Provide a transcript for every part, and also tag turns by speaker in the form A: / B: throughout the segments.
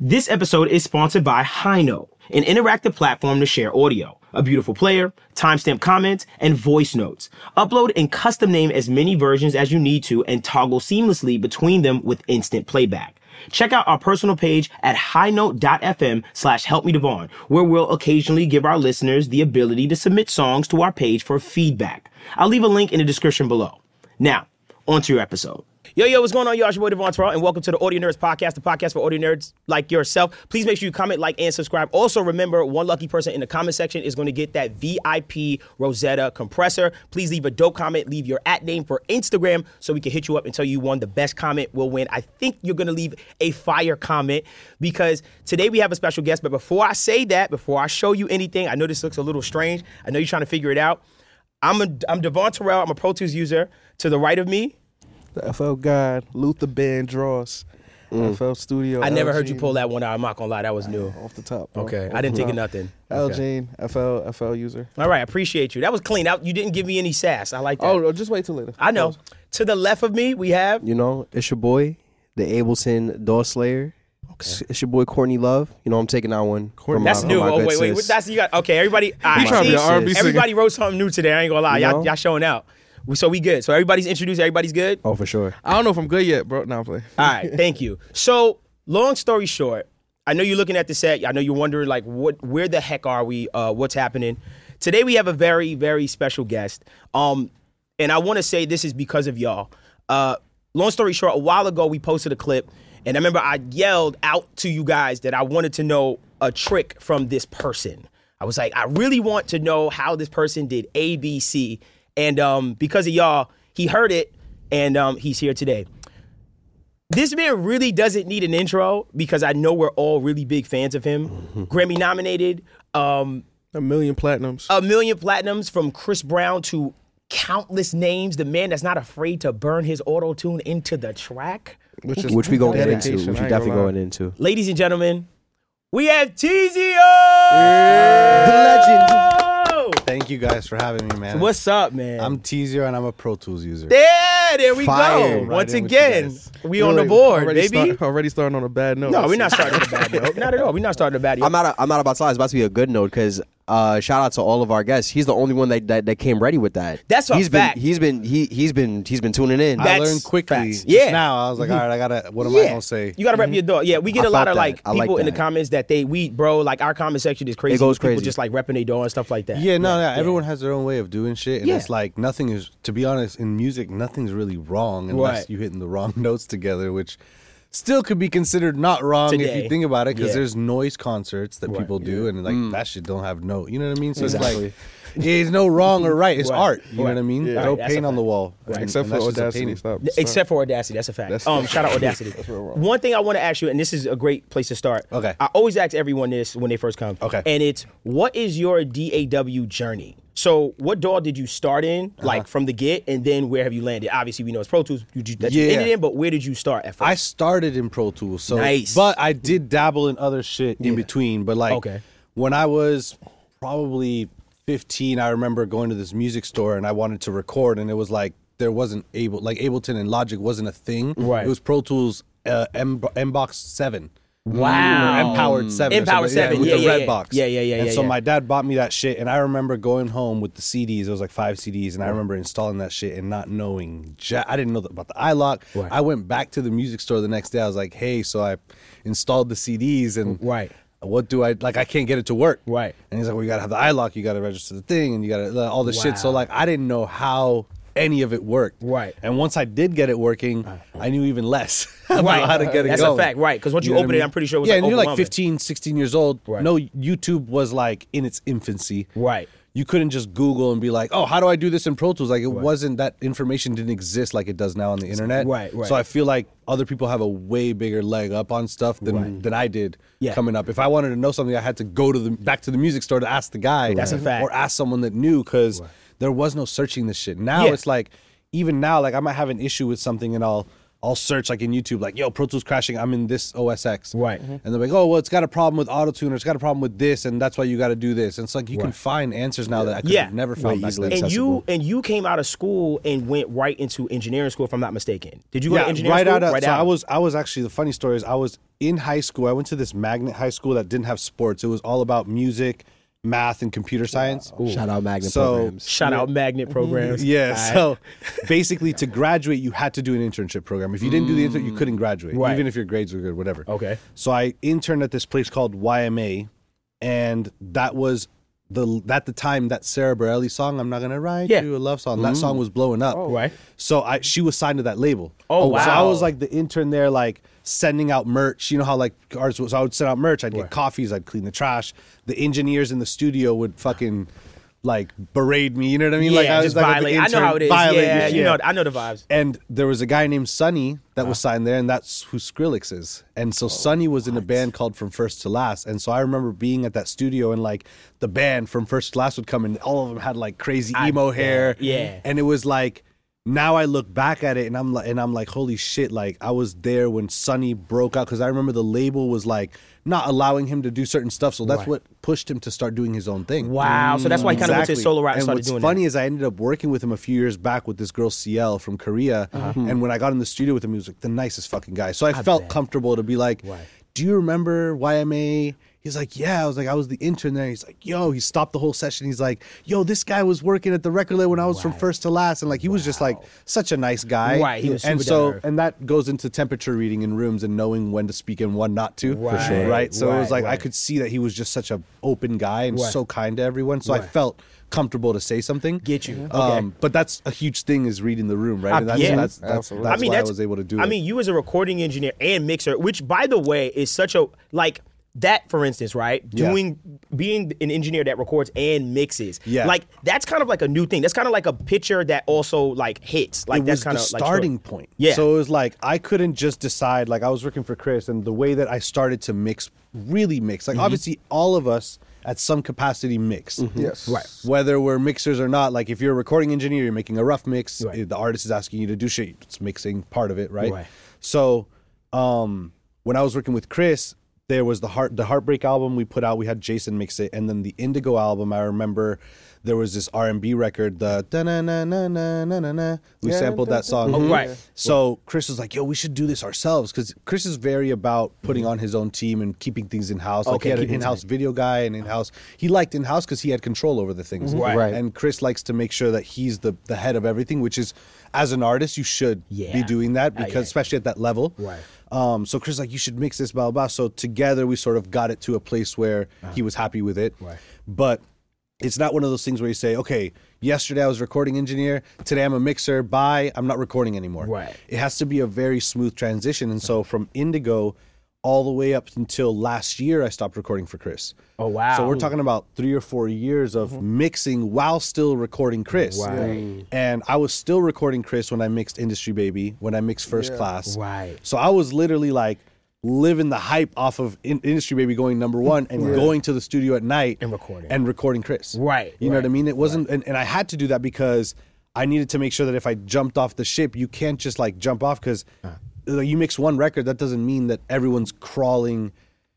A: This episode is sponsored by Hino, an interactive platform to share audio, a beautiful player, timestamp comments, and voice notes. Upload and custom name as many versions as you need to and toggle seamlessly between them with instant playback. Check out our personal page at highnote.fm slash help me Devon, where we'll occasionally give our listeners the ability to submit songs to our page for feedback. I'll leave a link in the description below. Now, on to your episode. Yo, yo, what's going on, y'all? It's your boy Devon Terrell, and welcome to the Audio Nerds Podcast, the podcast for audio nerds like yourself. Please make sure you comment, like, and subscribe. Also, remember, one lucky person in the comment section is going to get that VIP Rosetta compressor. Please leave a dope comment, leave your at name for Instagram so we can hit you up and tell you one. The best comment will win. I think you're going to leave a fire comment because today we have a special guest. But before I say that, before I show you anything, I know this looks a little strange. I know you're trying to figure it out. I'm, a, I'm Devon Terrell, I'm a Pro Tools user. To the right of me,
B: The FL God, Luther Band draws.
C: Mm.
B: FL Studio.
A: I never
B: L
A: heard you
B: Gene,
A: pull that one out. I'm not gonna lie, that was new.
B: off the top. bro.
A: Okay,
B: Off
A: I didn't
B: the
A: think of
B: top.
A: nothing.
B: L
A: Okay.
B: Gene, FL FL user.
A: All right, I appreciate you. That was clean. Out, you didn't give me any sass. I like that.
B: Oh, no, just wait till later.
A: I know. To the left of me, we have.
C: You know, it's your boy, the Ableton Daw Slayer. It's, it's your boy Courtney Love. You know, I'm taking that one.
B: Courtney Love.
C: from
A: That's
C: my,
A: new.
C: From my
A: Oh
C: good
A: wait, wait.
C: sis.
A: That's you got. Okay, everybody. All right,
B: trying to be
A: see,
B: an R&B singer.
A: everybody wrote something new today. I ain't gonna lie. Y'all,
C: No.
A: y'all showing out. We So we good. So everybody's introduced. Everybody's good.
C: Oh, for sure.
B: I don't know if I'm good yet, bro. Now play.
A: All right, thank you. So, long story short, I know you're looking at the set. I know you're wondering, like, what, where the heck are we? Uh, what's happening? Today we have a very, very special guest. Um, and I want to say this is because of y'all. Uh, long story short, a while ago we posted a clip, and I remember I yelled out to you guys that I wanted to know a trick from this person. I was like, I really want to know how this person did A, B, C, and um, because of y'all, he heard it, and um, he's here today this man really doesn't need an intro because I know we're all really big fans of him. Grammy nominated, um,
B: A million platinums.
A: a million platinums from Chris Brown to countless names. The man that's not afraid to burn his auto tune into the track.
B: which
C: Which we gonna get into.
B: dedication,
C: Which we
B: I ain't
C: definitely
B: gonna lie.
C: going into.
A: Ladies and gentlemen, we have Tizio.
C: The
D: Thank you guys for having me, man.
A: What's up, man?
D: I'm teaser and I'm a Pro Tools user.
A: there. There we
D: Fire.
A: go.
D: Right
A: Once
D: in with you
A: again,
D: guys.
A: we on the
B: Really,
A: board,
B: already
A: baby.
B: start- already starting on a bad note.
A: no, we're not starting a bad note. Not at all. We're not starting a bad note.
C: I'm not. I'm not about to lie. It's about to be a good note because uh, shout out to all of our guests. He's the only one that that, that came ready with that.
A: That's a
C: He's
A: fact.
C: been. He's been. He he's been. He's been tuning in.
A: That-
D: I
A: That's
D: learned quickly.
A: facts.
D: Just
A: Yeah. Mm-hmm.
D: Now I was like, all right, I gotta. What am I gonna say?
A: You gotta rep your dog. Yeah, we get
C: I
A: a lot
C: felt
A: of
C: that.
A: like
C: I like
A: people in the
C: that.
A: comments that they we bro like our comment section is crazy.
C: It goes
A: with People
C: crazy.
A: just like repping their dog and stuff like that.
D: yeah, no, yeah, everyone has their own way of doing shit, and
A: Yeah.
D: it's like nothing is. To be honest, in music, nothing's really wrong unless
A: Right.
D: you hitting the wrong notes together, which still could be considered not wrong if
A: Today.
D: you think about it, because
A: Yeah. Mm.
D: there's noise concerts that people do, and like that shit don't have note. You know what I mean? So
C: Exactly.
D: it's like it's no wrong or right. It's
A: Right.
D: art.
A: Right.
D: You know what I mean?
A: Yeah.
D: Throw
A: Right, that's a
D: paint on the
A: fact.
D: wall,
A: Right.
D: and-
B: Except
D: and
B: for
D: that's just a
B: Audacity.
D: painting.
B: Stop.
A: N- Except for Audacity, that's a fact.
B: That's-
A: um, shout out Audacity. One thing I want to ask you, and this is a great place to start.
D: Okay.
A: I always ask everyone this when they first come.
D: Okay.
A: and it's what is your DAW journey? So, what DAW did you start in, like from the get, and then where have you landed? Obviously, we know it's Pro Tools you- that you
D: Yeah.
A: ended in, but where did you start at first?
D: I started in Pro Tools, so
A: Nice.
D: but I did dabble in other shit in between. But like,
A: Okay.
D: when I was probably fifteen, I remember going to this music store and I wanted to record, and it was like there wasn't able like Ableton and Logic wasn't a thing.
A: Right.
D: it was Pro Tools uh, M Mbox Seven.
A: Wow.
D: Or Empowered Seven. or
A: Empowered
D: something,
A: Seven,
D: with
A: yeah,
D: the
A: yeah,
D: red
A: yeah.
D: box.
A: Yeah, yeah, yeah,
D: And
A: yeah,
D: so
A: yeah.
D: my dad bought me that shit, and I remember going home with the CDs. It was like five CDs, and I remember installing that shit and not knowing. Ja- I didn't know about the iLock.
A: Right.
D: I went back to the music store the next day. I was like, hey, so I installed the CDs and
A: Right.
D: What do I like? I can't get it to work.
A: Right.
D: And he's like, well, you gotta have the iLock. You gotta register the thing, and you gotta all this shit. So
A: Wow.
D: like, I didn't know how any of it worked.
A: Right. Uh-huh.
D: And once I did get it working, I knew even less about
A: Right.
D: how to get it
A: That's a
D: going.
A: fact, right, 'cause once you
D: know what
A: open it, I'm pretty sure it was,
D: yeah,
A: like,
D: and you're like
A: overwhelming.
D: 15, 16 years old.
A: Right.
D: No, YouTube was like in its infancy.
A: Right.
D: You couldn't just Google and be like, "Oh, how do I do this in Pro Tools?" Like it wasn't that information didn't exist like it does now on the internet.
A: Right, right.
D: So I feel like other people have a way bigger leg up on stuff than than I did
A: Yeah.
D: coming up. If I wanted to know something, I had to go to the back to the music store to ask the guy.
A: That's a fact.
D: Or ask someone that knew because there was no searching this shit. Now
A: Yeah.
D: it's like even now, like I might have an issue with something and I'll I'll search like in YouTube, like, yo, Pro Tools crashing, I'm in this OS X.
A: Right. Mhm.
D: And they're like, oh, well, it's got a problem with auto tune, or it's got a problem with this, and that's why you got to do this. And it's like, you can find answers now that I could
A: Yeah.
D: have never found back
C: easily.
D: then.
A: And you
C: accessible.
A: and you came out of school and went right into engineering school, if I'm not mistaken. Did you go to
D: Yeah,
A: engineering
D: right
A: school?
D: out of.
A: right
D: so
A: out.
D: I was. I was actually the funny story is I was in high school. I went to this magnet high school that didn't have sports. It was all about music, math, and computer science.
C: Shout out Magnet
D: So-
C: programs.
A: shout out magnet programs.
D: Mm-hmm. Yeah. So basically, to graduate, you had to do an internship program. If you didn't do the internship, you couldn't graduate,
A: Mm. Right.
D: even if your grades were good, whatever.
A: Okay.
D: So I interned at this place called YMA, and that was the at the time that Sarah Bareilles song "I'm Not Gonna Write
A: Yeah. Mm. Oh,
D: You a Love Song." That song was blowing up.
A: Right.
D: So I she was signed to that label.
A: Oh,
D: So I
A: wow.
D: was like the intern there, like sending out merch. You know how like artists was. I would send out merch. I'd get coffees. I'd clean the trash. The engineers in the studio would fucking like berate me. You know what I mean?
A: Yeah,
D: like I was
A: just
D: like,
A: violate.
D: The
A: I know
D: intern,
A: how it is.
D: violate your
A: Yeah,
D: shit.
A: you know, I know the vibes.
D: And there was a guy named Sonny that was signed there, and that's who Skrillex is. And so Sonny was in a band called From First to Last. And so I remember being at that studio, and like the band From First to Last would come, and all of them had like crazy emo hair.
A: Yeah.
D: And it was like, now I look back at it, and I'm like, and I'm like, holy shit! Like I was there when Sonny broke out, because I remember the label was like not allowing him to do certain stuff. So that's what pushed him to start doing his own thing.
A: Wow. So that's why he kind of went to his solo route and,
D: And
A: started
D: what's
A: doing
D: funny is I ended up working with him a few years back with this girl CL from Korea,
A: Uh-huh. Hmm.
D: and when I got in the studio with him, he was like the nicest fucking guy. So I, felt comfortable to be like, "Do you remember YMA?" He's like, "Yeah." I was like, "I was the intern there." He's like, "Yo," he stopped the whole session. He's like, "Yo, this guy was working at the record label when I was from first to last," and like he was just like such a nice guy.
A: Right, he was
D: and
A: super down
D: so
A: to earth.
D: and that goes into temperature reading in rooms and knowing when to speak and when not to.
A: Right, sure.
D: Right. So it was
A: right,
D: like I
A: right.
D: could see that he was just such an open guy and
A: Right.
D: so kind to everyone. So I
A: Right.
D: felt comfortable to say something.
A: Get you. Okay.
D: Um, but that's a huge thing is reading the room, right?
A: Uh,
D: And that's,
A: yeah.
D: that's, that's,
B: Absolutely.
D: that's why I was able to do
A: I
D: it.
A: mean, you as a recording engineer and mixer, which by the way is such a like that for instance, right?
D: Yeah.
A: Doing being an engineer that records and mixes.
D: Yeah.
A: Like that's kind of like a new thing. That's kind of like a picture that also like hits. Like
D: it
A: that's
D: was
A: kind
D: the
A: of like
D: starting point.
A: Yeah.
D: So it was like I couldn't just decide. Like I was working for Chris, and the way that I started to mix, really mix.
A: Mm-hmm.
D: Like obviously, all of us at some capacity mix.
A: Mm-hmm.
B: Yes. Right.
D: Whether we're mixers or not, like if you're a recording engineer, you're making a rough mix.
A: Right.
D: if The artist is asking you to do shit. It's mixing part of it, right?
A: Right.
D: So, um, when I was working with Chris, there was the heart the heartbreak album we put out. We had Jason mix it, and then the Indigo album. I remember there was this R and B record, the da na na na na na na na. We sampled that song.
A: Oh, right.
D: So Chris was like, "Yo, we should do this ourselves," because Chris is very about putting on his own team and keeping things in house. Like
A: Okay,
D: he had an
A: keeping
D: in house video guy and in house. He liked in house because he had control over the things.
A: Right. Right.
D: And Chris likes to make sure that he's the the head of everything, which is as an artist you should
A: Yeah.
D: be doing that
A: Uh, yeah,
D: because especially at that level.
A: Right.
D: Um, so Chris like you should mix this blah blah. blah. So together we sort of got it to a place where he was happy with it.
A: Uh-huh. Right.
D: But it's not one of those things where you say, okay, yesterday I was recording engineer, today I'm a mixer. Bye, I'm not recording anymore.
A: Right.
D: It has to be a very smooth transition. And so from Indigo all the way up until last year, I stopped recording for Chris.
A: Oh, wow. Mm-hmm.
D: So we're talking about three or four years of mixing while still recording Chris.
A: Right.
D: And I was still recording Chris when I mixed Industry Baby, when I mixed First Class.
A: Right.
D: So I was literally like living the hype off of in- Industry Baby going number one and going to the studio at night
A: And recording.
D: and recording Chris.
A: Right,
D: You know what I
A: right,
D: mean? It wasn't, and, and I had to do that because I needed to make sure that if I jumped off the ship, you can't just like jump off because
A: Uh.
D: you mix one record, that doesn't mean that everyone's crawling.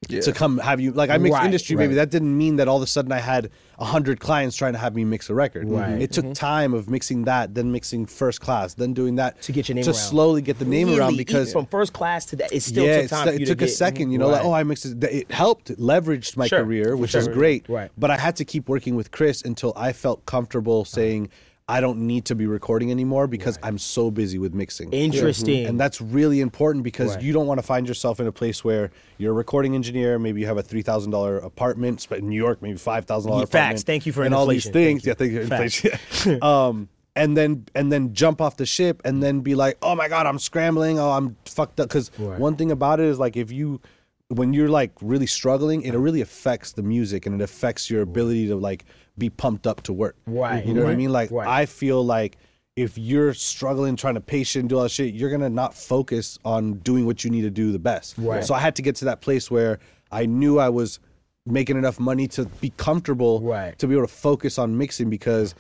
D: To come have you like I mixed
A: Right,
D: industry baby that didn't mean that all of a sudden I had hundred clients trying to have me mix a record.
A: Right. Mm-hmm.
D: It took time of mixing that, then mixing first class, then doing that
A: To get your name
D: to
A: around.
D: slowly get the name
A: Really,
D: around
A: even
D: because
A: from first class to that, it still
D: yeah,
A: took
D: it's-
A: time. for
D: it
A: you
D: took
A: to
D: a
A: get-
D: second, you know, like,
A: Right.
D: oh, I mixed it. It helped, it leveraged my
A: Sure,
D: career, which
A: sure.
D: is great.
A: Right. Uh-huh.
D: But I had to keep working with Chris until I felt comfortable saying, I don't need to be recording anymore because I'm so busy with mixing.
A: Interesting.
D: And that's really important because
A: Right.
D: you don't want to find yourself in a place where you're a recording engineer, maybe you have a three thousand dollar apartment, but in New York, maybe five thousand dollar
A: Yeah,
D: apartment.
A: facts. Thank you for
D: and all these
A: inflation.
D: things.
A: Thank you.
D: Yeah, thank
A: Facts.
D: you. Inflation. um, and then and then jump off the ship and then be like, oh my god, I'm scrambling. Oh, I'm fucked up. Because
A: Right.
D: one thing about it is like if you when you're like really struggling, it really affects the music and it affects your ability to like be pumped up to work.
A: Right,
D: You know what I
A: right,
D: mean? Like
A: right.
D: I feel like if you're struggling, trying to patient, do all that shit, you're gonna not focus on doing what you need to do the best.
A: Right.
D: So I had to get to that place where I knew I was making enough money to be comfortable
A: Right.
D: to be able to focus on mixing because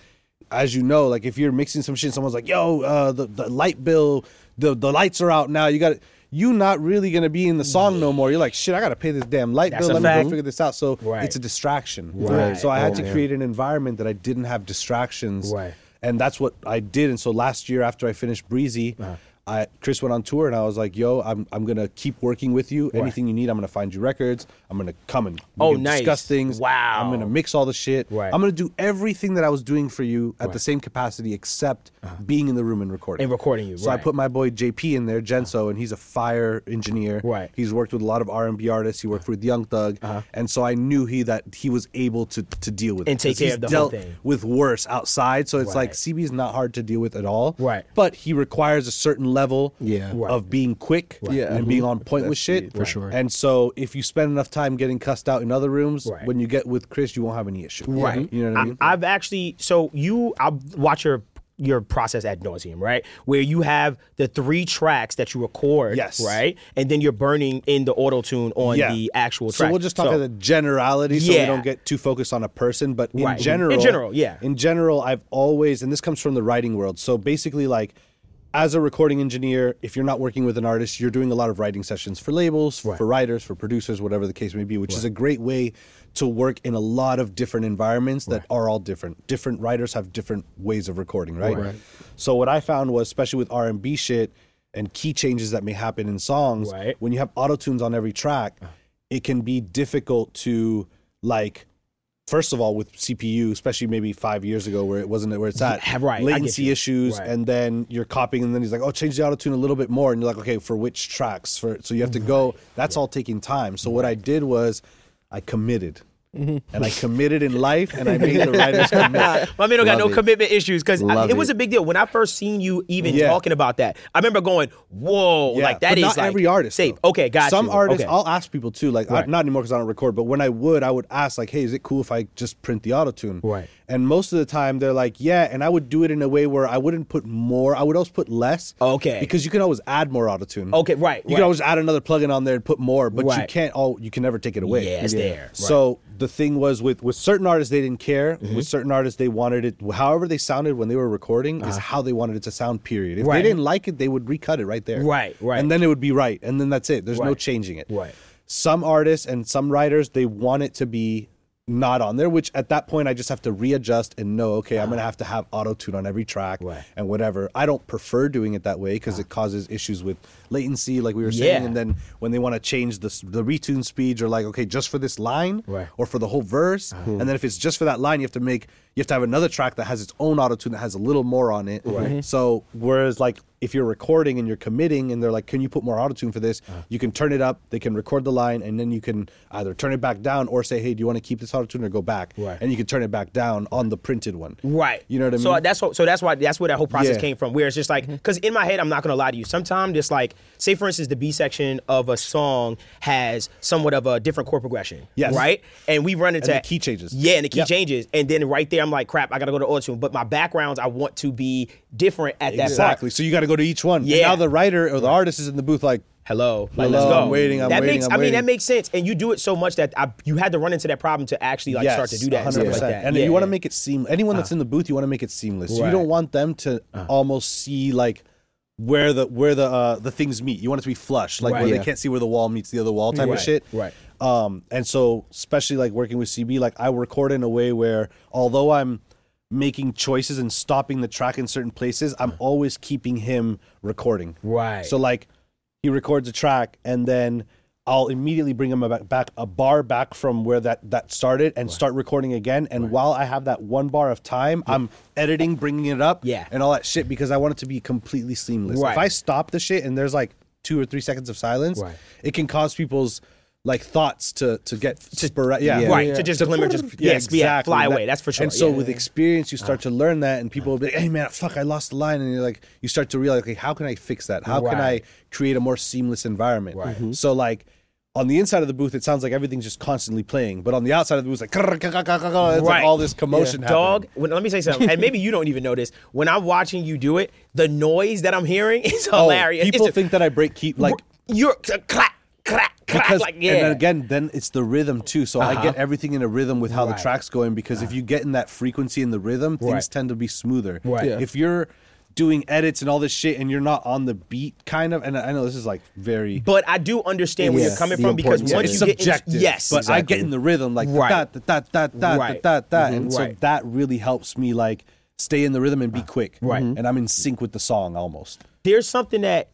D: as you know, like if you're mixing some shit, someone's like, yo, uh, the, the light bill the the lights are out now. You got you not really gonna be in the song no more. You're like, shit, I gotta pay this damn light
A: That's
D: bill.
A: a
D: Let me
A: fact.
D: go figure this out. So
E: Right.
D: it's a distraction.
E: Right.
D: So I had
E: Oh,
D: to
E: yeah.
D: create an environment that I didn't have distractions.
E: Right.
D: And that's what I did. And so last year after I finished Breezy,
A: Uh-huh.
D: I Chris went on tour and I was like, yo, I'm I'm gonna keep working with you. Anything you need, I'm gonna find you records. I'm gonna come and we
A: Oh,
D: can
A: nice.
D: discuss things.
A: Wow.
D: I'm gonna mix all the shit.
E: Right.
D: I'm gonna do everything that I was doing for you at the same capacity except being in the room and recording.
A: Uh-huh. And recording you,
D: So I
A: right.
D: put my boy JP in there, Genso, and he's a fire engineer.
E: Right.
D: He's worked with a lot of R and B artists. He
A: Uh-huh.
D: worked with Young Thug, and so I knew he that he was able to to deal with
A: And
D: it,
A: take
D: 'cause
A: care
D: he's
A: of the whole
D: dealt
A: thing.
D: with worse outside. So it's like
E: Right.
D: CB's not hard to deal with at all.
E: Right.
D: But he requires a certain level
C: Yeah.
E: Right.
D: of being quick
C: Yeah.
D: and being on point with
C: That's
D: shit.
C: it, for Right. sure.
D: And so if you spend enough time getting cussed out in other rooms,
E: Right.
D: when you get with Chris, you won't have any issue. Mm-hmm.
E: Right.
D: You know what I mean?
A: I've actually so you I'll watch your your process ad nauseum, right? Where you have the three tracks that you record,
D: Yes.
A: right, and then you're burning in the auto tune on
D: Yeah.
A: the actual
D: So
A: track.
D: we'll just talk at the generality so we
A: Yeah.
D: don't get too focused on a person, but in
A: Right. In
D: general
A: general, yeah.
D: In general, I've always and this comes from the writing world. So basically like as a recording engineer, if you're not working with an artist, you're doing a lot of writing sessions for labels, for writers, for producers, whatever the case may be, which is a great way to work in a lot of different environments that are all different. Different writers have different ways of recording, right? So what I found was especially with R&B shit and key changes that may happen in songs,
A: Right. Uh.
D: when you have auto tunes on every track, it can be difficult to like. First of all, with CPU, especially maybe five years ago, where it wasn't where it's at,
A: Yeah, right, I get
D: latency
A: you.
D: issues,
A: Right.
D: and then you're copying, and then he's like, "Oh, change the auto tune a little bit more," and you're like, "Okay, for which tracks?" For so you have to go. That's all taking time. So what I did was, I committed,
A: Mm-hmm.
D: and I committed in life, and I made the writers commit.
A: My man don't got
C: Love
A: no
C: it.
A: commitment issues because
C: Love
A: it was
C: it.
A: a big deal. When I first seen you even
D: Yeah.
A: talking about that, I remember going, "Whoa!"
D: Yeah,
A: Oh, Like that
D: but
A: is
D: not
A: like
D: every artist.
A: safe.
D: though.
A: Okay, got
D: some
A: you.
D: artists.
A: Okay.
D: I'll ask people too. Like I-
A: Right.
D: not anymore because I don't record. But when I would, I would ask like, "Hey, is it cool if I just print the auto tune?"
E: Right.
D: And most of the time they're like, "Yeah," and I would do it in a way where I wouldn't put more. I would always put less.
A: Okay.
D: Because you can always add more auto tune.
A: Okay, right,
D: You
A: right.
D: can always add another plugin on there and put more, but you
A: Right.
D: can't. All you can never take it away.
A: Yeah, it's there. Right. Mm-hmm.
D: So the thing was with with certain artists they didn't care. With certain artists they wanted it however they sounded when they were recording is how they wanted it to sound. Period. If
A: Uh-huh. Right.
D: they didn't like it, they would recut it right there.
A: Right, right.
D: And then it would be right, and then that's it. There's no
A: Right.
D: changing it.
E: Right.
D: Some artists and some writers they want it to be not on there, which at that point I just have to readjust and know, okay,
A: Uh-huh.
D: I'm gonna have to have auto tune on every track
E: Right.
D: and whatever. I don't prefer doing it that way because it causes issues with latency, like we were saying,
A: Uh-huh. Yeah.
D: and then when they want to change the s- the retune speeds, or like, okay, just for this line,
E: Right.
D: or for the whole verse,
A: Uh-huh.
D: and then if it's just for that line, you have to make you have to have another track that has its own auto tune that has a little more on it. Right. So whereas like if you're recording and you're committing and they're like, can you put more auto tune for this?
A: Uh-huh.
D: You can turn it up. They can record the line and then you can either turn it back down or say, hey, do you want to keep this auto tune or go back?
E: Right.
D: And you can turn it back down on the printed one.
A: Right.
D: You know what I mean?
A: So that's what, so that's why that's where that whole process
D: Yeah.
A: came from. Where it's just like because in my head I'm not gonna lie to you. Sometimes it's like say for instance the B section of a song has somewhat of a different chord progression.
D: Yes.
A: Right. And we run into
D: the key changes.
A: Yeah, and the key
D: Yep.
A: changes, and then right there I'm like crap, I gotta go to auto tune. But my backgrounds I want to be different at that part.
D: exactly. So you got to go to each one. And
A: Yeah.
D: now the writer or the artist is in the booth like,
A: Hello. Like,
D: Hello,
A: let's go.
D: I'm waiting, I'm
A: that
D: waiting,
A: makes,
D: I'm
A: I mean,
D: waiting.
A: that makes sense. And you do it so much that I, you had to run into that problem to actually like start to do that and stuff like
D: 100%.
A: that.
D: And
A: yeah. Uh-huh.
D: you want to make it seem anyone that's in the booth, you want to make it seamless. You
A: Right. Uh-huh.
D: don't want them to almost see like where the where the uh, the things meet. You want it to be flush, like
A: Right.
D: where
A: Yeah.
D: they can't see where the wall meets the other wall type
A: Right.
D: of shit.
A: Right.
D: Um, and so especially like working with CB, like I record in a way where although I'm making choices and stopping the track in certain places, I'm always keeping him recording.
E: Right.
D: So like he records a track and then I'll immediately bring him back, back a bar back from where that that started and start recording again. And while I have that one bar of time, I'm editing, bringing it up,
A: Yeah.
D: and all that shit because I want it to be completely seamless.
A: Right.
D: If I stop the shit and there's like two or three seconds of silence,
E: Right.
D: it can cause people's like thoughts to to get spora- yeah,
A: Right, to just glimmer, just- yes, yeah, fly away, that's for sure,
D: And so
A: yeah.
D: with experience, you start to learn that, and people will be like, "Hey, man, fuck, I lost the line," and you're like, you start to realize, okay, how can I fix that? How can I
E: Right.
D: create a more seamless environment?
E: Right.
D: So like. On the inside of the booth, it sounds like everything's just constantly playing, but on the outside of the booth, it's like, "Krr, krr, krr, krr, krr," it's like
A: Right.
D: all this commotion happening.
A: Dog, when, let me say something, and maybe you don't even know this. When I'm watching you do it, the noise that I'm hearing is
D: Oh,
A: hilarious. It's
D: People
A: just-
D: think that I break keep like
A: you're clack, clack, clack,
D: because
A: like
D: and
A: yeah.
D: then again then it's the rhythm too so i get everything in a rhythm with how
E: Right.
D: the track's going because if you get in that frequency and the rhythm things
E: Right.
D: tend to be smoother
E: Right. Yeah.
D: if you're doing edits and all this shit, and you're not on the beat, kind of. And I I know this is like very.
A: But I do understand where
C: It's
A: you're coming
C: the
A: from because
C: importance
D: it's
C: of
A: once
C: it.
A: you get into-
D: subjective,
A: yes,
D: but I
C: Exactly.
D: get in the rhythm like
A: Right.
D: right. da da da da da
A: Right. Mm-hmm.
D: da da, and so
A: Right. Uh,
D: that really helps me like stay in the rhythm and be quick,
A: Right.
D: And I'm in sync with the song almost.
A: there's something that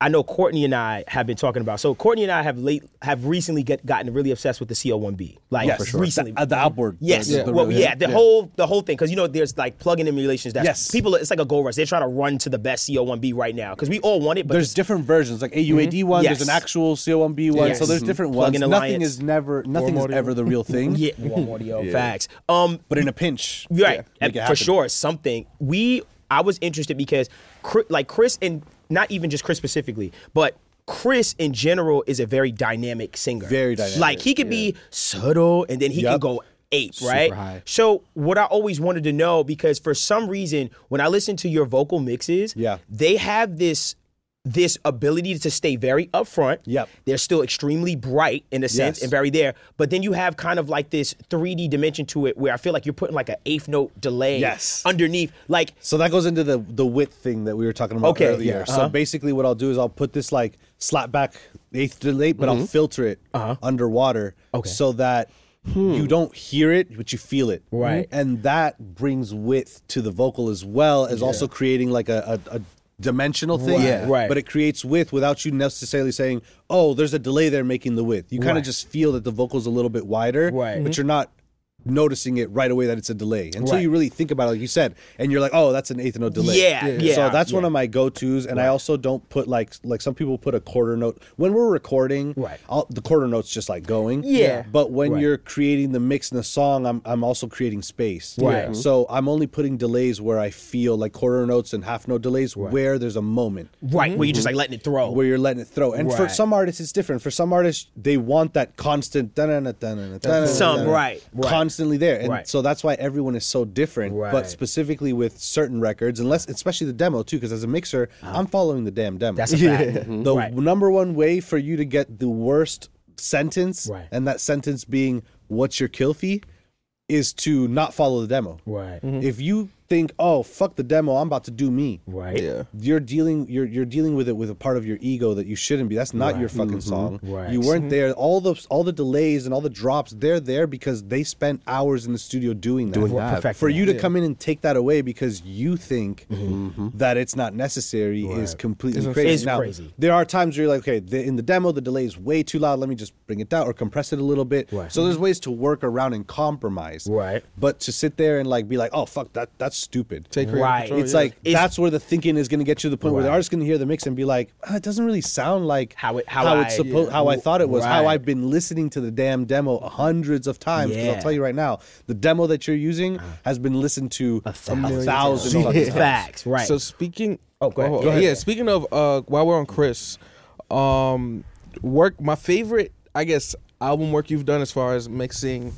A: I know Courtney and I have been talking about. So Courtney and I have late have recently get, gotten really obsessed with the CO1B. Like
D: Yes,
A: recently.
D: the, uh, the outboard.
A: Yes.
D: the- the
A: well,
D: rhythm.
A: yeah, the whole the whole thing because you know there's like plug-in emulations that
D: Yes.
A: people it's like a gold rush. They're trying to run to the best CO1B right now because we all want it. But Mm-hmm.
D: There's different versions, like AUAD one.
A: Yes.
D: There's an actual CO1B one.
A: Yes.
D: So there's
A: Mhm.
D: different
A: Plug
D: ones.
A: in
D: Nothing
A: Alliance.
D: is never, nothing is
B: audio.
D: ever the real thing.
A: yeah, warm audio facts. Um,
D: But in a pinch,
A: right
D: yeah, make
A: and
D: it
A: for
D: happen.
A: sure something we i was interested because Chri- like chris and not even just chris specifically but chris in general is a very dynamic singer
D: Very dynamic,
A: like he could be subtle and then he can
D: Yup.
A: go ape right
C: high.
A: so what i always wanted to know because for some reason when i listen to your vocal mixes
D: Yeah.
A: they have this this ability to stay very upfront
D: Yep.
A: they're still extremely bright in a sense
D: Yes.
A: and very there but then you have kind of like this 3d dimension to it where i feel like you're putting like an eighth note delay
D: Yes.
A: underneath like
D: So that goes into the the width thing that we were talking about
A: Okay,
D: earlier.
A: yeah, Uh-huh.
D: So basically, what I'll do is I'll put this like slap back eighth delay, but I'll filter it underwater,
A: Mm-hmm. Uh-huh. Okay. Hmm.
D: so that you don't hear it, but you feel it. Mm-hmm.
A: Right.
D: and that brings width to the vocal as well as also creating like a. a, a dimensional thing
A: Right. Yeah. Right.
D: but it creates width without you necessarily saying oh there's a delay there making the width you kind of
A: Right.
D: just feel that the vocal's a little bit wider
A: Right. Mm-hmm.
D: but you're not noticing it right away that it's a delay until
A: Right.
D: you really think about it like you said and you're like oh that's an eighth note delay
A: Yeah, Yeah. yeah,
D: so that's
A: yeah.
D: one of my go-to's and i also don't put like like some people put a quarter note when we're recording
A: Right.
D: I'll, the quarter note's just like going
A: Yeah.
D: but when
A: Right.
D: you're creating the mix and the song i'm, I'm also creating space
A: Right. Yeah.
D: so i'm only putting delays where i feel like quarter notes and half note delays where there's a moment
A: right where you're just like letting it throw
D: where you're letting it throw. And for
A: Right.
D: some artists, it's different. For some artists, they want that constant dun-dun-dun, dun-dun-dun, dun-dun-dun,
A: Some, right, right.
D: constantly there. And
A: Right.
D: so that's why everyone is so different.
A: Right.
D: But specifically with certain records, unless especially the demo too, because as a mixer, I'm following the damn demo.
A: that's a fact
D: the
A: Right.
D: number one way for you to get the worst sentence,
A: Right.
D: and that sentence being "What's your kill fee?" is to not follow the demo.
A: Right.
D: If you think, "Oh, fuck the demo, I'm about to do me,"
A: right
B: Yeah.
D: you're dealing you're you're dealing with it with a part of your ego that you shouldn't be. That's not your fucking song.
A: Right.
D: You weren't there. All the all the delays and all the drops, they're there because they spent hours in the studio doing that.
C: Doing that.
A: Perfecting
D: For
A: that.
D: you to come in and take that away because you think that it's not necessary is completely crazy.
A: It's
D: Now,
A: crazy.
D: There are times where you're like, okay, the, in the demo the delay is way too loud. Let me just bring it down or compress it a little bit.
A: Right.
D: So there's ways to work around and compromise.
A: Right.
D: But to sit there and like be like, oh fuck, that that's stupid.
B: Take creative
A: Right.
B: control,
D: It's
B: yeah.
D: like
A: It's-
D: that's where the thinking is going to get you to the point where the
A: Right.
D: artist can hear the mix and be like, "Ah, it doesn't really sound like
A: How it- how
D: it's
A: I-
D: supposed how I thought it was how
A: Right.
D: I've been listening to the damn demo hundreds of times. 'Cause
A: Yeah. Uh-huh.
D: I'll tell you right now, the demo that you're using has been listened to a
A: thousand
D: thousand,
B: times.
D: fucking
B: Yeah.
D: times.
A: facts right
B: So speaking,
A: Oh, go ahead. Go
B: Yeah, speaking of uh, while we're on Chris, um, work. My favorite, I guess, album work you've done as far as mixing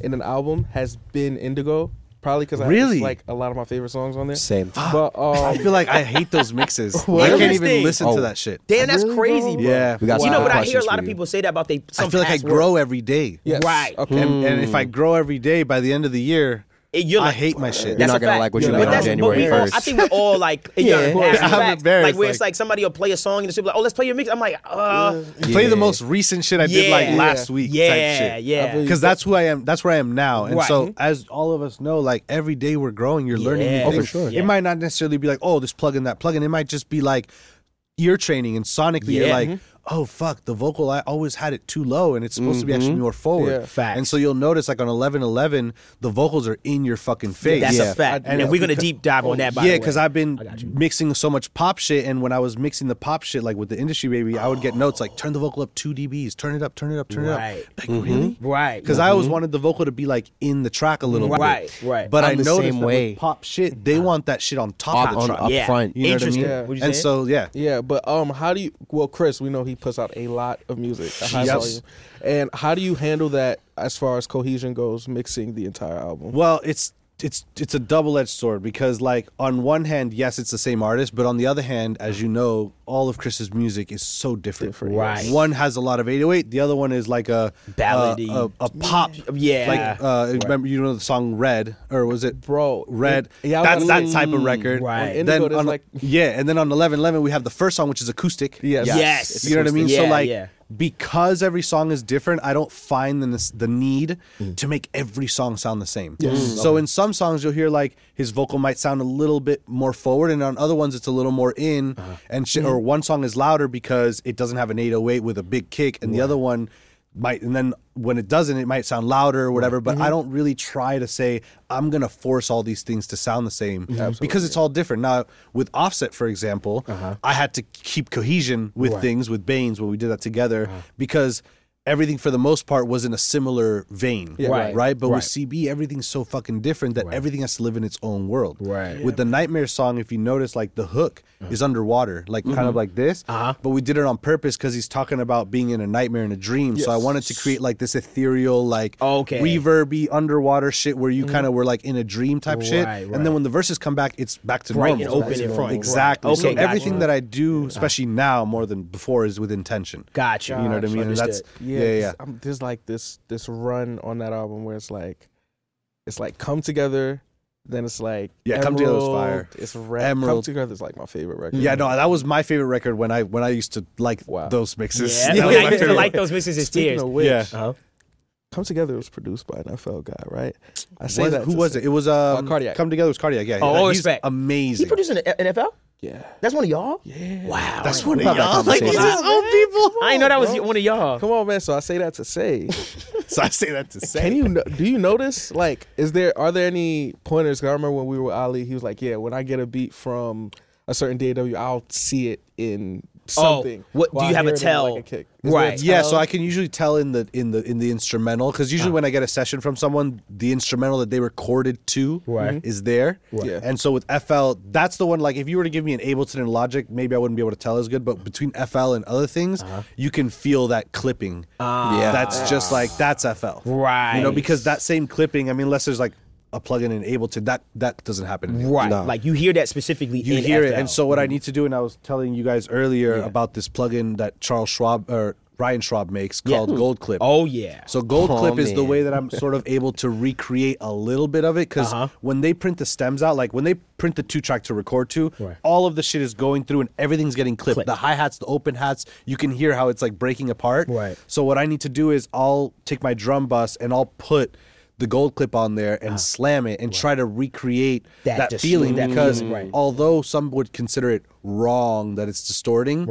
B: in an album has been Indigo. Probably because I it's
D: Really?
B: like a lot of my favorite songs on there.
C: Same.
B: But
D: I
B: um,
D: feel like I hate those mixes. I
A: Really?
D: can't even
A: Interesting.
D: listen
C: Oh.
D: to that shit.
A: damn that's crazy bro.
D: Yeah. We
C: got
A: you
C: some
A: know
C: good
A: what i hear a
C: questions
A: lot
C: for
A: of
C: you.
A: people say that about they some
D: I feel like I
A: past
D: grow
A: work.
D: every day.
B: yes.
A: Right.
B: Okay.
D: And, and if I grow every day, by the end of the year,
A: It- you're
D: I
A: like-
D: hate my shit.
A: That's
C: not
A: a
C: gonna
A: fact.
C: like what you
A: But
B: learned on
A: that's- but
C: January
A: we all- I
C: 1st.
A: think we're all like,
C: Yeah.
A: yeah,
D: I'm
A: like
D: embarrassed,
A: where it's
D: like-
A: like somebody will play a song and it's like, oh, let's play your mix. I'm like, uh,
D: Play
C: Yeah.
D: the most recent shit I did like
A: Yeah.
D: last week.
A: yeah,
D: type shit.
A: yeah,
B: believe-
D: because that's who I am. That's where I am now. And
A: Right.
D: so, as all of us know, like every day we're growing, you're learning
A: Yeah.
D: new
A: Oh, for
D: things.
A: sure.
D: It
A: Yeah.
D: might not necessarily be like, oh, this plug in that plug in. It might just be like ear training and sonically, you're
A: Yeah. mm-hmm.
D: like, oh fuck, the vocal I always had it too low, and it's supposed to be actually more forward.
B: Yeah.
A: Mm-hmm. Facts.
D: And so you'll notice, like on eleven eleven, the vocals are in your fucking face.
A: That's
C: Yeah.
A: a fact,
D: I-
A: and,
D: and
A: we're gonna deep dive on that. By
D: yeah,
A: because
D: because I've been mixing so much pop shit, and when I was mixing the pop shit, like with the industry baby, I would get notes like turn the vocal up two dBs, turn it up, turn it up, turn
A: Right.
D: it up. Like
A: Mm-hmm.
D: really?
A: right
D: Because I always wanted the vocal to be like in the track a little
A: Right,
D: bit.
A: right.
D: But
C: I'm
D: i
C: the
D: noticed
C: same
D: that
C: way.
D: with pop shit, they want that shit on top of the
C: on-
D: track.
C: up
A: yeah.
C: front,
D: You know what I
A: Interesting.
D: mean?
B: Yeah.
A: What'd you
D: And
A: say?
D: so yeah.
B: Yeah, but um, how do you? Well, Chris, we know he puts out a lot of music, a high
D: Yes.
B: volume. And how do you handle that as far as cohesion goes, mixing the entire album?
D: Well, it's it's it's a double-edged sword because like on one hand yes it's the same artist but on the other hand as you know all of chris's music is so different,
E: Right.
D: one has a lot of 808 the other one is like a
E: Ballady.
D: a, a, a pop
A: Yeah.
D: like uh remember you know the song red or was it
B: Bro,
D: red
B: it- yeah, I
D: that's
B: was
D: that
B: gonna- mm,
D: type of record
E: Right.
B: On
D: then
B: Indigo, there's
D: on,
B: like-
D: yeah and then on 1111 we have the first song which is acoustic
B: Yes.
A: Yes.
D: Yes. You know what I mean? so
A: Yeah,
D: like
A: yeah.
D: because every song is different, I don't find the nes- the need
A: Mm.
D: to make every song sound the same. So in some songs you'll hear like his vocal might sound a little bit more forward and on other ones it's a little more in
A: Uh-huh.
D: and sh- or one song is louder because it doesn't have an 808 with a big kick and the other one might and then when it doesn't it might sound louder or whatever but
E: Mm-hmm.
D: i don't really try to say i'm going to force all these things to sound the same because it's all different now with offset for example
E: Uh-huh.
D: i had to keep cohesion with things with baines when we did that together
E: Uh-huh.
D: because everything for the most part was in a similar vein
E: Right.
D: right but
E: Right.
D: with cb everything's so fucking different that everything has to live in its own world
E: Right. Uh-huh.
D: with the nightmare song if you notice like the hook is underwater like kind
E: Mm-hmm.
D: of like this but we did it on purpose because he's talking about being in a nightmare and a dream so i wanted to create like this ethereal like
A: Okay.
D: reverby underwater shit where you kind of were like in a dream type shit
E: Right, right.
D: and then when the verses come back it's back to
A: Bright
D: normal
A: and open in front.
D: exactly
A: Right.
D: so
A: Okay, gotcha.
D: everything that i do especially now more than before is with intention
A: Gotcha.
D: you know what i mean And that's
A: Understood.
D: yeah yeah, yeah.
B: there's- um, there's like this this run on that album where it's like, it's like come together, then it's like
D: Yeah, Come Together was
B: Emerald,
D: fire.
B: It's red. Come
D: Emerald.
B: together is like my favorite record.
D: Yeah, no, that was my favorite record when I when I used to like
B: Wow.
D: those mixes.
A: Yeah,
D: That
A: yeah, I
D: was my
A: used to
D: favorite.
A: like those misses as
B: Speaking
A: tears.
B: of which,
D: Yeah.
A: Uh-huh.
B: Come Together was produced by an NFL guy, right? I say
D: Was-
B: that.
D: who
B: to
D: was
B: say-
D: it? It was um,
B: Cardiac.
D: Come together was cardiac. Yeah.
A: Oh,
D: yeah.
A: all
D: He's
A: respect.
D: Amazing.
A: He produced an NFL.
B: Yeah.
A: That's one of y'all. Yeah. Wow.
D: That's one of
A: Wow.
D: y'all.
A: Like,
D: Like,
A: these
D: wow.
A: is old people. I didn't know that was one of y'all.
B: Come on, man. So I say that to say,
D: so I say that to say.
B: can you no- do you notice? Like, is there are there any pointers? 'Cause I remember when we were with Ali, he was like, "Yeah, when I get a beat from a certain DAW, I'll see it in something."
A: Oh, what do
B: Well,
A: you
B: I
A: have a
B: hear it and I'm
A: tell?
B: Like a kick. Is there a
A: Right.
D: Yeah,
B: tell?
D: so I can usually tell in the in the in the instrumental because usually
A: Ah.
D: when I get a session from someone, the instrumental that they recorded to
E: Right.
D: is there.
B: Yeah.
D: And so with FL, that's the one. Like if you were to give me an Ableton and Logic, maybe I wouldn't be able to tell as good. But between FL and other things, you can feel that clipping.
A: Uh-huh. Ah.
D: That's just like that's FL. You know
A: Right.
D: because that same clipping. I mean, unless there's like a plugin in Ableton, that that doesn't happen. In Ableton.
A: Right.
D: No
A: Like you hear that specifically.
D: you
A: in Mm-hmm.
D: hear it.
A: FL.
D: And so what I need to do, and I was telling you guys earlier about this plugin that Charles Schwab or Ryan Schwab makes called Gold Clip.
A: Oh yeah.
D: So Gold
C: Oh,
D: Clip is the
C: man.
D: way that I'm sort of able to recreate a little bit of it because
A: Uh-huh.
D: when they print the stems out, like when they print the two track to record to, all of the shit is going through and everything's getting clipped. The hi hats, the open hats, you can hear how it's like breaking apart.
E: Right.
D: So what I need to do is I'll take my drum bus and I'll put the gold clip on there and slam it and try to recreate
A: Uh-huh. That
D: that,
A: dis-
D: feeling
A: that
D: because
A: feeling, right.
D: although some would consider it wrong that it's distorting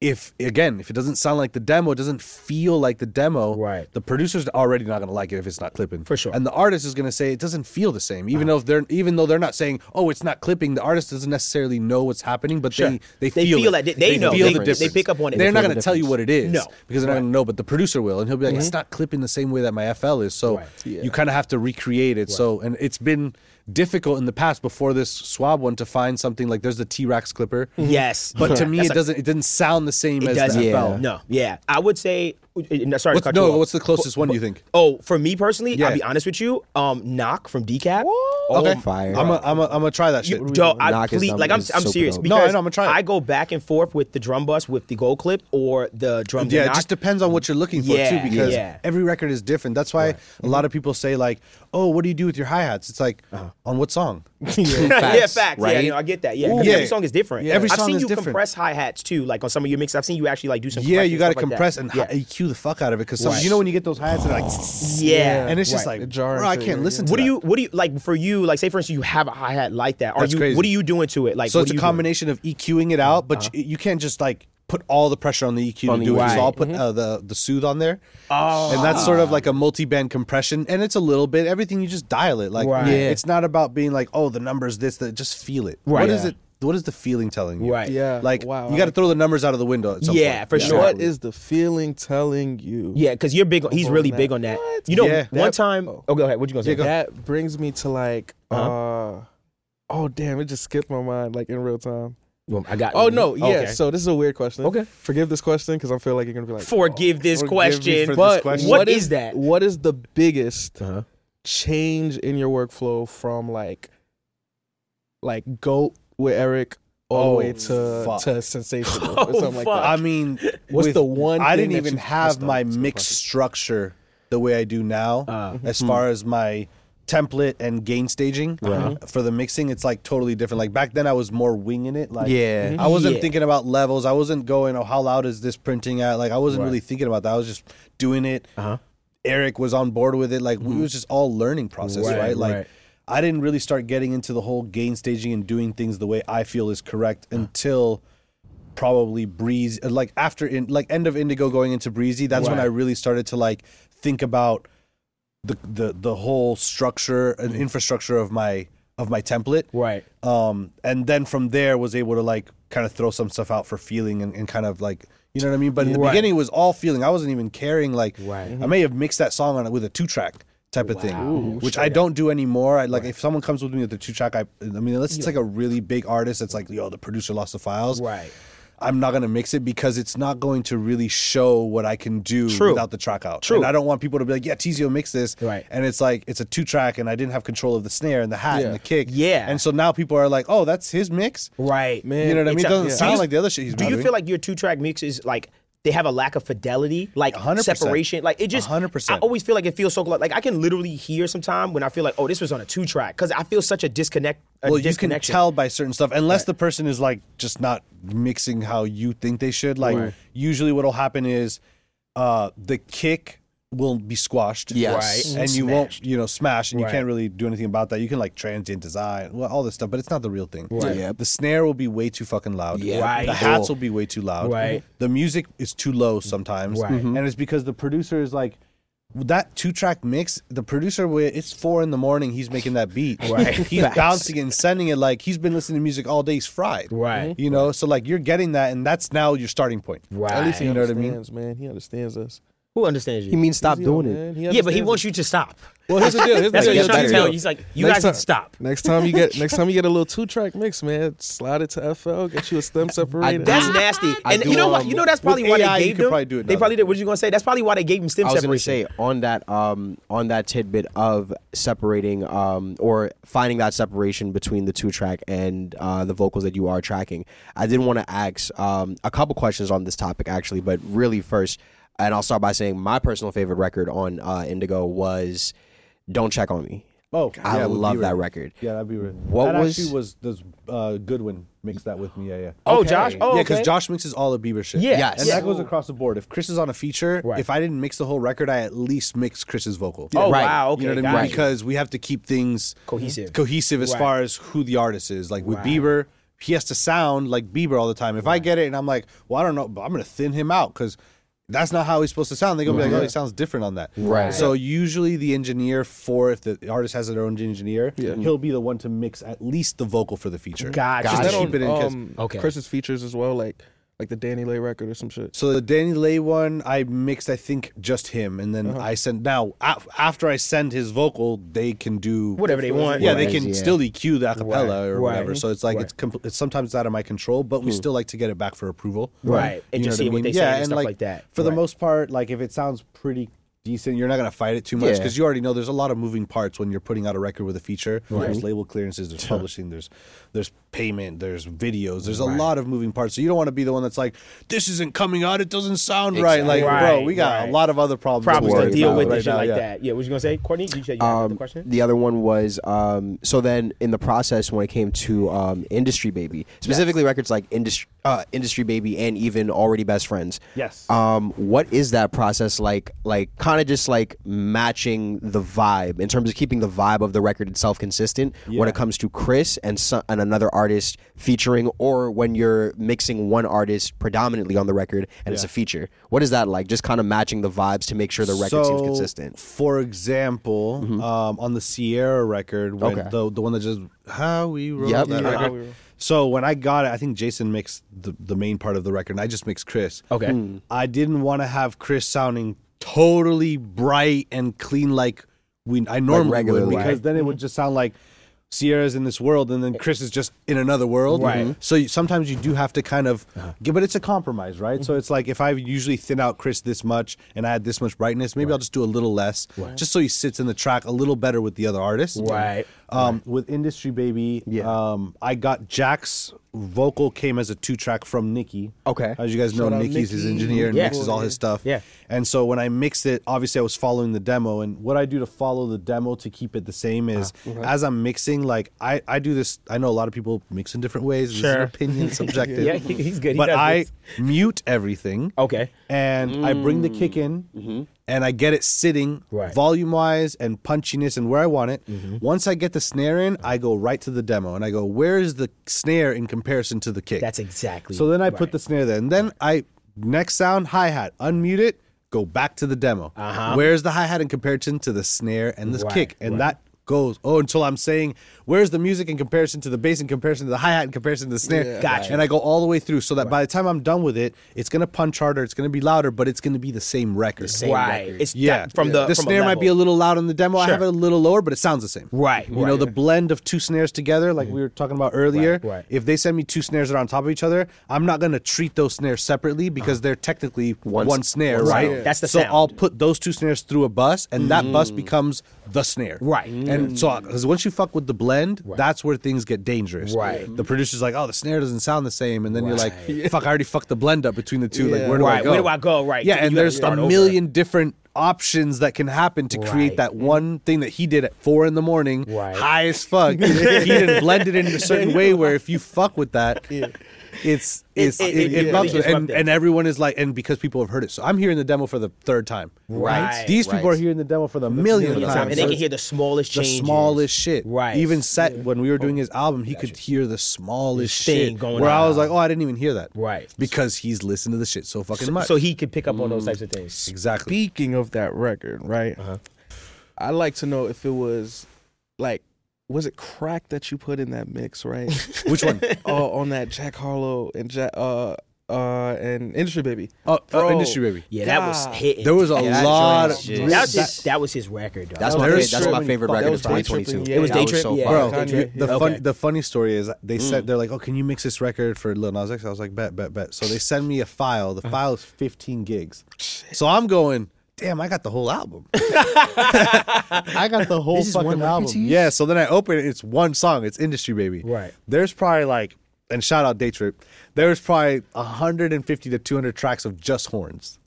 D: if again if it doesn't sound like the demo it doesn't feel like the demo
E: Right.
D: the producer's already not going to like it if it's not clipping
A: For sure. Uh-huh.
D: and the artist is going to say it doesn't feel the same even though if they're even though they're not saying oh it's not clipping the artist doesn't necessarily know what's happening but they
A: They
D: they feel,
A: feel
D: it.
A: that. They- they know.
D: feel
A: They-
D: the
A: they
D: difference.
A: pick up on it.
D: they're
A: They
D: not
A: feel the
D: going to tell you
A: difference.
D: what it is
A: No.
D: because they're not going to know but the producer will and he'll be like
A: Mm-hmm.
D: it's not clipping the same way that my FL is so you kind of have to recreate it so and it's been difficult in the past before this swab one to find something like there's the T-Rex clipper
A: yes.
D: but to me,
A: Mm-hmm. That's
D: it
A: like-
D: doesn't. It didn't sound the same as
A: doesn't.
D: the
C: Yeah.
D: FL.
A: No. Yeah. I would say. uh, Sorry. to
D: What's,
A: cut
D: no,
A: you off.
D: what's the closest one you think?
A: Oh, for me personally, I'll
D: Yeah.
A: be honest with you. Um, knock from Decap. Oh,
C: Okay. Fire.
D: I'm a, I'm a, I'm gonna try that shit.
A: You, dog, I
C: Knock is
A: plead,
C: number-
A: like I'm,
C: is
A: I'm
C: so
A: serious
C: dope.
D: No, I
A: because
D: know, I'm gonna try it.
A: I go back and forth with the drum bus with the gold clip or the drum.
D: yeah, it
A: knock.
D: just depends on what you're looking for
A: Yeah,
D: too, because
A: yeah.
D: every record is different. That's why a lot of people say like, "Oh, what do you do with your hi hats?" It's like,
A: Uh-huh.
D: on what song?
A: yeah,
C: Facts,
A: facts. Yeah,
C: right?
A: you know, I get that. Yeah, 'cause
D: Yeah.
A: every song is different.
D: Every
A: I've
D: song
A: seen
D: is
A: you
D: different.
A: compress hi hats too, like on some of your mixes. I've seen you actually like do some.
D: yeah, you got to
A: compression,
D: compress
A: stuff
D: and
A: like
D: hi-
A: that.
D: EQ the fuck out of it because you know when you get those hi hats, they're like,
A: yeah. yeah.
D: and it's just
B: Right.
D: like,
B: The jar
D: bro, I
B: into it,
D: can't
B: yeah.
D: listen. to
A: what do
D: that.
A: you what do you like for you? Like, say for instance, you have a hi hat like that. Are
D: That's
A: you
D: crazy.
A: what are you doing to it? Like,
D: So
A: what
D: it's
A: are
D: a
A: you
D: combination of EQing it out, but you, you can't just like put all the pressure on the EQ to do it. So I'll put uh, the the soothe on there, oh. and that's sort of like a multi-band compression, and it's a little bit everything. You just dial it, like
E: Right. Yeah.
D: it's not about being like, oh, the numbers this that. Just feel it. What
E: Right.
D: is
E: Yeah.
D: it? What is the feeling telling you?
A: Right.
B: Yeah,
D: Like
B: wow,
D: you
B: I
D: got to
B: like
D: throw the numbers out of the window. At some
A: Yeah,
D: point.
A: for
B: So
A: sure.
B: What is the feeling telling you?
A: Yeah, because you're big. on- He's really
B: on
A: big
B: that.
A: on that. You know,
D: Oh, Yeah.
A: one
B: That-
A: time.
B: oh.
A: Oh, go ahead. What you gonna say?
B: That brings me to like, uh oh damn, it just skipped my mind like in real time.
A: Well, I got.
B: Oh no, yeah.
A: Okay.
B: So this is a weird question.
A: Okay.
B: forgive this question because I feel like you're gonna be like,
A: forgive this
B: forgive me
A: question.
D: for this
A: but
D: question.
A: what is that?
B: What is the biggest change in your workflow from like like goat with Eric all the
D: Oh,
B: way to
D: fuck.
B: to sensational or something like
A: fuck.
B: that?
D: I mean,
B: What's
D: with-
B: the one
D: I
B: thing
D: didn't
B: that
D: even
B: you
D: have
B: messed up?
D: my mix structure the way I do now,
B: Uh,
D: as
B: hmm.
D: far as my template and gain staging for the mixing. It's like totally different. Like back then, I was more winging it. Like
B: Yeah.
D: I wasn't
A: Yeah.
D: thinking about levels. I wasn't going, oh, how loud is this printing at? Like I wasn't really thinking about that. I was just doing it. Uh-huh. Eric was on board with it. Like
B: Mm-hmm.
D: we it was just all learning process,
B: Right,
D: right? Like.
B: right.
D: I didn't really start getting into the whole gain staging and doing things the way I feel is correct until probably breeze like after in like end of indigo going into breezy that's when i really started to like think about the the the whole structure and infrastructure of my of my template
B: Mm. Right.
D: um and then from there was able to like kind of throw some stuff out for feeling and, and kind of like you know what i mean but in the
B: Right.
D: beginning it was all feeling i wasn't even caring like
B: Right.
D: i may have mixed that song on it with a two track type of thing which i don't do anymore i like if someone comes with me with a two track i i mean unless it's like a really big artist that's like yo the producer lost the files
B: Right.
D: I'm not gonna mix it because it's not going to really show what I can do
A: True.
D: without the track out.
A: True.
D: And I don't want people to be like, yeah, Tizio mixed this.
B: Right.
D: And it's like it's a two track and I didn't have control of the snare and the hat
B: Yeah.
D: and the kick.
A: Yeah.
D: And so now people are like, oh, that's his mix.
A: Right.
B: Man.
D: You know what I mean?
A: It's
D: It
A: a-
D: doesn't
A: yeah. Do
D: sound
A: you-
D: like the other shit he's
A: Do you
D: doing.
A: feel like your two track mixes like they have a lack of fidelity, like
D: 100%.
A: separation, like it just.
D: 100%.
A: I always feel like it feels so close. Like I can literally hear sometime when I feel like, oh, this was on a two track, because I feel such a disconnect. A
D: well, you can
A: disconnection.
D: tell by certain stuff, unless the person is like just not mixing how you think they should. Like usually, what'll happen is uh, the kick will be squashed,
A: Yes. Right.
D: and you
A: Smashed.
D: won't, you know, smash, and you
A: Right.
D: can't really do anything about that. You can like transient design, well, all this stuff, but it's not the real thing.
B: Right.
C: Yep.
D: The snare will be way too fucking loud.
A: Yep. Right.
D: The hats will be way too loud.
B: Right.
D: The music is too low sometimes,
B: Right.
A: Mm-hmm.
D: and it's because the producer is like. That two track mix, the producer, wi- it's four in the morning. He's making that beat.
A: Right.
D: He's bouncing and sending it like he's been listening to music all day. He's fried.
C: Mm-hmm.
B: Right.
D: You know, so like you're getting that, and that's now your starting point.
A: Right.
B: At least he
D: You know what I mean?
B: understands, man. He understands us.
A: Who understands
C: He
A: you?
C: means stop doing it.
A: Yeah, but he wants you to stop.
B: Well, here's the deal. Here's
A: That's
B: the
A: what
B: deal.
A: he's trying to
B: Here's the
A: tell
B: deal.
A: you. He's like, you
B: Next
A: guys need
B: ti-
A: to stop.
B: Next time you get, next time you get a little two track mix, man. Slide it to FL. Get you a stem separator.
A: That's nasty. And
C: do,
A: you know what?
C: um,
A: You know that's probably why
D: AI,
A: they
D: you
A: gave
D: could
A: them.
D: probably do it
A: they
D: now.
A: probably did. What are you gonna say? That's probably why they gave him stem
C: I was going to
A: separation.
C: say on that um, on that tidbit of separating um, or finding that separation between the two track and uh, the vocals that you are tracking. I did want to ask um, a couple questions on this topic actually, but really first, and I'll start by saying my personal favorite record on uh, Indigo was "Don't Check on Me."
D: Oh,
C: I
D: yeah, with
C: love
D: B-Ray.
C: that record.
D: Yeah, that'd be real.
C: What
D: that
C: was-
D: actually was does uh, Goodwin mix that with me? Yeah, yeah.
A: Oh, Josh. Oh,
D: yeah,
A: okay.
D: because Josh mixes all the Bieber shit.
A: Yeah.
C: Yes.
D: and
A: yeah.
D: that goes across the board. If Chris is on a feature, if I didn't mix the whole record, I at least mix Chris's vocal.
A: Oh
C: Right.
A: wow. Okay.
D: you know what I mean?
A: got you.
D: Because we have to keep things
A: Cohesive.
D: cohesive as
A: Right.
D: far as who the artist is. Like with Bieber, he has to sound like Bieber all the time. If I get it and I'm like, well, I don't know, but I'm gonna thin him out because that's not how he's supposed to sound. They're gonna be like, oh, he sounds different on that. Right. So usually the engineer for if the artist has their own engineer, he'll be the one to mix at least the vocal for the feature.
A: Gotcha.
D: Just
B: Is
D: to
B: that
A: Gotcha.
D: keep it in. 'cause-
B: um,
A: Okay.
B: Chris's features as well, like like the Danny Lay record or some shit.
D: So the Danny Lay one, I mixed, I think, just him, and
A: Uh-huh.
D: then I sent. Now a- after I send his vocal, they can do
A: Whatever they want.
D: Yeah, they
C: Right,
D: can
C: yeah.
D: still EQ the acapella or
A: Right. Hmm.
D: whatever. So it's like it's, compl- it's sometimes out of my control, but we still like to get it back for approval.
A: Right. And
D: You
A: just
D: know
A: see what
D: I mean?
A: they say and stuff like that.
D: For the
A: Right.
D: most part, like if it sounds pretty decent, you're not gonna fight it too much
C: Yeah.
D: because you already know there's a lot of moving parts when you're putting out a record with a feature. There's label clearances, there's publishing, there's there's payment, there's videos, there's a lot of moving parts. So you don't want to be the one that's like, this isn't coming out, it doesn't sound right. Like, bro,
A: Right,
D: we got
A: right.
D: a lot of other problems.
A: Problems to
C: worry
A: deal
C: about
A: with
C: it
A: and shit
D: now,
A: like
D: yeah. Um,
A: that. Yeah. What you gonna say, Courtney? You said you had another question.
C: The other one was um, so then in the process when it came to um, Industry Baby, specifically records like Industry uh, Industry Baby and even Already Best Friends.
D: Yes.
C: Um, what is that process like? Like kind of just like matching the vibe in terms of keeping the vibe of the record itself consistent when it comes to Chris and so- and another artist featuring, or when you're mixing one artist predominantly on the record and it's a feature. What is that like? Just kind of matching the vibes to make sure the record seems consistent. Mm-hmm.
D: For example, um, on the Sierra record, when the the one that just how we wrote
C: Yep.
D: that
C: Yeah,
D: record.
B: How We Roll.
D: So when I got it, I think Jason mixed the, the main part of the record, and I just mixed Chris.
A: Okay.
B: Hmm.
D: I didn't want to have Chris sounding totally bright and clean like we I normally would
C: regularly.
A: Mm-hmm.
D: because then it would just sound like Sierra's in this world, and then Chris is just in another world. Mm-hmm.
A: Right. Uh-huh. Mhm.
D: So you, sometimes you do have to kind of, get, but it's a compromise, right?
A: Mm-hmm.
D: So it's like if I usually thin out Chris this much and I add this much brightness, maybe I'll just do a little less, just so he sits in the track a little better with the other artists.
A: Right.
D: Um, With Industry Baby,
C: Yeah.
D: um, I got Jack's vocal came as a two track from Nikki.
C: Okay.
D: As you guys know,
B: Shout out
D: Nikki's his
B: Nikki.
D: engineer and
A: Yeah.
D: mixes all his stuff.
A: Yeah.
D: And so when I mixed it, obviously I was following the demo. And what I do to follow the demo to keep it the same is
A: Ah,
D: as I'm mixing, like I, I do this. I know a lot of people mix in different ways. This is
A: Sure.
D: an opinion, subjective.
A: Yeah, he- he's good. He
D: But
A: does
D: I
A: this.
D: mute everything.
A: Okay. Mm-hmm.
D: And I bring the kick in and I get it sitting
A: Right. Mm-hmm.
D: volume wise and punchiness and where I want it. Once I get the snare in, I go right to the demo and I go, where is the snare in comparison to the kick?
A: That's exactly.
D: So then I
A: right.
D: put the snare there, and then I next sound hi hat, unmute it, go back to the demo. Uh-huh. Where's the hi hat in comparison to the snare and the
A: Right,
D: kick, and
A: right.
D: that goes oh until I'm saying where's the music in comparison to the bass in comparison to the hi hat in comparison to the snare.
A: Gotcha.
D: And I go all the way through, so that by the time I'm done with it, it's gonna punch harder, it's gonna be louder, but it's gonna be the same record.
A: right. It's
D: Yeah,
A: that- from the
D: the
A: from
D: snare might be a
A: level.
D: little loud in the demo. I have
A: Sure.
D: it a little lower, but it sounds the same.
A: Right,
D: You know
A: right.
D: the blend of two snares together, like we were talking about earlier.
A: Right, right.
D: If they send me two snares that are on top of each other, I'm not gonna treat those snares separately because they're technically one, snare,
A: Uh-huh. one
D: right?
A: sound. That's the
D: so
A: sound. Mm.
D: I'll put those two snares through a bus, and that bus becomes the snare.
A: Right. Mm.
D: And so because once you fuck with the blend, that's where things get dangerous.
A: Right.
D: The producer's like, oh, the snare doesn't sound the same, and then you're like, fuck, I already fucked the blend up between the two. Like,
B: Yeah.
D: where do I
A: Right,
D: go?
A: where do I go? Right.
D: Yeah,
A: You
D: and
A: gotta
D: there's
A: start
D: a
A: over.
D: million different options that can happen to create
A: Right.
D: that one thing that he did at four in the morning,
A: Right.
D: high as fuck. he didn't blend it in a certain way where if you fuck with that, it's it's
A: it-
D: it,
A: it
D: it,
A: really
D: bumps with- and,
A: disrupted.
D: and everyone is like, and because people have heard it, so I'm hearing the demo for the third time.
A: Right.
D: These people
C: Right.
D: are hearing the demo for the millionth
A: Million
D: time,
A: times. and they
D: So
A: can
D: it's
A: hear the smallest
D: the
A: changes.
D: smallest shit.
A: Right.
D: Even set when we were doing his album, he could hear the smallest
A: Thing
D: shit.
A: going
D: where I
A: on.
D: was like, oh, I didn't even hear that.
A: Right.
D: Because he's listened to the shit so fucking much.
A: So he could pick up on
D: Mm.
A: those types of things.
D: exactly.
B: Speaking of that record, right? I'd like to know if it was like was it crack that you put in that mix, right?
D: Which one?
B: oh, on that Jack Harlow and Jack uh uh and Industry Baby.
D: Oh,
B: Bro.
D: industry baby.
A: Yeah, that was
B: God.
A: hitting.
D: There was a
C: Yeah, that
D: lot.
C: joint
D: Of,
C: is
A: that,
C: just-
A: was his, that was his record, dog.
C: That's
A: That
C: my favorite,
D: There's
C: that's
D: so
C: my
D: many
C: favorite
D: fuck-
C: record
B: that
C: of
B: was Day Trip
C: 2022.
B: and-
A: It was
C: That
A: Day
C: was
A: Trip,
C: so
A: yeah.
C: fire.
D: bro,
B: Kanye.
D: you- the
B: Okay.
D: fun, the funny story is they said they're like, "Oh, can you mix this record for Lil Nas X?" I was like, "Bet, bet, bet." So they send me a file. The file is 15 gigs. So I'm going, "Damn, I got the whole album. I got the whole
C: This is
D: fucking
C: one record
D: album."
C: to use?
D: Yeah. So then I open it. It's one song. It's Industry Baby.
A: Right.
D: There's probably like, and shout out Day Trip. There's probably 150 to 200 tracks of just horns.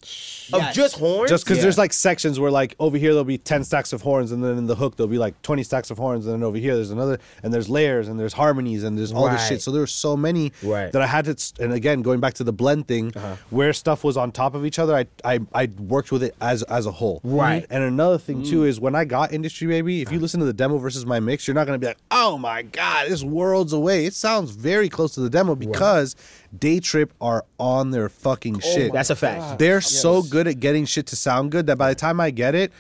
A: of just horns.
D: Just because
A: Yeah.
D: there's like sections where like over here there'll be ten stacks of horns, and then in the hook there'll be like twenty stacks of horns, and then over here there's another, and there's layers, and there's harmonies, and there's all this
A: Right.
D: shit. So there were so many
A: Right. Uh-huh.
D: that I had to. And again, going back to the blend thing, where stuff was on top of each other, I I, I worked with it as as a whole.
A: Right. Mm. Uh-huh.
D: And another thing too is when I got Industry Baby, if you listen to the demo versus my mix, you're not gonna be like, oh my god, this world's away. It sounds very close to the demo because Day Trip are on their fucking shit.
A: That's a fact.
D: They're so good at getting shit to sound good that by the time I get it,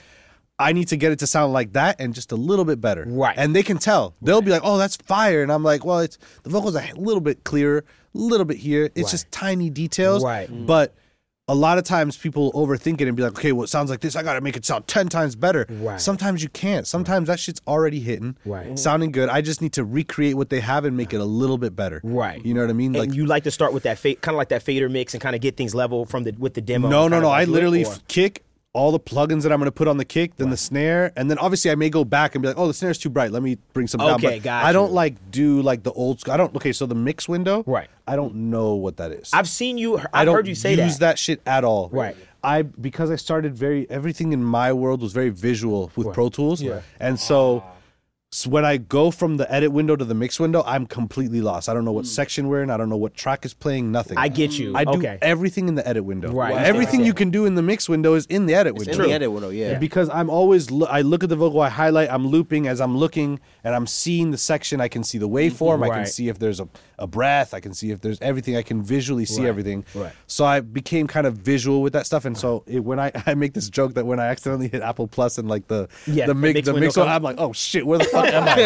D: I need to get it to sound like that and just a little bit better.
A: Right.
D: And they can tell. They'll be like, "Oh, that's fire," and I'm like, "Well, it's the vocals are a little bit clearer, a little bit here. It's just tiny details."
A: Right.
D: But a lot of times people overthink it and be like, "Okay, well, it sounds like this. I gotta make it sound ten times better."
A: Right.
D: Sometimes you can't. Sometimes that shit's already hitting,
A: Right.
D: sounding good. I just need to recreate what they have and make it a little bit better.
A: Right.
D: You know what I mean?
A: and you like to start with that fa- kind of like that fader mix and kind of get things level from the with the demo.
D: No,
A: and
D: no,
A: kinda
D: no.
A: like
D: I
A: do it,
D: literally
A: or-
D: f- kick all the plugins that I'm going to put on the kick, then the snare, and then obviously I may go back and be like, "Oh, the snare's too bright. Let me bring some down."
A: Okay,
D: But
A: got
D: I don't
A: you.
D: like do like the old. sc- I don't. Okay, so the mix window.
A: Right.
D: I don't know what that is.
A: I've seen you. I've
D: I don't
A: heard you say
D: use that. shit at all.
A: Right.
D: I because I started very everything in my world was very visual with Pro Tools, and so. s- when I go from the edit window to the mix window, I'm completely lost. I don't know what section we're in. I don't know what track is playing. Nothing.
A: Hmm. I get you.
D: I do
A: Okay.
D: everything in the edit window.
A: Right. Wow.
D: Everything you can do in the mix window is in the edit window.
C: In the edit window, yeah.
D: Because I'm always lo- I look at the vocal, I highlight, I'm looping as I'm looking, and I'm seeing the section. I can see the waveform. I can
A: Right.
D: see if there's a, a breath. I can see if there's everything. I can visually see everything.
A: Right.
D: So I became kind of visual with that stuff. And so it, when I, I make this joke that when I accidentally hit Apple Plus and like the
A: Yeah,
D: the
A: the
D: mix
A: mix
D: the
A: window
D: mix window,
A: comes-
D: I'm like, oh shit, where the fuck
E: am I?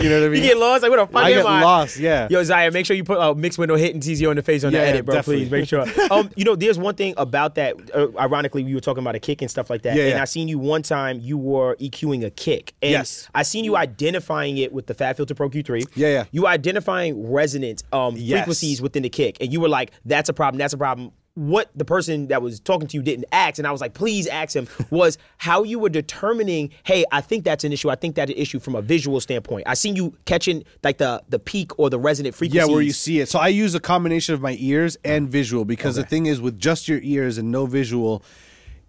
E: you know what I
A: You
E: mean?
A: get lost. Like, what the fuck
D: I
A: am
D: get
A: I?
D: lost, yeah.
A: Yo, Zaya, make sure you put uh, mixed window hit and TZO in the face on
D: Yeah,
A: the
D: yeah,
A: edit, bro.
D: definitely.
A: Please make sure. um, you know, there's one thing about that. Uh, ironically, we were talking about a kick and stuff like that.
D: Yeah,
A: and
D: yeah.
A: I seen you one time. You were EQing a kick. And
D: Yes.
A: I seen you identifying it with the Fat Filter Pro Q3.
D: Yeah, yeah.
A: You were identifying resonant um,
D: Yes.
A: frequencies within the kick, and you were like, "That's a problem. That's a problem." What the person that was talking to you didn't ask, and I was like, "Please ask him." Was how you were determining, "Hey, I think that's an issue. I think that's an issue from a visual standpoint." I seen you catching like the the peak or the resonant frequency.
D: Yeah, where you see it. So I use a combination of my ears and visual because the thing is with just your ears and no visual,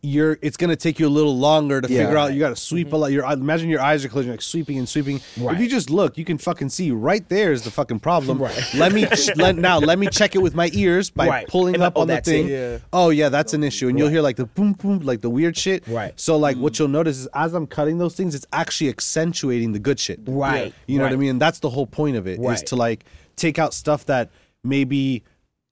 D: you're it's gonna take you a little longer to figure out. You gotta sweep
A: Mm-hmm.
D: a lot. Your eye- imagine your eyes are closing, like sweeping and sweeping. If you just look, you can fucking see right there is the fucking problem. Right. Let me ch- let, now let me check it with my ears by
A: Right.
D: pulling
A: And
D: up
A: oh,
D: on the
A: that's
D: thing.
A: it.
B: Yeah.
D: Oh yeah, that's an issue, and you'll hear like the boom boom, like the weird shit.
A: Right. Mm.
D: So like what you'll notice is as I'm cutting those things, it's actually accentuating the good shit.
A: Right.
D: You know what I
A: Right.
D: mean? And that's the whole point of it is
A: Right.
D: to like take out stuff that maybe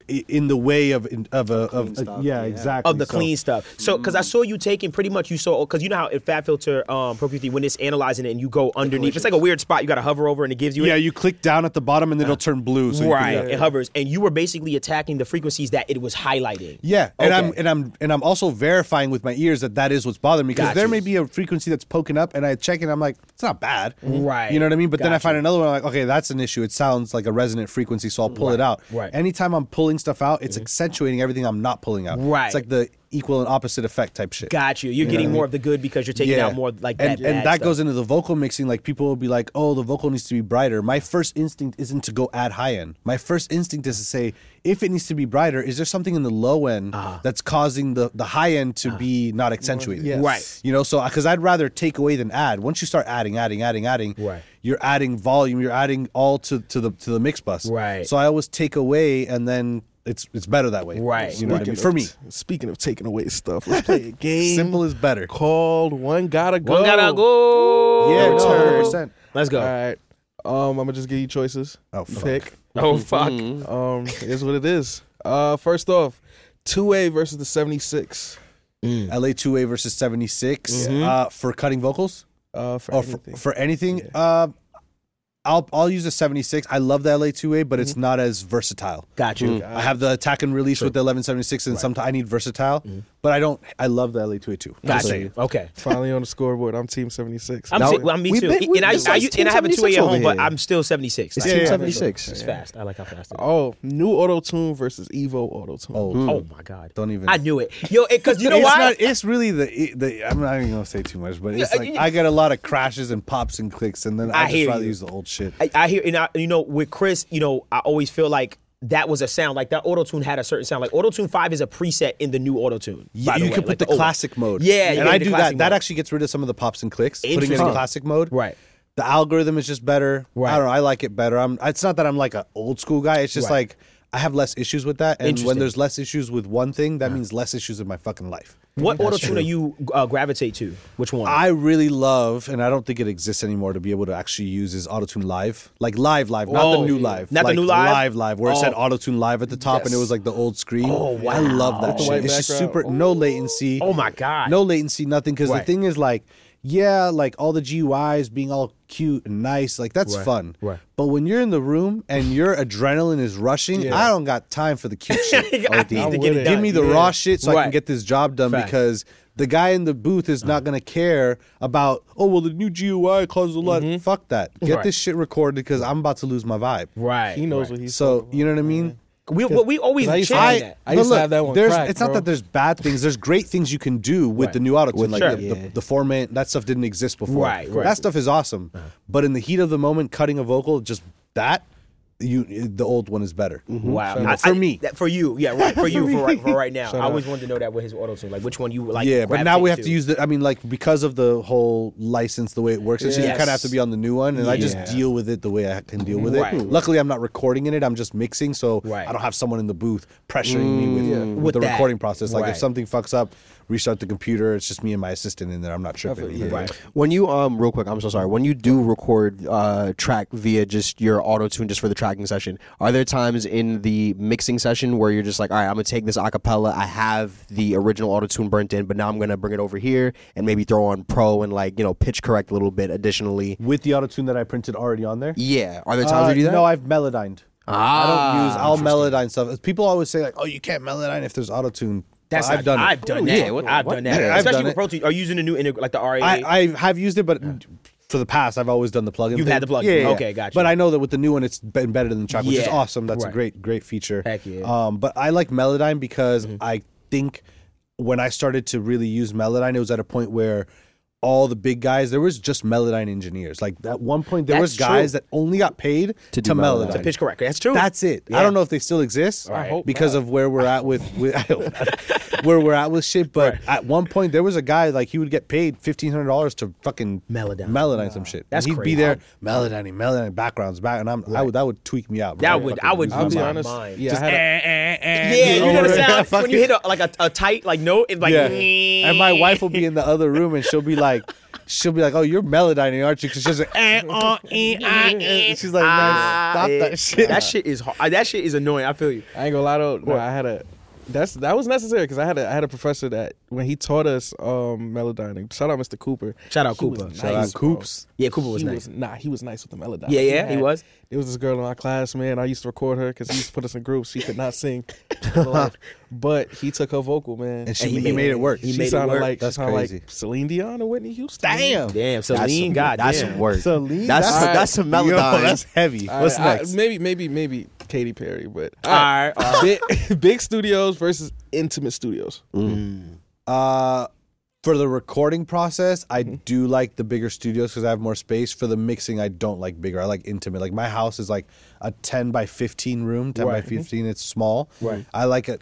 D: i- in the way of in- of a of a- yeah, exactly
A: of the
D: So-
A: clean stuff.
D: Mm-hmm.
A: So, because I saw you taking pretty much, you saw because you know how in Fat Filter um, Pro Q3 when it's analyzing it and you go underneath, it's like a weird spot. You got to hover over and it gives you it.
D: Yeah, you click down at the bottom and then it'll turn blue. So you can-
A: right, it hovers, and you were basically attacking the frequencies that it was highlighting.
D: Yeah, and I'm
A: Okay.
D: and I'm and I'm also verifying with my ears that that is what's bothering me because
A: Got
D: there
A: you.
D: may be a frequency that's poking up, and I check and I'm like, it's not bad,
A: Right.
D: You know what I mean? But then I
A: Got
D: find another one, I'm like, okay, that's an issue. It sounds like a resonant frequency, so I'll pull it out.
A: right.
D: Anytime I'm pulling stuff out, it's accentuating everything I'm not pulling out.
A: Right.
D: It's like the equal and opposite effect type shit.
A: Got you. You're getting more of the good because you're taking out more like that.
D: and, and
A: bad
D: that
A: stuff.
D: goes into the vocal mixing like people will be like oh the vocal needs to be brighter my first instinct isn't to go add high end my first instinct is to say if it needs to be brighter is there something in the low end
A: Uh-huh.
D: that's causing the, the high end to be not accentuated
B: Yes.
A: Right.
D: you know so because i'd rather take away than add once you start adding adding adding adding
A: Right.
D: you're adding volume you're adding all to, to the to the mix bus
A: Right.
D: so i always take away and then it's it's better that way
A: Right.
D: you know what I mean?
B: Speaking
D: for
B: of-
D: me
B: Speaking of taking away stuff, let's play a game.
D: simple is better
B: Called One Gotta Go.
A: One
D: Oh.
A: gotta go.
D: yeah no,
B: Turn.
D: 100%.
A: Let's go.
D: Mm-hmm.
B: All right. Um, I'm gonna just give you choices.
D: Oh, fuck.
B: Pick.
A: Oh fuck.
D: Mm-hmm.
B: Um, it is what it is. Uh, first off, two A versus the 76.
D: LA 2A versus 76
A: Mm-hmm.
D: uh, for cutting vocals
B: Uh, for
D: or for
B: anything.
D: for anything. Uh, I'll I'll use a 76. I love the LA 2A, but it's not as versatile.
A: Mm-hmm.
D: Mm.
A: Got you.
D: I have the attack and release with the 1176, and sometimes I need versatile, but I don't. I love the LA 2A too.
A: Mm-hmm. Got
D: So-
A: you. Okay.
B: Finally on the scoreboard. I'm Team 76.
A: I'm,
C: Now-
A: si- well, I'm me
C: we
A: too.
C: been- we
A: and I,
C: been
A: I,
C: since
A: and I have a
C: 286
A: two a at
C: over
A: home, but
C: here.
A: I'm still 76.
C: It's
A: Like,
C: Team
A: it's
C: 76.
A: fast. I like how fast. It is.
B: oh, new auto tune versus Evo auto tune.
D: Oh,
A: Oh my god.
D: Don't even-
A: I knew it. Yo, because you know
D: it's
A: why?
D: not. It's really the it- the. I'm not even gonna say too much, but it's
A: Yeah,
D: like
A: yeah.
D: I get a lot of crashes and pops and clicks, and then
A: I
D: I, just
A: hear
D: rather
A: you.
D: use the old shit.
A: I, I hear, and I, you know, with Chris, you know, I always feel like that was a sound. Like that auto tune had a certain sound. Like auto tune five is a preset in the new auto tune.
D: Yeah, you can put the, classic mode.
A: Yeah, you can
D: and I
A: do
D: do
A: the
D: that.
A: classic
D: That
A: mode.
D: actually gets rid of some of the pops and clicks. Putting it in
A: Interesting.
D: classic mode,
A: Right.
D: The algorithm is just better.
A: Right.
D: I don't know. I like it better. I'm. It's not that I'm like an old school guy. It's just
A: Right.
D: like I have less issues with that. And when
A: Interesting.
D: there's less issues with one thing, that means less issues in my fucking life.
A: What auto tune are you uh, gravitate to? Which one?
D: I really love, and I don't think it exists anymore to be able to actually use is autotune live, like live, live, not
A: Oh,
D: the new live,
A: not the
D: like
A: new live?
D: live, live, where it said
A: Oh.
D: autotune live at the top, and it
B: Yes.
D: was like the old screen. Oh wow, I love that
B: the
D: shit.
B: white
D: It's just super,
B: background.
D: no latency.
A: Oh, my God.
D: no latency, nothing. Because the
A: Right.
D: thing is, like, yeah, like all the GUIs being all cute and nice, like that's fun.
A: right.
D: But when you're in the room and your adrenaline is rushing,
B: Yeah.
D: I don't got time for the cute shit.
A: I need
B: I'm
A: to
B: with
A: get it
B: it.
A: done.
D: Give me the
B: Yeah.
D: raw shit so I can
A: Right.
D: get this job done
A: Facts. Uh-huh.
D: because the guy in the booth is not going to care about, oh, well, the new GUI causes a lot. Fuck that. Get
A: Mm-hmm. Right.
D: this shit recorded because I'm about to lose my vibe.
A: Right.
B: he knows
A: right.
B: what he's
D: So, you know what I mean?
A: We, well, we always
B: I used to-
A: challenge
B: I-
A: that.
B: used to
D: but
B: have that one
D: There's,
B: cracked,
D: it's not
B: bro.
D: that there's bad things. There's great things you can do with
A: Right.
D: the new autotune. Like
A: sure.
D: the, the, the format, that stuff didn't exist before.
A: Right, right.
D: That stuff is awesome.
B: Uh-huh.
D: But in the heat of the moment, cutting a vocal, just that, you the old one is better.
A: Wow.
D: So,
A: I-
D: for
A: I-
D: me.
A: that- for you, yeah, right. For you, for right, for right now. I always wanted to know that with his auto tune, like which one you like.
D: yeah, but now we have
A: gravitate
D: to use the. I mean, like because of the whole license, the way it works, and shit, you
A: Yes.
D: kind of have to be on the new one. And I just
A: Yeah.
D: deal with it the way I can deal with
A: Right.
D: it. Luckily, I'm not recording in it. I'm just mixing, so
A: Right. Mm,
D: I don't have someone in the booth pressuring me with, with,
A: With
D: the
A: that.
D: recording process. Like
A: Right.
D: if something fucks up, restart the computer. It's just me and my assistant in there. I'm not tripping.
B: yeah.
A: Right.
C: When you um real quick, I'm so sorry. When you do record uh track via just your auto tune just for the track tracking session? Are there times in the mixing session where you're just like, all right, I'm gonna take this acapella. I have the original auto tune burnt in, but now I'm gonna bring it over here and maybe throw on pro and like you know pitch correct a little bit additionally.
D: with the auto tune that I printed already on there.
C: Yeah, are there times
D: Uh,
C: you do that?
D: No, I've melodined. I don't use.
C: Ah,
D: I'll melodyne stuff. People always say like, "Oh, you can't melodyne if there's auto tune."
A: That's
D: I've
A: not-
D: done.
A: I've
D: it.
A: done that.
C: yeah, what-
A: I've
C: what
A: done
C: the
A: that.
D: heck? I've
A: Especially
D: done
A: with
D: it.
A: Pro Tools. Are you using the new integ- like the RAA?
D: I, I have used it, but for the past, I've always done the plugin.
A: You've
D: thing.
A: had the plugin.
D: Yeah, yeah, yeah.
A: Okay, gotcha.
D: But I know that with the new one, it's been better than the track, which is
A: Yeah.
D: awesome. That's
A: Right.
D: a great, great feature.
A: Heck yeah. Mm-hmm.
D: Um, but I like Melodyne because I think when I started to really use Melodyne, it was at a point where all the big guys there was just Melodyne engineers. Like at one point, there
A: That's
D: was guys
A: true.
D: that only got paid to,
C: do Melodyne.
D: Melodyne.
C: To
A: pitch correct. That's true.
D: That's it. I don't know if they still exist
B: hope
D: because of where we're at with, with I hope not. where we're at with shit. But at one point, there was a guy like he would get paid fifteen hundred dollars to fucking
A: Melodyne.
D: melodyne some shit.
A: That's
D: and he'd
A: crazy.
D: be there melodyne, melodyne backgrounds back, and I'm I would that would tweak me out. bro.
A: That would
D: Fucking
A: I would
D: lose
B: I'll
D: my
B: be
D: mind.
B: honest.
A: Mine.
B: Yeah,
A: Just
B: I had a-
A: Yeah, you know the sound when you hit a, like a, a tight like note. It's like
D: Yeah. and my wife will be in the other room, and she'll be like. She'll be like, "Oh, you're melodyning, aren't you?" Because she's like, eh, oh, eh, ah, eh." she's like,
A: Ah,
D: "Man, "Stop
A: eh.
D: that shit."
A: That shit is hard. That shit is annoying. I feel you.
B: I ain't gonna lie though. No, I had a. That's that was necessary because I had a I had a professor that when he taught us um melodyning. Shout out Mr. Cooper.
A: Shout out
B: He was
A: Cooper.
B: nice,
A: Shout
D: out
B: bro.
D: Coops.
A: Yeah, Cooper was
B: he
A: nice.
B: nah, he was nice with the melodyne.
A: Yeah, yeah, he was.
B: There was this girl in my class, man. I used to record her because he used to put us in groups. She could not sing, but he took her vocal, man.
D: And she,
A: And he
D: he made
A: made-
D: it work.
A: he
B: she
A: made it
B: sounded
A: work.
B: like
D: That's
B: she sounded
D: crazy.
B: like Celine Dion or Whitney Houston.
D: Damn.
A: Damn, so
C: that's
A: lean.
C: some,
A: God
C: that's
A: damn.
C: some work.
D: Celine,
C: That's
B: that's-
C: that's some melodyne.
D: Yo, that's heavy.
B: All
D: What's
B: right, I-
D: next?
B: maybe, maybe, maybe Katy Perry, but
A: All right.
B: big, big studios versus intimate studios.
D: Uh, for the recording process, I
A: Mm-hmm.
D: do like the bigger studios because I have more space. For the mixing, I don't like bigger. I like intimate. Like my house is like a ten by fifteen room, ten
A: Mm-hmm.
D: by fifteen. It's small. Right. I like a,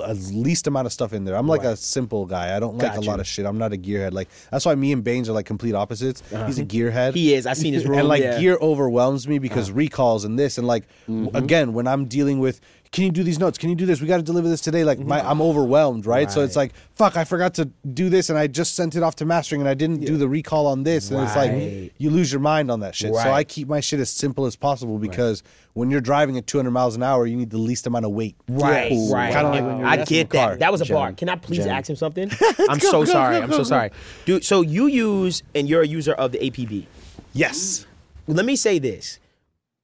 D: a least amount of stuff in there. I'm like a simple guy. I don't like a lot of shit. I'm not a gearhead. Like that's why me and Baines are like complete opposites. He's a gearhead.
A: Uh-huh. He is. I seen his room.
D: And like
A: yeah.
D: gear overwhelms me because
A: Uh-huh.
D: recalls and this and like w-
A: Mm-hmm.
D: again when I'm dealing with can you do these notes? Can you do this? We got to deliver this today. Like
A: Mm-hmm.
D: my, I'm overwhelmed, right? So it's like fuck, I forgot to do this and I just sent it off to mastering and I didn't do the recall on this and it's
A: Right.
D: like you lose your mind on that shit. So I
A: Right.
D: keep my shit as simple as possible because when you're driving at 200 miles an hour, you need the least amount of weight.
A: Right, right.
D: Kind of like when you're
A: I
D: racing
A: get
D: a
A: that.
D: car.
A: That was a bar. Can I please ask him something? I'm so sorry. I'm so sorry, dude. So you use and you're a user of the APB.
D: yes.
A: let me say this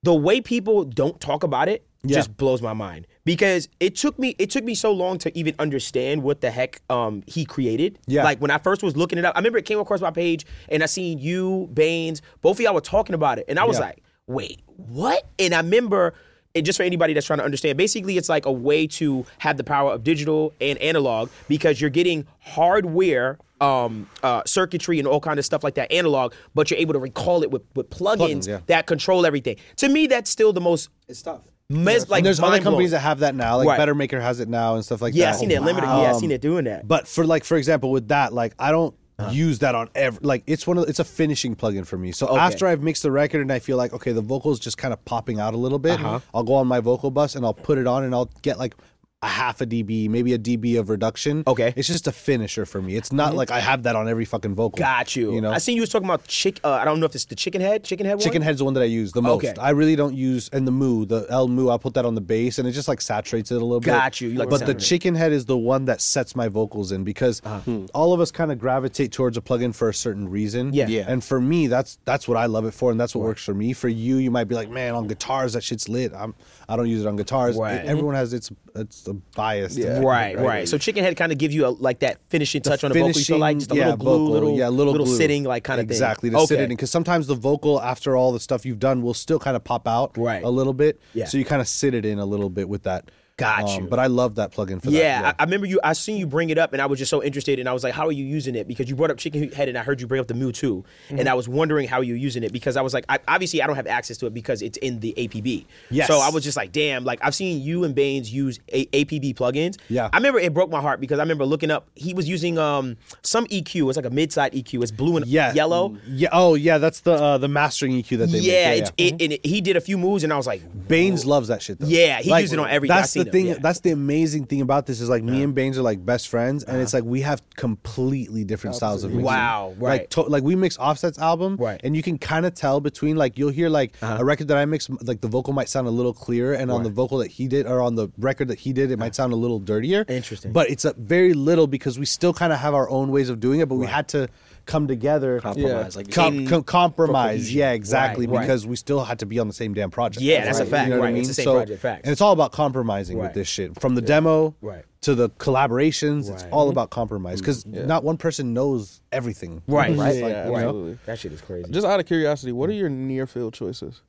A: the way people don't talk about it
D: Yeah.
A: just blows my mind because it took me it took me so long to even understand what the heck um, he created.
D: Yeah.
A: Like when I first was looking it up, I remember it came across my page and I seen you, Baines, both of y'all were talking about it, and I was
D: Yeah.
A: like, wait, what? And I remember. And just for anybody that's trying to understand, basically it's like a way to have the power of digital and analog because you're getting hardware, um, uh, circuitry, and all kind of stuff like that analog, but you're able to recall it with, with plugins,
D: Plugins, yeah.
A: that control everything. To me, that's still the most
C: It's tough.
A: mes- like
D: And there's other
A: mind
D: companies that
A: blowing.
D: have that now. Like
A: Right.
D: Better Maker has it now and stuff like that.
A: yeah, I seen that limited. Yeah, I
D: Um,
A: seen it doing that.
D: But for like for example with that, like I don't
A: Uh-huh.
D: use that on every like it's one of it's a finishing plugin for me. So after I've mixed the record and I feel like okay, the vocals just kind of popping out a little bit,
A: Uh-huh.
D: I'll go on my vocal bus and I'll put it on and I'll get like a half a dB, maybe a dB of reduction.
A: Okay. Mm-hmm.
D: It's just a finisher for me. It's not like I have that on every fucking vocal.
A: Got you.
D: You know.
A: I seen you was talking about chick. Uh, I don't know if it's the chicken head, chicken head, one?
D: Chicken head's the one that I use the most.
A: Okay.
D: I really don't use and the moo, the L moo. I put that on the bass and it just like saturates it a little bit.
A: Got you. You like the
D: but
A: sound
D: the
A: of it.
D: chicken head is the one that sets my vocals in because
A: Uh-huh.
D: all of us kind of gravitate towards a plugin for a certain reason.
A: Yeah. Yeah.
D: And for me, that's that's what I love it for, and that's what works for me. For you, you might be like, man, on guitars that shit's lit. I'm I don't use it on guitars.
A: Right.
D: Everyone has its its a bias. to that,
A: Right, right, So chicken head kind of give you a, like that finishing touch on the vocal. You feel like just a
D: yeah,
A: little glue,
D: vocal,
A: little,
D: yeah, little, glue.
A: sitting, like kind of
D: exactly
A: thing.
D: to sit it in because sometimes the vocal after all the stuff you've done will still kind of pop out
A: Right.
D: a little bit.
A: Yeah.
D: So you kind of sit it in a little bit with that. Um,
A: Got you.
D: But I love that plugin for
A: yeah,
D: that.
A: I, I remember you. I seen you bring it up, and I was just so interested, and I was like, "How are you using it?" Because you brought up chicken head, and I heard you bring up the Moo too,
D: Mm-hmm.
A: and I was wondering how you're using it because I was like, I, obviously, I don't have access to it because it's in the APB.
D: Yes.
A: So I was just like, "Damn!" Like I've seen you and Baines use a- APB plugins.
D: Yeah.
A: I remember it broke my heart because I remember looking up. He was using um some EQ. It's like a mid-side EQ. It's blue and
D: yeah.
A: yellow.
D: Yeah. Oh yeah, that's the uh, the mastering EQ that they
A: Yeah,
D: make.
A: it's, It, and it, he did a few moves, and I was like,
D: Baines loves that shit though.
A: Yeah, he used it on everything. I
D: That's
A: seen
D: the
A: know,
D: thing.
A: yeah.
D: That's the amazing thing about this is like me and Baines are like best friends, and it's like we have completely different styles of music.
A: Uh-huh. Wow, right.
D: Like to, like we mix Offset's album,
A: Right. Uh-huh.
D: and you can kind of tell between like you'll hear like a record that I mix, like the vocal might sound a little clearer, and on the vocal that he did or on the record that he did, it might sound a little dirtier.
A: Uh-huh. Interesting.
D: but it's a very little because we still kind of have our own ways of doing it, but we had to come together
C: Compromise, like you
D: Com-
A: said.
D: com- compromise yeah exactly
A: Right, right.
D: because we still had to be on the same damn project
A: Yeah, that's a
D: you
A: fact,
D: know what
A: right,
D: I
A: it's
D: mean?
A: the same
D: so,
A: project, facts.
D: and it's all about compromising
A: Right.
D: with this shit. From the demo
A: Right.
D: to the collaborations, it's
A: Right. Mm,
D: all about compromise because not one person knows everything.
A: Right.
D: Right.
B: Yeah,
D: Like, you know,
B: absolutely.
A: That shit is crazy.
B: Just out of curiosity, what are your near field choices?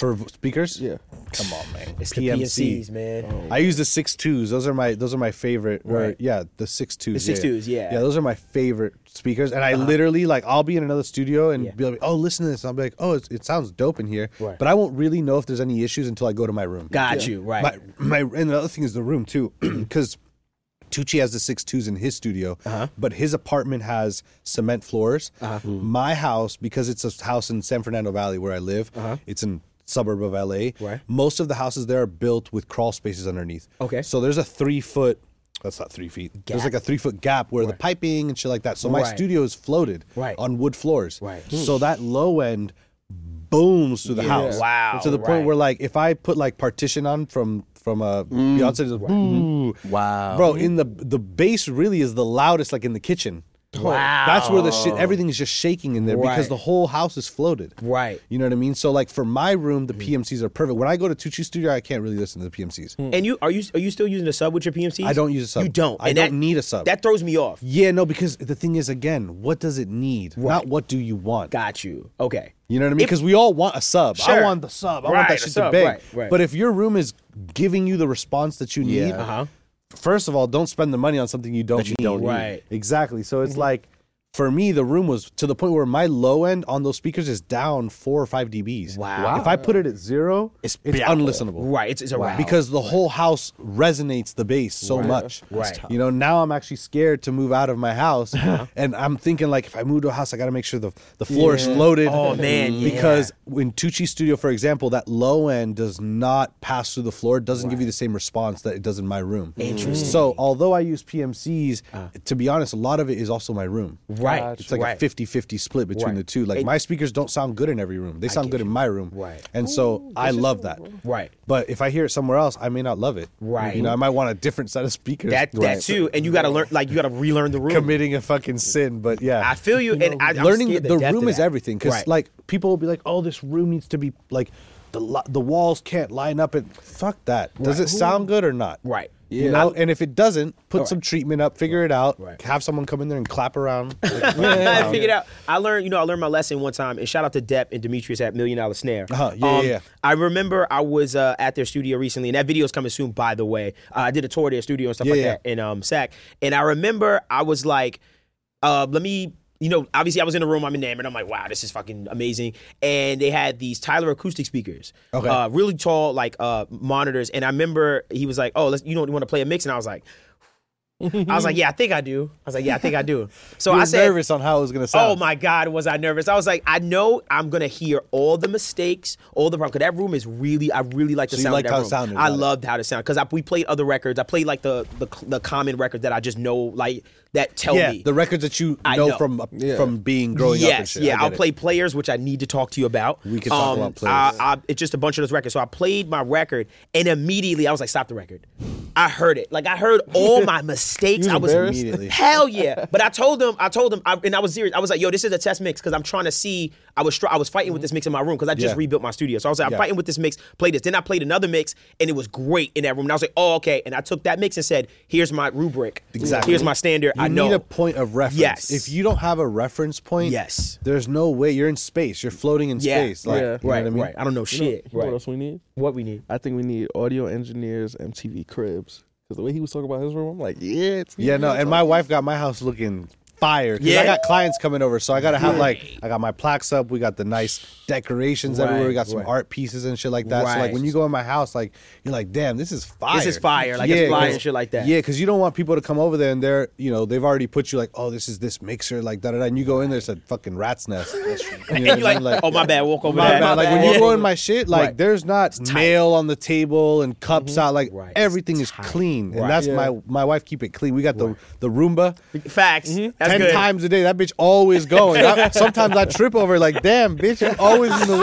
D: For v- speakers,
B: Yeah.
D: Come on, man.
A: it's the PMCs, man.
D: I use the six twos. Those are my those are my favorite. Or,
A: Right.
D: Yeah, the six twos.
A: The six
D: yeah.
A: twos, yeah. Uh-huh.
D: Yeah, those are my favorite speakers. And I literally like I'll be in another studio and
A: Yeah.
D: be like, oh, listen to this. I'll be like, oh, it's, it sounds dope in here.
A: Right.
D: But I won't really know if there's any issues until I go to my room.
A: Got you, right.
D: My, my and the other thing is the room too, because. Tucci has the six twos in his studio,
A: Uh-huh.
D: but his apartment has cement floors. My house, because it's a house in San Fernando Valley where I live, it's in suburb of LA.
A: Uh-huh. Right.
D: Most of the houses there are built with crawl spaces underneath.
A: Okay.
D: So there's a three foot. That's not three feet. There's like a three foot gap where the piping and shit like that. So my
A: Right.
D: studio is floated
A: Right.
D: on wood floors.
A: Right.
D: So that low end booms through the house.
A: Wow,
D: To the
A: right.
D: point where like if I put like partition on from from uh,
A: Mm.
D: Beyonce to boo,
C: Wow.
D: bro in the the bass really is the loudest like in the kitchen
A: Wow.
D: that's where the shit everything is just shaking in there because
A: Right.
D: the whole house is floated
A: Right. Mm.
D: you know what i mean so like for my room the pmcs are perfect when i go to tucci studio i can't really listen to the pmcs
A: And you are you are you still using a sub with your PMCs?
D: I don't use a sub.
A: You don't.
D: I
A: And
D: don't
A: that-
D: need a sub.
A: That throws me off.
D: yeah no because the thing is again what does it need not what do you want
A: Got you. Okay.
D: you know what i mean because we all want a sub
A: Sure.
D: i want the sub i
A: Right,
D: want
A: a
D: that shit
A: sub,
D: to bang
A: right, right.
D: but if your room is giving you the response that you need
C: Yeah.
A: Uh huh.
D: first of all, don't spend the money on something you don't
C: you
D: need.
C: don't
A: need. Right. Mm-hmm.
D: Exactly. So it's like for me, the room was to the point where my low end on those speakers is down four or five dBs.
A: Wow.
D: If I put it at zero, it's, unlistenable.
A: Right. It's, it's a wrap.
D: Because the whole house resonates the bass so much.
A: That's Right. tough. Uh-huh.
D: You know, now I'm actually scared to move out of my house. And I'm thinking like if I move to a house, I gotta make sure the, the floor is floated.
A: Oh, man, yeah.
D: Because in Tucci Studio, for example, that low end does not pass through the floor. It doesn't give you the same response that it does in my room. Interesting. So although I use PMCs, to be honest, a lot of it is also my room.
A: Uh. Right.
D: It's like
A: right.
D: a 50 50 split between
A: Right.
D: the two. Like,
A: It-
D: my speakers don't sound good in every room. They sound good in my room.
A: Right.
D: And so I love that.
A: Right.
D: But if I hear it somewhere else, I may not love it.
A: Right.
D: You know, I might want a different set of speakers.
A: That that too. And you got to learn. Like you got to relearn the room.
D: Committing a fucking sin, but yeah.
A: I feel you. and I, I'm
D: learning
A: scared
D: the,
A: to death
D: room
A: of
D: is
A: that.
D: everything because
A: Right.
D: like people will be like oh this room needs to be like the lo- the walls can't line up and fuck that does it sound good or not
A: Right.
D: you know and if it doesn't put some treatment up figure it out
A: Right.
D: have someone come in there and clap around
A: I figured out. I learned, you know, I learned my lesson one time. And shout out to Depp and Demetrius at Million Dollar Snare. Um,
D: Uh-huh, yeah, yeah, yeah.
A: I remember I was uh, at their studio recently, and that video's coming soon. By the way, uh, I did a tour of their studio and stuff
D: Yeah,
A: like
D: yeah.
A: that in um, Sac. And I remember I was like, uh, "Let me." You know, obviously, I was in the room. I'm enamored. I'm like, "Wow, this is fucking amazing!" And they had these Tyler acoustic speakers,
D: Okay.
A: uh, really tall, like uh, monitors. And I remember he was like, "Oh, let's you don't want to play a mix?" And I was like, "I was like, yeah, I think I do." I was like, "Yeah, I think I do." So
D: you
A: I
D: were
A: said,
D: nervous on how it was gonna
A: Oh
D: sound
A: my God, was I nervous? I was like, I know I'm gonna hear all the mistakes, all the problems. Cause that room is really, I really like the
D: you
A: sound. of
D: liked
A: that
D: how it
A: room.
D: sounded,
A: I
D: got it.
A: loved how it sounded because we played other records. I played like the the, the common records that I just know, like that tell
D: yeah
A: me
D: the records that you
A: I
D: know,
A: know.
D: from from being growing up and
A: yes,
D: shit.
A: yeah.
D: I
A: I'll
D: get it.
A: play players, which I need to talk to you about. Um,
D: We can talk about
A: I,
D: Players.
A: I, it's just a bunch of those records. So I played my record, and immediately I was like, "Stop the record." I heard it. Like I heard all my mistakes. I was
B: embarrassed?
D: Immediately.
A: hell yeah. But I told them, I told them, I, and I was serious. I was like, "Yo, this is a test mix because I'm trying to see." I was str- I was fighting with this mix in my room because I just
D: Mm-hmm. Yeah.
A: rebuilt my studio. So I was like, "I'm
D: Yeah.
A: fighting with this mix. Play this." Then I played another mix, and it was great in that room. And I was like, "Oh, okay." And I took that mix and said, "Here's my rubric.
D: Exactly.
A: Here's my standard.
D: You
A: I know."
D: need a point of reference.
A: Yes.
D: If you don't have a reference point,
A: Yes.
D: there's no way you're in space. You're floating in
A: Yeah.
D: space. Like,
B: Yeah.
D: you know
A: right,
D: what I mean?
A: right. I don't know shit.
B: You know What else we need?
A: What we need?
B: I think we need audio engineers, MTV Cribs. Because the way he was talking about his room, I'm like, yeah, it's
D: Yeah, no, and my wife got my house looking fire. 'Cause
A: Yeah.
D: I got clients coming over, so I gotta have like I got my plaques up. We got the nice decorations everywhere. We
B: Right,
D: got some
B: right.
D: art pieces and shit like that. So like
A: Right.
D: when you go in my house, like you're like, damn, this is fire.
A: is fire. Like, it's fly
D: 'cause-
A: and shit like that.
D: Yeah, because you don't want people to come over there and they're you know they've already put you like, oh, this is this mixer like da da da, and you go in there, it's a fucking rat's nest. You know what I
A: And
D: mean?
A: you're like, oh my bad, walk over
D: my
A: that.
D: bad. Like when
A: Yeah.
D: you go in my shit, like there's not mail on the table and cups out. Like
A: Mm-hmm. Right.
D: everything is clean, and that's my my wife keep it clean. We got the the Roomba.
A: Facts. That's
D: Ten
A: good.
D: times a day, that bitch always going. I- sometimes I trip over, like, damn, bitch, I'm always in the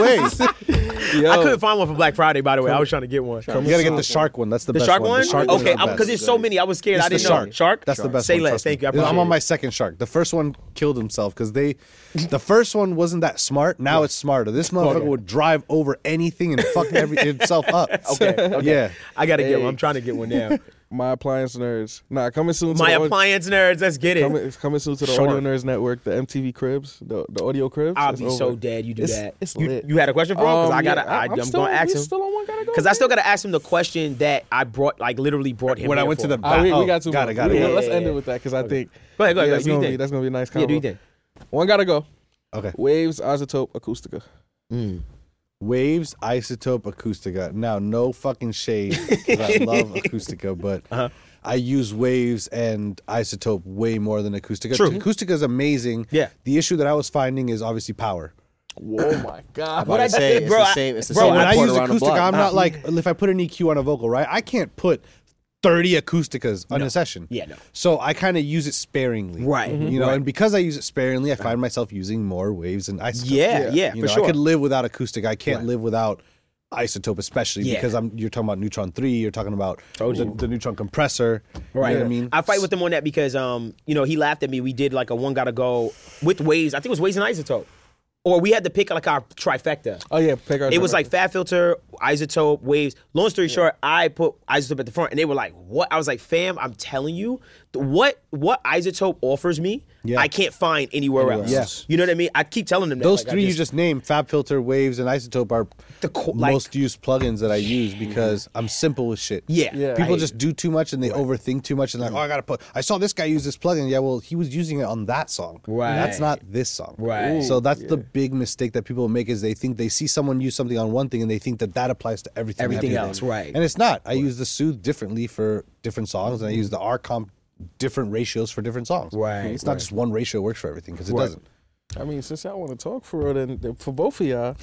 D: way.
A: I couldn't find one for Black Friday, by the way. I was trying to get one.
D: you gotta get the shark one. That's the,
A: The
D: best
A: shark
D: one.
A: one?
D: The shark
A: okay,
D: one's the
A: because
D: best.
A: there's so many. I was scared.
D: It's
A: I
D: the
A: didn't know.
D: shark.
A: Shark.
D: That's the best.
A: Say
D: one,
A: less.
D: trust
A: Thank
D: me.
A: you. I appreciate
D: I'm on my
A: it.
D: second shark. The first one killed himself because they, the first one wasn't that smart. Now it's smarter. This motherfucker would drive over anything and fuck every, himself up.
A: Okay. okay.
D: Yeah.
A: I gotta get one. I'm trying to get one now.
B: My appliance nerds. Nah, coming soon to
A: My
B: the au-
A: appliance nerds. Let's get
B: coming,
A: it.
B: it's coming soon to the
A: Sure.
B: Audio Nerds Network, the MTV Cribs, the, the audio cribs.
A: I'll
B: it's
A: be
B: over.
A: so dead. You do
B: It's-
A: that.
B: It's
A: you,
B: lit.
A: you had a question for him? Because
B: Um,
A: I gotta.
B: yeah,
A: I, I'm,
B: still-
A: gonna ask
B: we
A: him.
B: Still on one gotta go.
A: Because I still gotta ask him the question that I brought, like literally brought him.
D: When I
A: here
D: went to
A: for.
D: the
B: Ah, we, we
D: Oh,
B: got two.
D: got
B: more.
D: it, got it,
B: We-
A: got it.
B: Let's
A: Yeah,
B: end
A: yeah,
B: it with that because I think.
A: Go ahead, go ahead, go
B: yeah,
A: ahead.
B: that's
A: Do you
B: gonna
A: think?
B: be that's gonna be a nice.
A: yeah, do you
B: combo.
A: think?
B: One gotta go.
D: Okay.
B: Waves, isotope, acoustica.
D: Waves, isotope, acoustica. Now, no fucking shade 'cause I love acoustica, but
A: Uh-huh.
D: I use waves and isotope way more than acoustica.
A: True.
D: Acoustica is amazing.
A: Yeah.
D: The issue that I was finding is obviously power.
B: Oh my god.
C: What I say, it's
A: bro,
C: the
A: I-
C: same. It's the
A: bro,
C: same.
D: when I
C: report
D: use
C: around the
D: acoustica,
C: block.
D: I'm not like if I put an EQ on a vocal, right? I can't put 30 acousticas on a session.
A: Yeah, no.
D: So I kind of use it sparingly.
A: Right. Mhm.
D: You know, and because I use it sparingly, I find myself using more waves and isotope.
A: Yeah, Yeah. yeah,
D: You
A: for
D: know,
A: sure.
D: I could live without acoustic. I can't live without isotope especially
A: Yeah.
D: because I'm you're talking about neutron 3, you're talking about the, the neutron compressor.
A: Right.
D: You know what I mean?
A: I fight with him on that because um, you know, he laughed at me. We did like a one gotta go with Waves. I think it was Waves and Isotope. Or we had to pick like our trifecta.
B: Oh yeah, pick our
A: It was
B: number.
A: like Fat Filter, Isotope, Waves. Long story short, I put Isotope at the front, and they were like, "What?" I was like, "Fam, I'm telling you, th- what what Isotope offers me,
D: Yeah.
A: I can't find anywhere, else."
D: else.
A: You know what I mean? I keep telling them that.
D: Those
A: like, I
D: three you just named, Fab Filter, Waves, and Isotope, are
A: The co- like-
D: most used plugins that I use because I'm simple with shit.
A: Yeah. Yeah.
D: People
A: I-
D: just do too much and they overthink too much and like, oh, I gotta put. I saw this guy use this plugin. Yeah, well, he was using it on that song.
A: Right.
D: That's not this song.
A: Right.
D: So that's the big mistake that people make is they think they see someone use something on one thing and they think that that applies to everything. and
A: Everything else, right.
D: And it's not. I use the Soothe differently for different songs and I use the R comp different ratios for different songs.
A: Right,
D: It's not just one ratio works for everything because it doesn't.
B: I mean, since y'all want to talk for real, then then for both of y'all,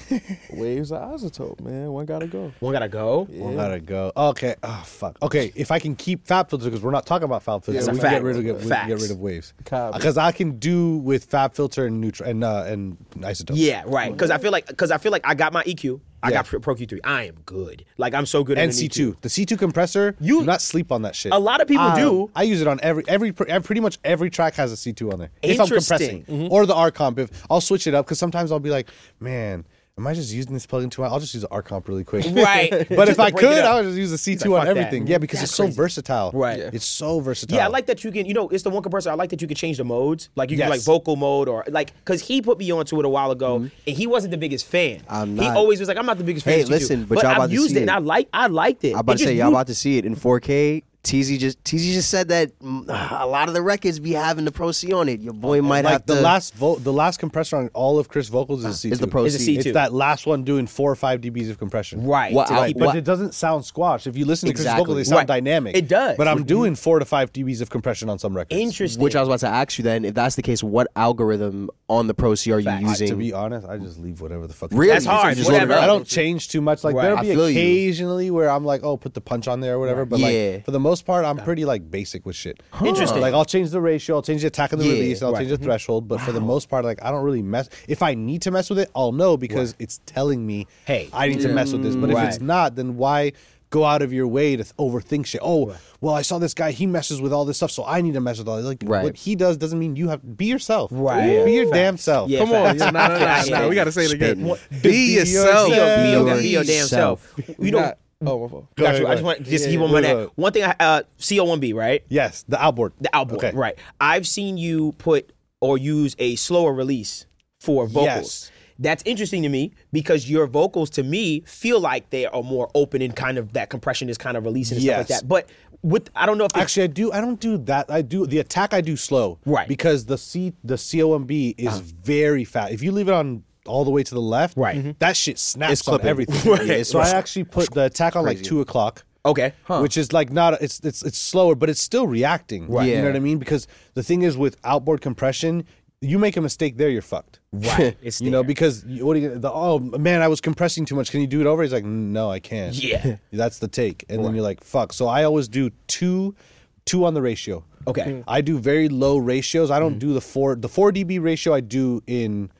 B: waves or isotope, man. One gotta go.
A: one gotta go.
D: Well, gotta go. Okay. Oh fuck. Okay. If I can keep fab filter because we're not talking about fab filter,
A: That's a
D: we can
A: fact.
D: get rid of we can get
A: Facts.
D: rid of waves.
B: Copy.
D: Because I can do with fab filter and neutral and uh, and isotope.
A: Yeah, right. Because I feel like because I feel like I got my EQ. I
D: Yeah.
A: got Pro Q three. I am good. Like I'm so good.
D: And
A: at
D: C two. The C two compressor.
A: You-
D: do not sleep on that shit.
A: A lot of people
D: I-
A: do.
D: I use it on every every pr- ev- pretty much every track has a C two on there. If I'm compressing
A: Mm-hmm.
D: or the R comp. If I'll switch it up because sometimes I'll be like, man. Am I just using this plugin too much? I'll just use the R comp really quick.
A: Right.
D: but
A: Just
D: if
A: to
D: I
A: break it
D: could,
A: up.
D: I would just use the
A: like,
D: C2 on
A: fuck that.
D: everything. Yeah, because
A: That's
D: it's so
A: crazy.
D: versatile.
A: Right. Yeah.
D: It's so versatile.
A: Yeah, I like that you can, you know, it's the one compressor. I like that you can change the modes. Like you can do,
D: Yes.
A: like vocal mode or like because he put me onto it a while ago and he wasn't the biggest fan.
C: Mm-hmm. I'm
A: He
C: not.
A: always was like, I'm not the biggest fan.
C: Hey,
A: of C2."
C: listen, but
A: but
C: y'all
A: I've
C: about to
A: used
C: see
A: it and
C: it.
A: I like I liked it.
C: I'm about
A: It
C: to
A: just
C: say, y'all
A: used-
C: about to see it in 4K. TZ just TZ just said that mm, a lot of the records be having the Pro C on it. Your boy might
D: like
C: have
D: the
C: to.
D: last vo- the last compressor on all of Chris vocals is a C2.
C: is the Pro
A: Is a
C: C.
A: C2.
D: It's that last one doing four or five dBs of compression.
A: Right.
C: What
A: to
C: I-
A: keep
D: But
A: it-
C: what-
D: it doesn't sound squash. If you listen to Chris
C: Exactly.
D: vocals, they sound
A: Right.
D: dynamic.
A: It does. Mm-hmm.
D: But I'm doing four to five dBs of compression on some records.
A: Interesting.
C: Which I was about to ask you then, if that's the case, what algorithm on the Pro C are you
A: Fact.
C: using?
D: To be honest, I just leave whatever the fuck.
C: Really?
A: That's hard,
C: You just
A: whatever.
C: load it
D: I
C: up.
D: don't change too much. Like
A: Right.
D: there'll
C: I
D: be
C: feel you.
D: occasionally where I'm like, oh, put the punch on there or whatever. But
C: Yeah.
D: like for the most part, I'm pretty like basic with shit.
A: Interesting.
D: Like I'll change the ratio, I'll change the attack and the
C: Yeah.
D: release, and I'll
A: Right.
D: change the threshold. But for the most part, like I don't really mess. If I need to mess with it, I'll know because it's telling me,
A: Hey.
D: I need to mess with this. But if it's
A: Right.
D: not, then why? Go out of your way to th- overthink shit. Oh, well, I saw this guy. He messes with all this stuff, so I need to mess with all. This. Like
C: Right.
D: what he does doesn't mean you have. Be yourself.
A: Right.
D: Be your damn self.
A: Yeah,
B: Come on,
A: facts.
B: yeah, nah, nah, nah,
A: Facts.
B: nah, we gotta say it again.
C: Spitting.
B: What-
D: Be
B: Be yourself.
A: Be your- be your- be your damn
C: Yourself.
A: self. You know,
B: Not- oh my fault.
A: got you.
D: ahead,
A: I just
D: go
A: want
D: ahead.
A: just
D: Yeah,
A: keep
D: yeah,
A: on my
D: yeah.
A: that. One thing, I, uh, CO1B, right?
D: Yes, the outboard.
A: The outboard,
D: Okay.
A: right? I've seen you put or use a slower release for vocals.
D: Yes.
A: That's interesting to me because your vocals to me feel like they are more open and kind of that compression is kind of releasing and
D: Yes.
A: stuff like that. But with I don't know if it's-
D: Actually, I do. I don't do that. I do the attack. I do slow,
A: Right. Uh-huh.
D: Because the C the COMB is very fast. If you leave it on all the way to the left,
A: Right. Mhm.
D: that shit snaps
C: It's
D: on
C: clipping.
D: everything.
C: Right. It's-
D: So I actually put the attack on like two o'clock.
A: Okay.
D: Which is like not it's it's it's slower, but it's still reacting. Right. You
C: Yeah.
D: know what I mean? Because the thing is with outboard compression, you make a mistake there, you're fucked.
A: right. It's
D: You know,
A: there.
D: because you- what do you the oh man, I was compressing too much. Can you do it over? He's like, no, I can't.
A: Yeah.
D: that's the take. And then you're like, fuck. So I always do two, two on the ratio.
A: Okay. Mm.
D: I do very low ratios. I don't do the four. The four dB ratio I do in,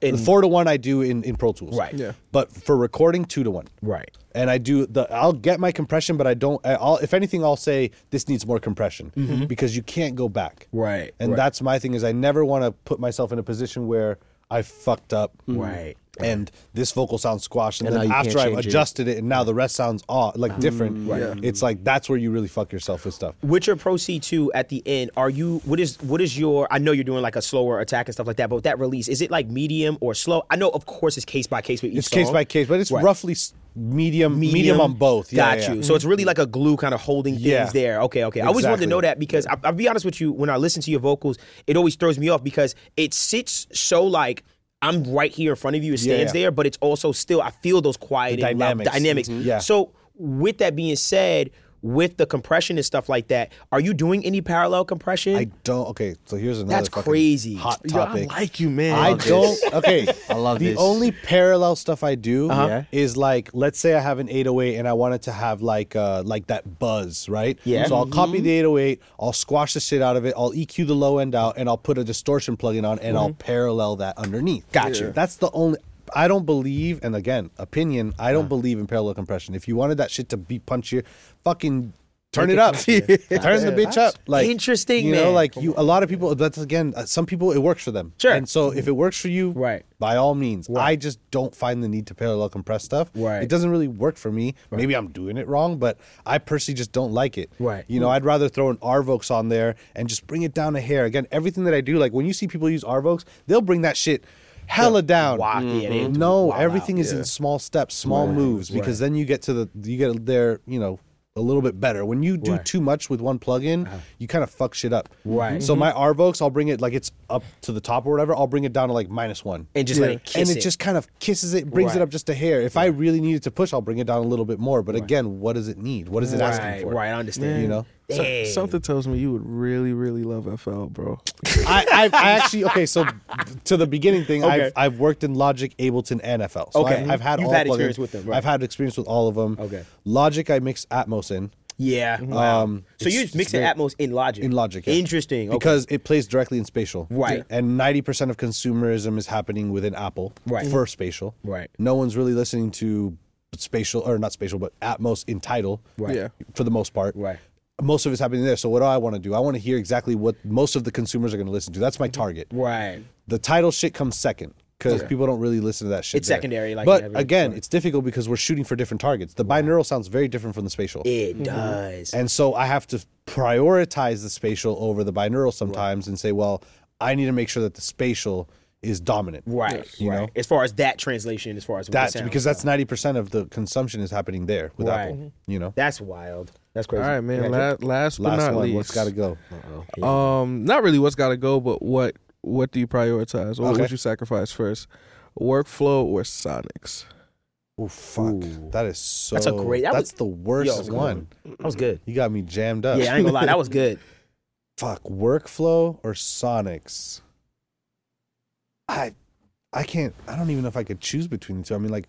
D: the four to one I do in in Pro Tools.
A: Right. Yeah.
D: But for recording, two to one.
A: Right.
D: And I do the I'll get my compression, but I don't. I- I'll if anything, I'll say this needs more compression because you can't go back.
A: Right,
D: And
A: right.
D: that's my thing is I never want to put myself in a position where I fucked up.
A: Right.
D: And this vocal sounds squashed, and,
C: And
D: then
C: now you can't
D: after I've
C: change it.
D: adjusted it, and now the rest sounds aw, like different. Right. It's like that's where you really fuck yourself with stuff.
A: with your Pro C2 at the end, are you what is what is your I know you're doing like a slower attack and stuff like that, but with that release, is it like medium or slow? I know of course it's case by case with each
D: It's case
A: song.
D: by case, but it's
A: Right.
D: roughly s- medium, medium, on both. Yeah,
A: got
D: yeah, Mm.
A: you.
D: yeah.
A: So it's really like a glue kind of holding things
D: Yeah.
A: there. Okay, okay. I always wanted to
D: Exactly.
A: know that because I, I'll be honest with you, when I listen to your vocals, it always throws me off because it sits so like I'm right here in front of you. It
D: Yeah,
A: stands
D: yeah.
A: there, but it's also still I feel those quiet
D: The
A: and loud dynamics.
D: dynamics. Mhm. Yeah.
A: So with that being said. With the compression and stuff like that, are you doing any parallel compression?
D: I don't. Okay, so here's another.
A: That's
D: fucking
A: crazy.
D: Hot
A: Yo,
D: topic.
B: I like you, man.
D: I
C: love this.
D: don't. Okay,
C: I love
D: the
C: this.
D: only parallel stuff I do
C: Yeah.
D: is like, let's say I have an 808 and I want it to have like uh like that buzz, right?
A: Yeah.
D: So I'll copy the 808, I'll squash the shit out of it, I'll EQ the low end out, and I'll put a distortion plugin on, and I'll parallel that underneath. Gotcha. That's the only. I don't believe, and again, opinion. I don't believe in parallel compression. If you wanted that shit to be punchier, fucking. Turn it up. Turn the bitch up. Like
A: Interesting,
D: You know,
A: man.
D: like you. A lot of people. That's again. uh, Some people. It works for them.
A: Sure.
D: And so if it works for you,
A: Right.
D: by all means. I just don't find the need to parallel compress stuff.
A: Right.
D: It doesn't really work for me. Maybe I'm doing it wrong, but I personally just don't like it.
A: Right.
D: You know, I'd rather throw an Arvox on there and just bring it down a hair. Again, everything that I do, like when you see people use Arvox, they'll bring that shit hella down.
A: Wow, yeah, they do
D: Mm-hmm. No,
A: wow out.
D: everything is in small steps, small moves, because then you get to the you get there, you know, a little bit better. When you do too much with one plugin, you kind of fuck shit up.
A: Uh-huh. Right. Mm-hmm.
D: So my Arvox, I'll bring it like it's up to the top or whatever. I'll bring it down to like minus one
A: And just let it kiss
D: and it,
A: it.
D: just kind of kisses it, brings
A: Right.
D: it up just a hair. If I really needed to push, I'll bring it down a little bit more. But again, what does it need? What is it
A: right,
D: asking for?
A: right, I understand.
D: You know.
B: So-
A: Dang.
B: something tells me you would really, really love FL, bro.
D: I, I, I actually okay. So to the beginning thing,
A: Okay.
D: I've, I've worked in Logic, Ableton, and FL. So
A: Okay.
D: I've, I've had
A: You've
D: all
A: had
D: plugins.
A: experience with them, right.
D: I've had experience with all of them.
A: Okay.
D: Logic, I mix Atmos in.
A: Yeah. Wow.
D: Um,
A: so you
D: it's-
A: just mix
D: it's
A: the
D: very-
A: Atmos in Logic.
D: In Logic, yeah.
A: Interesting. Okay.
D: because it plays directly in spatial,
A: Right.
D: And ninety percent of consumerism is happening within Apple,
A: Right.
D: For spatial,
A: Right.
D: No one's really listening to spatial or not spatial, but Atmos in title,
A: Right.
B: Yeah.
D: For the most part,
A: Right.
D: Most of it's happening there. So what do I want to do? I want to hear exactly what most of the consumers are going to listen to. That's my target.
A: right.
D: the title shit comes second because people don't really listen to that shit.
A: It's
D: there.
A: secondary, like
D: but
A: every-
D: again, it's difficult because we're shooting for different targets. The binaural sounds very different from the spatial,
A: It does.
D: and so I have to prioritize the spatial over the binaural sometimes, and say, well, I need to make sure that the spatial is dominant,
A: right.
D: You
A: right.
D: know.
A: As far as that translation, as far as what it
D: That's
A: sounds,
D: because that's ninety percent of the consumption is happening there with
A: Right. Mm-hmm.
D: Apple. You know,
A: that's wild. That's
B: All
A: crazy.
B: right, man.
A: Okay.
B: Last, last but
D: last
B: not
D: one,
B: least,
D: what's got to go?
B: um, not really what's got to go, but what what do you prioritize? What would you sacrifice first? Workflow or Sonics?
D: Oh fuck, that is so.
A: That's a great- that
D: that's
A: was-
D: the worst
A: Yo.
D: one.
A: That was good.
D: You got me jammed up.
A: Yeah, I ain't gonna lie. That was good.
D: fuck workflow or sonics i i can't i don't even know if i could choose between the two i mean like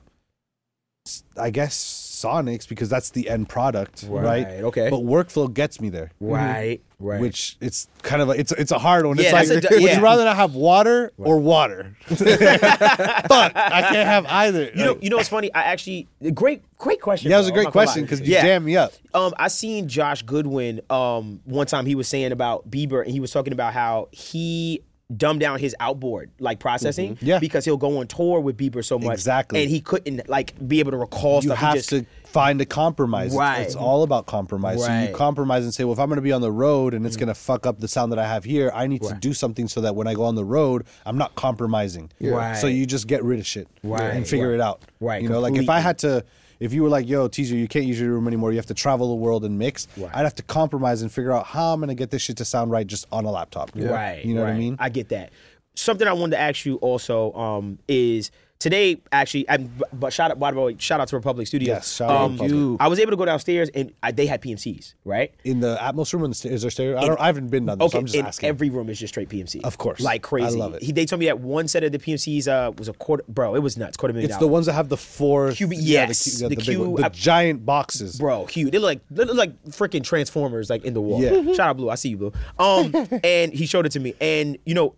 D: s- i guess sonics because that's the end product right,
A: Right, okay.
D: but workflow gets me there
A: Right. Right.
D: Which it's kind of a, it's it's a hard one.
A: Yeah,
D: it's
A: that's
D: like,
A: a d-
D: would
A: yeah.
D: you rather not have water or water? Fuck, I can't have either.
A: you know.
D: Like,
A: You know what's funny? I actually great. Great question.
D: yeah, that was a
A: bro. I'm
D: great
A: not gonna lie.
D: question because you
A: Yeah.
D: jammed me up.
A: Um, I seen Josh Goodwin um one time he was saying about Bieber and he was talking about how he dumb down his outboard like processing
D: Mm-hmm. Yeah.
A: because he'll go on tour with Bieber so much
D: Exactly.
A: and he couldn't like be able to recall
D: you
A: stuff. He
D: have
A: just-
D: to find a compromise. It's-
A: Right.
D: It's, all about compromise. So
A: Right. Mm.
D: you compromise and say, well, if I'm going to be on the road and it's going to fuck up the sound that I have here, I need to do something so that when I go on the road, I'm not compromising.
A: Right.
D: So you just get rid of shit
A: Right.
D: and figure it out.
A: Right,
D: You know, like if
A: completely.
D: I had to. If you were like, yo, teaser, you can't use your room anymore. You have to travel the world and mix. I'd have to compromise and figure out how I'm going to get this shit to sound right just on a laptop.
A: Right.
D: You know what
A: right.
D: I mean?
A: I get that. Something I wanted to ask you also um, is today actually I but shout out by the way, shout out to Republic Studios.
D: Yes, shout out
A: um,
D: Republic. You-
A: I was able to go downstairs and I, they had PMCs, right?
D: In the Atmos room, in the stereo, is there stereo? I, don't, I haven't been done this,
A: Okay,
D: so I'm just
A: and
D: asking.
A: every room is just straight PMC.
D: Of course.
A: like
D: I
A: crazy.
D: love it.
A: He, they told me that one set of the PMCs uh, was a quarter. Bro, it was nuts. Quarter million.
D: It's the
A: dollars.
D: ones that have the four.
A: Cube-
D: the,
A: yes,
D: cu- yeah,
A: the
D: the, big
A: cube-
D: one, the
A: I-
D: giant boxes.
A: bro, huge. They look like they look like freaking transformers like in the wall.
D: Yeah.
A: Shout out Blue, I see you, Blue. Um, and he showed it to me, and you know,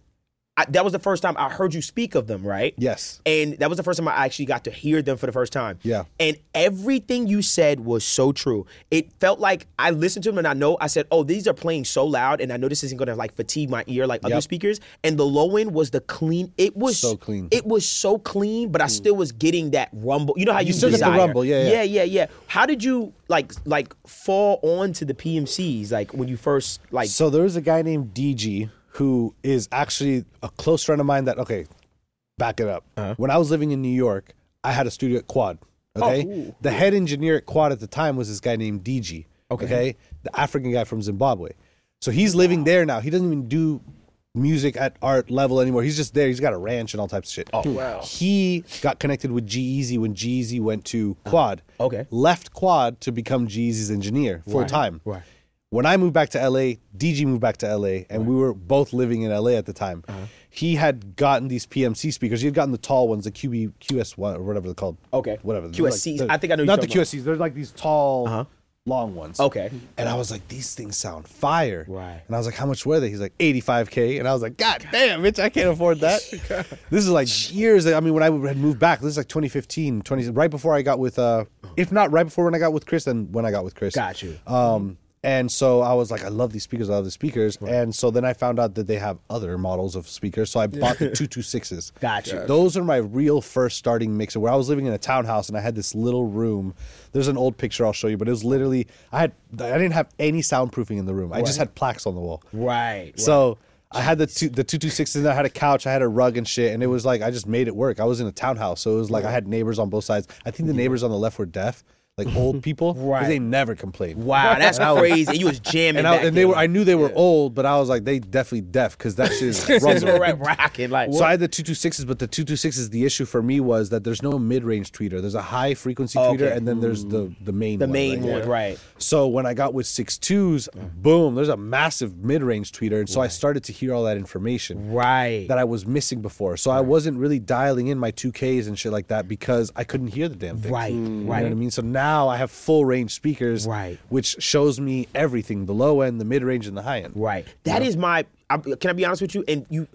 A: I, that was the first time I heard you speak of them, right?
D: Yes.
A: And that was the first time I actually got to hear them for the first time.
D: Yeah.
A: And everything you said was so true. It felt like I listened to them and I know I said, oh, these are playing so loud, and I know this isn't gonna like fatigue my ear like other
D: Yep.
A: speakers. And the low end was the clean. It was
D: So clean. Mm.
A: It was so clean, but I still was getting that rumble. You know how you,
D: still get the
A: desire.
D: rumble, yeah, yeah.
A: yeah, yeah, yeah. How did you like like fall onto the PMCs like when you first like?
D: So there was a guy named DG who is actually a close friend of mine. That okay, back it up.
A: Uh-huh.
D: When I was living in New York, I had a studio at Quad. Okay,
A: ooh.
D: the head engineer at Quad at the time was this guy named DG. Okay, the African guy from Zimbabwe. So he's living there now. He doesn't even do music at art level anymore. He's just there. He's got a ranch and all types of shit. Oh wow. He got connected with G-Eazy when G-Eazy went to Quad.
A: okay.
D: Left Quad to become G-Eazy's engineer full time. Right. When I moved back to LA, DG moved back to LA, and we were both living in LA at the time. He had gotten these PMC speakers. He had gotten the tall ones, the QB QS1 or whatever they're called.
A: Okay.
D: whatever They're
A: QSCs.
D: they're-
A: I think I know you're
D: Not the
A: talking about. Uh-huh.
D: QSCs. They're like these tall, long ones.
A: Okay.
D: And I was like, these things sound fire.
A: Right.
D: And I was like, how much were they? He's like, 85K. And I was like, God, damn, bitch, I can't afford that. this is like years. I mean, when I had moved back, this is like 2015, 20, right before I got with, uh, if not right before when I got with Chris, then when I got with Chris.
A: Uh-huh. Got you.
D: Um, and so I was like, I love these speakers. I love these speakers. And so then I found out that they have other models of speakers. So I bought the 226s.
A: Got you.
D: Those are my real first starting mixer where I was living in a townhouse and I had this little room. There's an old picture I'll show you, but it was literally, I had, I didn't have any soundproofing in the room. I just had plaques on the wall.
A: Right.
D: So I had the two, the two two sixes. I had a couch. I had a rug and shit. And it was like I just made it work. I was in a townhouse, so it was like I had neighbors on both sides. I think the neighbors on the left were deaf, like old people. 'cause
A: Right.
D: They never complained.
A: wow, that's crazy. And you was jamming.
D: And, I,
A: back
D: and they
A: then.
D: were. I knew they were old, but I was like, they definitely deaf because that shit is
A: Since we
D: rumbling.
A: were at rocking like
D: So I had the two two sixes, but the two two sixes. The issue for me was that there's no mid range tweeter. There's a high frequency
A: Oh, Okay. Mm.
D: tweeter, and then there's the the main
A: the main
D: right?
A: one, right? Mm.
D: So when I got with six twos, boom, there's a massive mid range tweeter. And so I started to hear all that information
A: Right.
D: that I was missing before. So I wasn't really dialing in my 2Ks and shit like that because I couldn't hear the damn thing.
A: Right,
D: You know
A: right.
D: what I mean? So now I have full range speakers,
A: Right.
D: which shows me everything the low end, the mid range, and the high end.
A: Right. That is my. I, can I be honest with you? And you,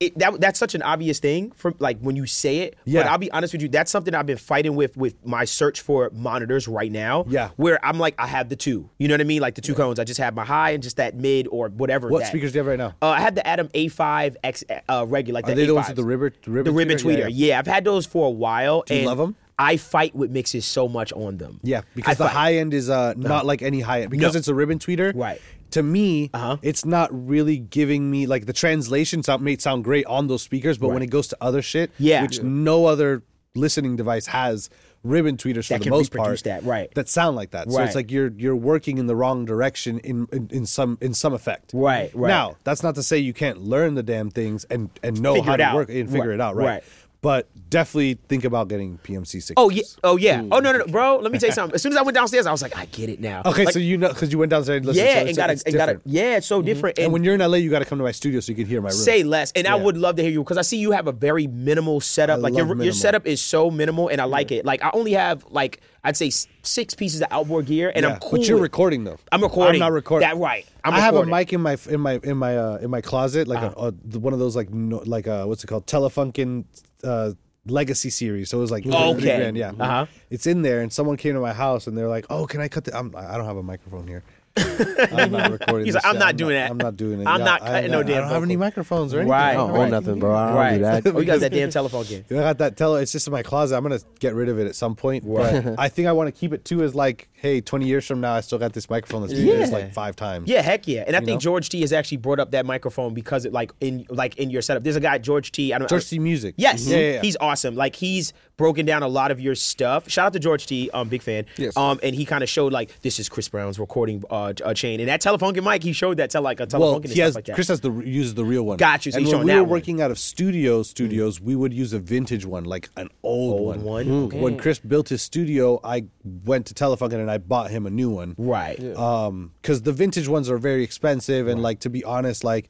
A: it, that that's such an obvious thing from like when you say it. But
D: Yeah.
A: I'll be honest with you. That's something I've been fighting with with my search for monitors right now.
D: Yeah.
A: Where I'm like, I have the two. You know what I mean? Like the two cones. I just have my high and just that mid or whatever.
D: What
A: that-
D: speakers do you have right now?
A: Uh, I have the Adam A5X uh, regular. Like
D: Are
A: the
D: they the ones
A: A5s.
D: with the ribbon- the
A: The
D: ribbon
A: ribbon
D: tweeter?
A: tweeter.
D: Yeah,
A: Yeah, I've had those for a while. Do
D: you
A: and
D: love 'em?
A: I fight with mixes so much on them.
D: Yeah,
A: I
D: because the
A: fight-
D: high end is uh, not like any high end because
A: No.
D: it's a ribbon tweeter.
A: Right. Uh-huh.
D: To me, it's not really giving me like the translation sound may sound great on those speakers, but when it goes to other shit,
A: Yeah.
D: which
A: Yeah.
D: no other listening device has ribbon tweeters for
A: That
D: the
A: can
D: most
A: reproduce
D: part
A: that, right.
D: that sound like that. So
A: Right.
D: it's like you're you're working in the wrong direction in, in in some in some effect.
A: Right, right.
D: Now that's not to say you can't learn the damn things and and know
A: Figure
D: how
A: it
D: to
A: out.
D: work and figure
A: Right,
D: it out.
A: right.
D: But definitely think about getting PMC six.
A: Oh yeah, oh yeah. Oh no, no, no, bro. Let me tell you something. As soon as I went downstairs, I was like, I get it now.
D: Okay,
A: Like,
D: so you know because you went downstairs and listened.
A: yeah,
D: so
A: and
D: it's-
A: got
D: it's
A: a, and got a,
D: different. Mm-hmm.
A: yeah, it's so different.
D: And when you're in LA, you got to come to my studio so you can hear my room.
A: say less, and I would love to hear you because I see you have a very minimal setup. like your
D: love
A: your
D: minimal.
A: setup is so minimal, and I like it. Like I only have like I'd say s- six pieces of outboard gear, and
D: Yeah,
A: I'm cool.
D: But you're
A: with-
D: recording though.
A: I'm recording.
D: I'm not recording.
A: That right. I'm
D: i have a
A: recording. Uh-huh.
D: mic in my in my in my uh, in my closet, like a, a, one of those like no, like uh, what's it called, Telefunken uh, Legacy series. So it was like
A: Okay.
D: 30 grand, yeah.
A: Uh-huh.
D: It's in there, and someone came to my house and they're like, "Oh, can I cut the? I'm, I don't have a microphone here." I'm not recording.
A: He's like,
D: this
A: I'm
D: shit.
A: not doing that.
D: I'm not doing it.
A: I'm
D: Yeah,
A: not
D: I-
A: cutting no
D: I
A: damn
D: don't have any microphones, right?
A: Right.
C: I don't own nothing, bro. I don't
A: right.
C: do that.
A: oh, you got that damn telephone game.
D: I got that tele. It's just in my closet. I'm gonna get rid of it at some point. But I think I want to keep it too. Is like, hey, 20 years from now, I still got this microphone that's been used
A: Yeah.
D: like five times.
A: Yeah, heck yeah. And I think
D: know?
A: George T has actually brought up that microphone because it like in like in your setup. There's a guy George T. I don't
D: George T. Music.
A: Yes,
D: Mhm. Yeah, yeah, yeah.
A: he's awesome. Like he's broken down a lot of your stuff. Shout out to George T. Um, big fan.
B: Yes.
A: Um, and he kind of showed like this is Chris Brown's recording uh, j- uh chain and that telephonic mic. He showed that to like a telephonic
D: Well,
A: and
D: he
A: stuff
D: has
A: like that.
D: Chris has the uses the real one.
A: Got you, so
D: and
A: he's
D: when
A: showing
D: we
A: that
D: were
A: one.
D: working out of studio studios, we would use a vintage one, like an old,
A: Old one, okay.
D: When Chris built his studio, I went to Telefunken and I bought him a new one.
A: right.
D: Um, because the vintage ones are very expensive, and like to be honest, like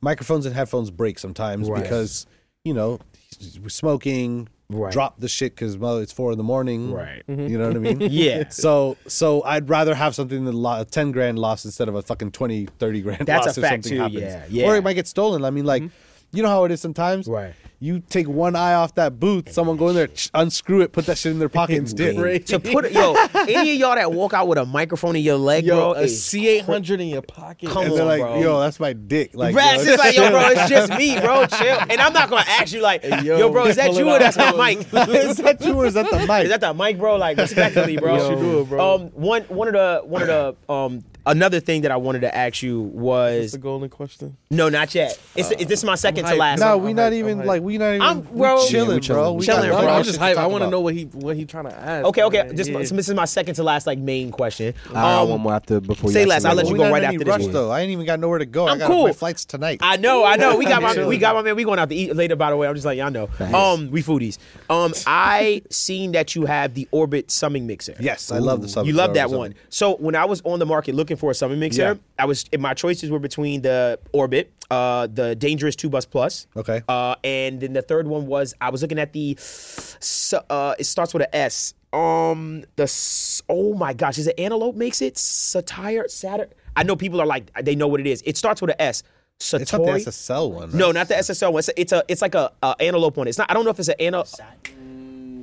D: microphones and headphones break sometimes because you know we're smoking.
A: Right.
D: Drop the shit because well, it's four in the morning.
A: Right.
D: You know what I mean?
A: Mm-hmm. Yeah.
D: So so I'd rather have something that lo- ten grand loss instead of a fucking 20, 30 grand
A: That's
D: loss
A: a
D: if
A: fact,
D: something
A: too,
D: happens.
A: yeah, yeah. Mm-hmm.
D: Or it might get stolen. I mean, like. You know how it is sometimes.
A: Right.
D: You take one eye off that booth, someone go in there, unscrew it, put that shit in their pocket, and dip.
A: to put yo, any of y'all that walk out with a microphone in your leg,
B: Yo,
A: bro,
B: a
A: is
B: C800 in your pocket.
A: Come
D: And
A: on.
D: they're like,
A: bro.
D: "Yo, that's my dick." Like,
A: Rats,
D: yo,
A: it's like, yo, bro, it's just me, bro. Chill. And I'm not gonna ask you like, yo,
B: yo,
A: bro, is that
B: pull it
A: you or
B: out,
A: that's my
B: bro.
A: mic?
D: is that you or is that the mic?
A: Is that the mic, bro? Like respectfully, bro.
B: Yes, you do, bro.
A: Um, one one of the one of the um another thing that I wanted to ask you
B: That's
A: was
B: the golden question.
A: no, not yet. It's, is this my second to
B: hyped.
A: last?
D: no,
B: I'm
D: we
B: hyped,
D: not
B: I'm
D: even
B: hyped.
D: like we not even.
A: I'm-
D: we
A: bro.
D: chilling,
C: chilling,
D: bro. We
A: chilling,
D: got
A: bro.
D: a lot of
B: I'm
A: I'm
D: shit
B: just
D: to
B: hype.
D: talk
B: I want to
D: about.
B: know what he what he trying to ask.
A: Okay, okay. This,
B: yeah.
A: this is my second to last like main question.
C: I got
A: Um,
C: one more after before
A: say
C: you
A: less,
C: ask me
A: I'll let
C: that
A: you go
C: one.
D: not in
A: right
D: any
A: after this
D: rush,
A: one.
D: though. I ain't even got nowhere to go.
A: I'm
D: I got
A: cool.
D: my flights tonight.
A: I know, I know. We got my we got my man. We going out to eat later. By the way, I'm just like y'all know. Um, we foodies. Um, I seen that you have the Orbit Summing Mixer.
D: yes, I love the sub.
A: You love that one. So when I was on the market looking for a summit mixer,
D: Yeah.
A: I was my choices were between the Orbit, uh, the Dangerous Two Bus Plus,
D: Okay.
A: uh, and then the third one was I was looking at the, su- uh, it starts with a S. Um, the s- oh my gosh, is it Antelope makes it Satire Saturn? I know people are like they know what it is. It starts with a S. Satori.
D: It's not the SSL one.
A: No,
D: right?
A: not the SSL one. It's a, it's a it's like a, a antelope one. It's not. I don't know if it's an antelope.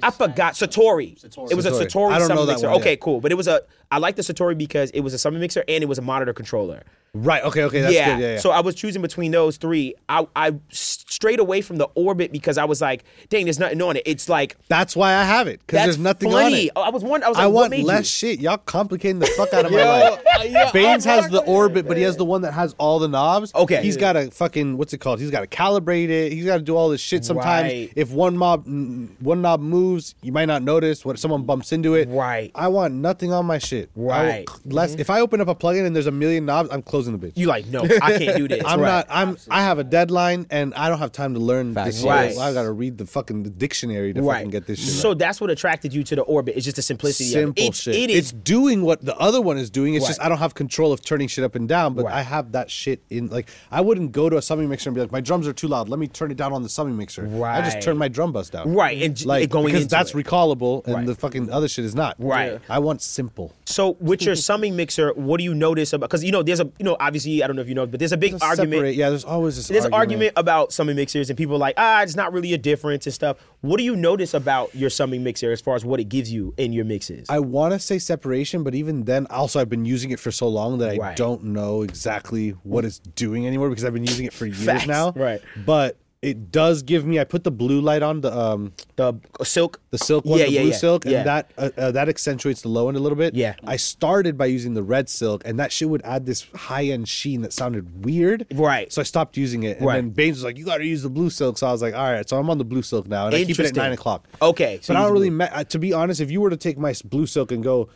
A: I forgot Satori. It was a
D: Satori.
A: Satori
D: I don't
A: summon
D: know that
A: mixer.
D: one,
A: okay,
D: yeah.
A: cool. But it was a. I like the Satori because it was a summon mixer and it was a monitor controller.
D: Right. Okay. Okay. That's
A: yeah.
D: good. Yeah. yeah.
A: So I was choosing between those three. I I strayed away from the orbit because I was like, dang, there's nothing on it. It's like
D: that's why I have it because
A: that's
D: there's nothing on
A: funny. Oh,
D: it.
A: I was one. I was like,
D: I
A: what
D: want
A: made
D: less
A: you?
D: shit. Y'all complicating the fuck out of my
B: Yo,
D: life.
B: uh, yeah,
D: Baines
B: I'm
D: has the
B: rocking it,
D: orbit, but he has the one that has all the knobs.
A: Okay.
D: He's
A: Yeah.
D: got to fucking what's it called? He's got to calibrate it. He's got to do all this shit sometimes.
A: Right.
D: If one mob mm, one knob moves, you might not notice. What if someone bumps into it?
A: Right.
D: I want nothing on my shit. I want
A: Right. Mm-hmm.
D: c- Less. If I open up a plugin and there's a million knobs, I'm closing the bitch.
A: You like no, I can't do this.
D: I'm
A: Right.
D: not. I'm. I have a deadline, and I don't have time to learn
C: Facts.
D: this shit.
A: Right.
D: I gotta read the fucking dictionary to fucking get this shit.
A: So that's what attracted you to the orbit. It's just the simplicity.
D: simple
A: of it. It's-
D: shit.
A: It is
D: it's doing what the other one is doing. It's
A: Right.
D: just I don't have control of turning shit up and down, but
A: Right.
D: I have that shit in. Like I wouldn't go to a summing mixer and be like, my drums are too loud. Let me turn it down on the summing mixer. I
A: Right.
D: just turn my drum bus down.
A: Right, and j-
D: like
A: it going
D: because
A: into
D: that's
A: it.
D: recallable, and
A: Right.
D: the fucking other shit is not.
A: Right. Yeah.
D: I want simple.
A: So with your summing mixer, what do you notice about? Because you know, there's a you know, obviously I don't know if you know, but there's a big argument.
D: Separate. Yeah. There's always this.
A: There's
D: argument.
A: argument about summing mixers and people are like ah, it's not really a difference and stuff. What do you notice about your summing mixer as far as what it gives you in your mixes?
D: I want to say separation, but even then, also I've been using it for so long that I
A: Right.
D: don't know exactly what it's doing anymore because I've been using it for years
A: Facts.
D: now.
A: Right.
D: But it does give me. I put the blue light on the um
A: the silk,
D: the silk one,
A: yeah,
D: the
A: yeah,
D: blue
A: yeah,
D: silk,
A: yeah.
D: and that uh, uh, that accentuates the low end a little bit.
A: Yeah.
D: I started by using the red silk, and that shit would add this high end sheen that sounded weird.
A: Right.
D: So I stopped using it, and
A: Right.
D: then Baines was like, "You got to use the blue silk." So I was like, "All right." So I'm on the blue silk now, and I keep it at
A: Interesting.
D: nine o'clock.
A: Okay, so
D: but
A: you use
D: I don't
A: the
D: really. Ma- uh, to be honest, if you were to take my s- blue silk and go.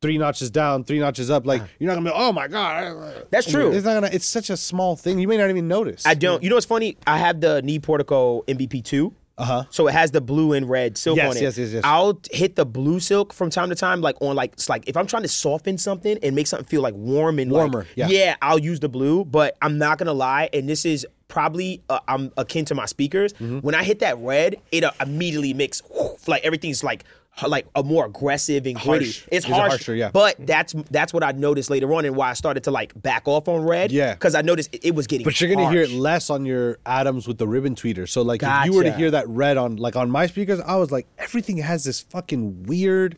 D: Three notches down, three notches up. Like you're not gonna be. Oh my god,
A: That's true.
D: It's not gonna. It's such a small thing. You may not even notice.
A: I don't. You know what's funny? I have the knee portico MBP two. Uh huh. So it has the blue and red silk
D: Uh-huh.
A: on
D: Yes,
A: it.
D: yes, yes, yes.
A: I'll t- hit the blue silk from time to time, like on like it's like if I'm trying to soften something and make something feel like warm and like-
D: Warmer, yeah.
A: I'll use the blue, but I'm not gonna lie, and this is probably uh,
D: Mm-hmm.
A: I'm akin to my speakers. When I hit that red, it uh, immediately makes whoosh, like everything's like like a more aggressive and gritty.
D: Harsh.
A: It's
D: It's a
A: harsh,
D: harsher, yeah.
A: But that's that's what I noticed later on and why I started to like back off on red.
D: Yeah.
A: because I noticed it, it was getting.
D: But you're gonna hear it
A: harsh.
D: less on your Adams with the ribbon tweeter. So like if you were to
A: Gotcha.
D: hear that red on like on my speakers, I was like, everything has this fucking weird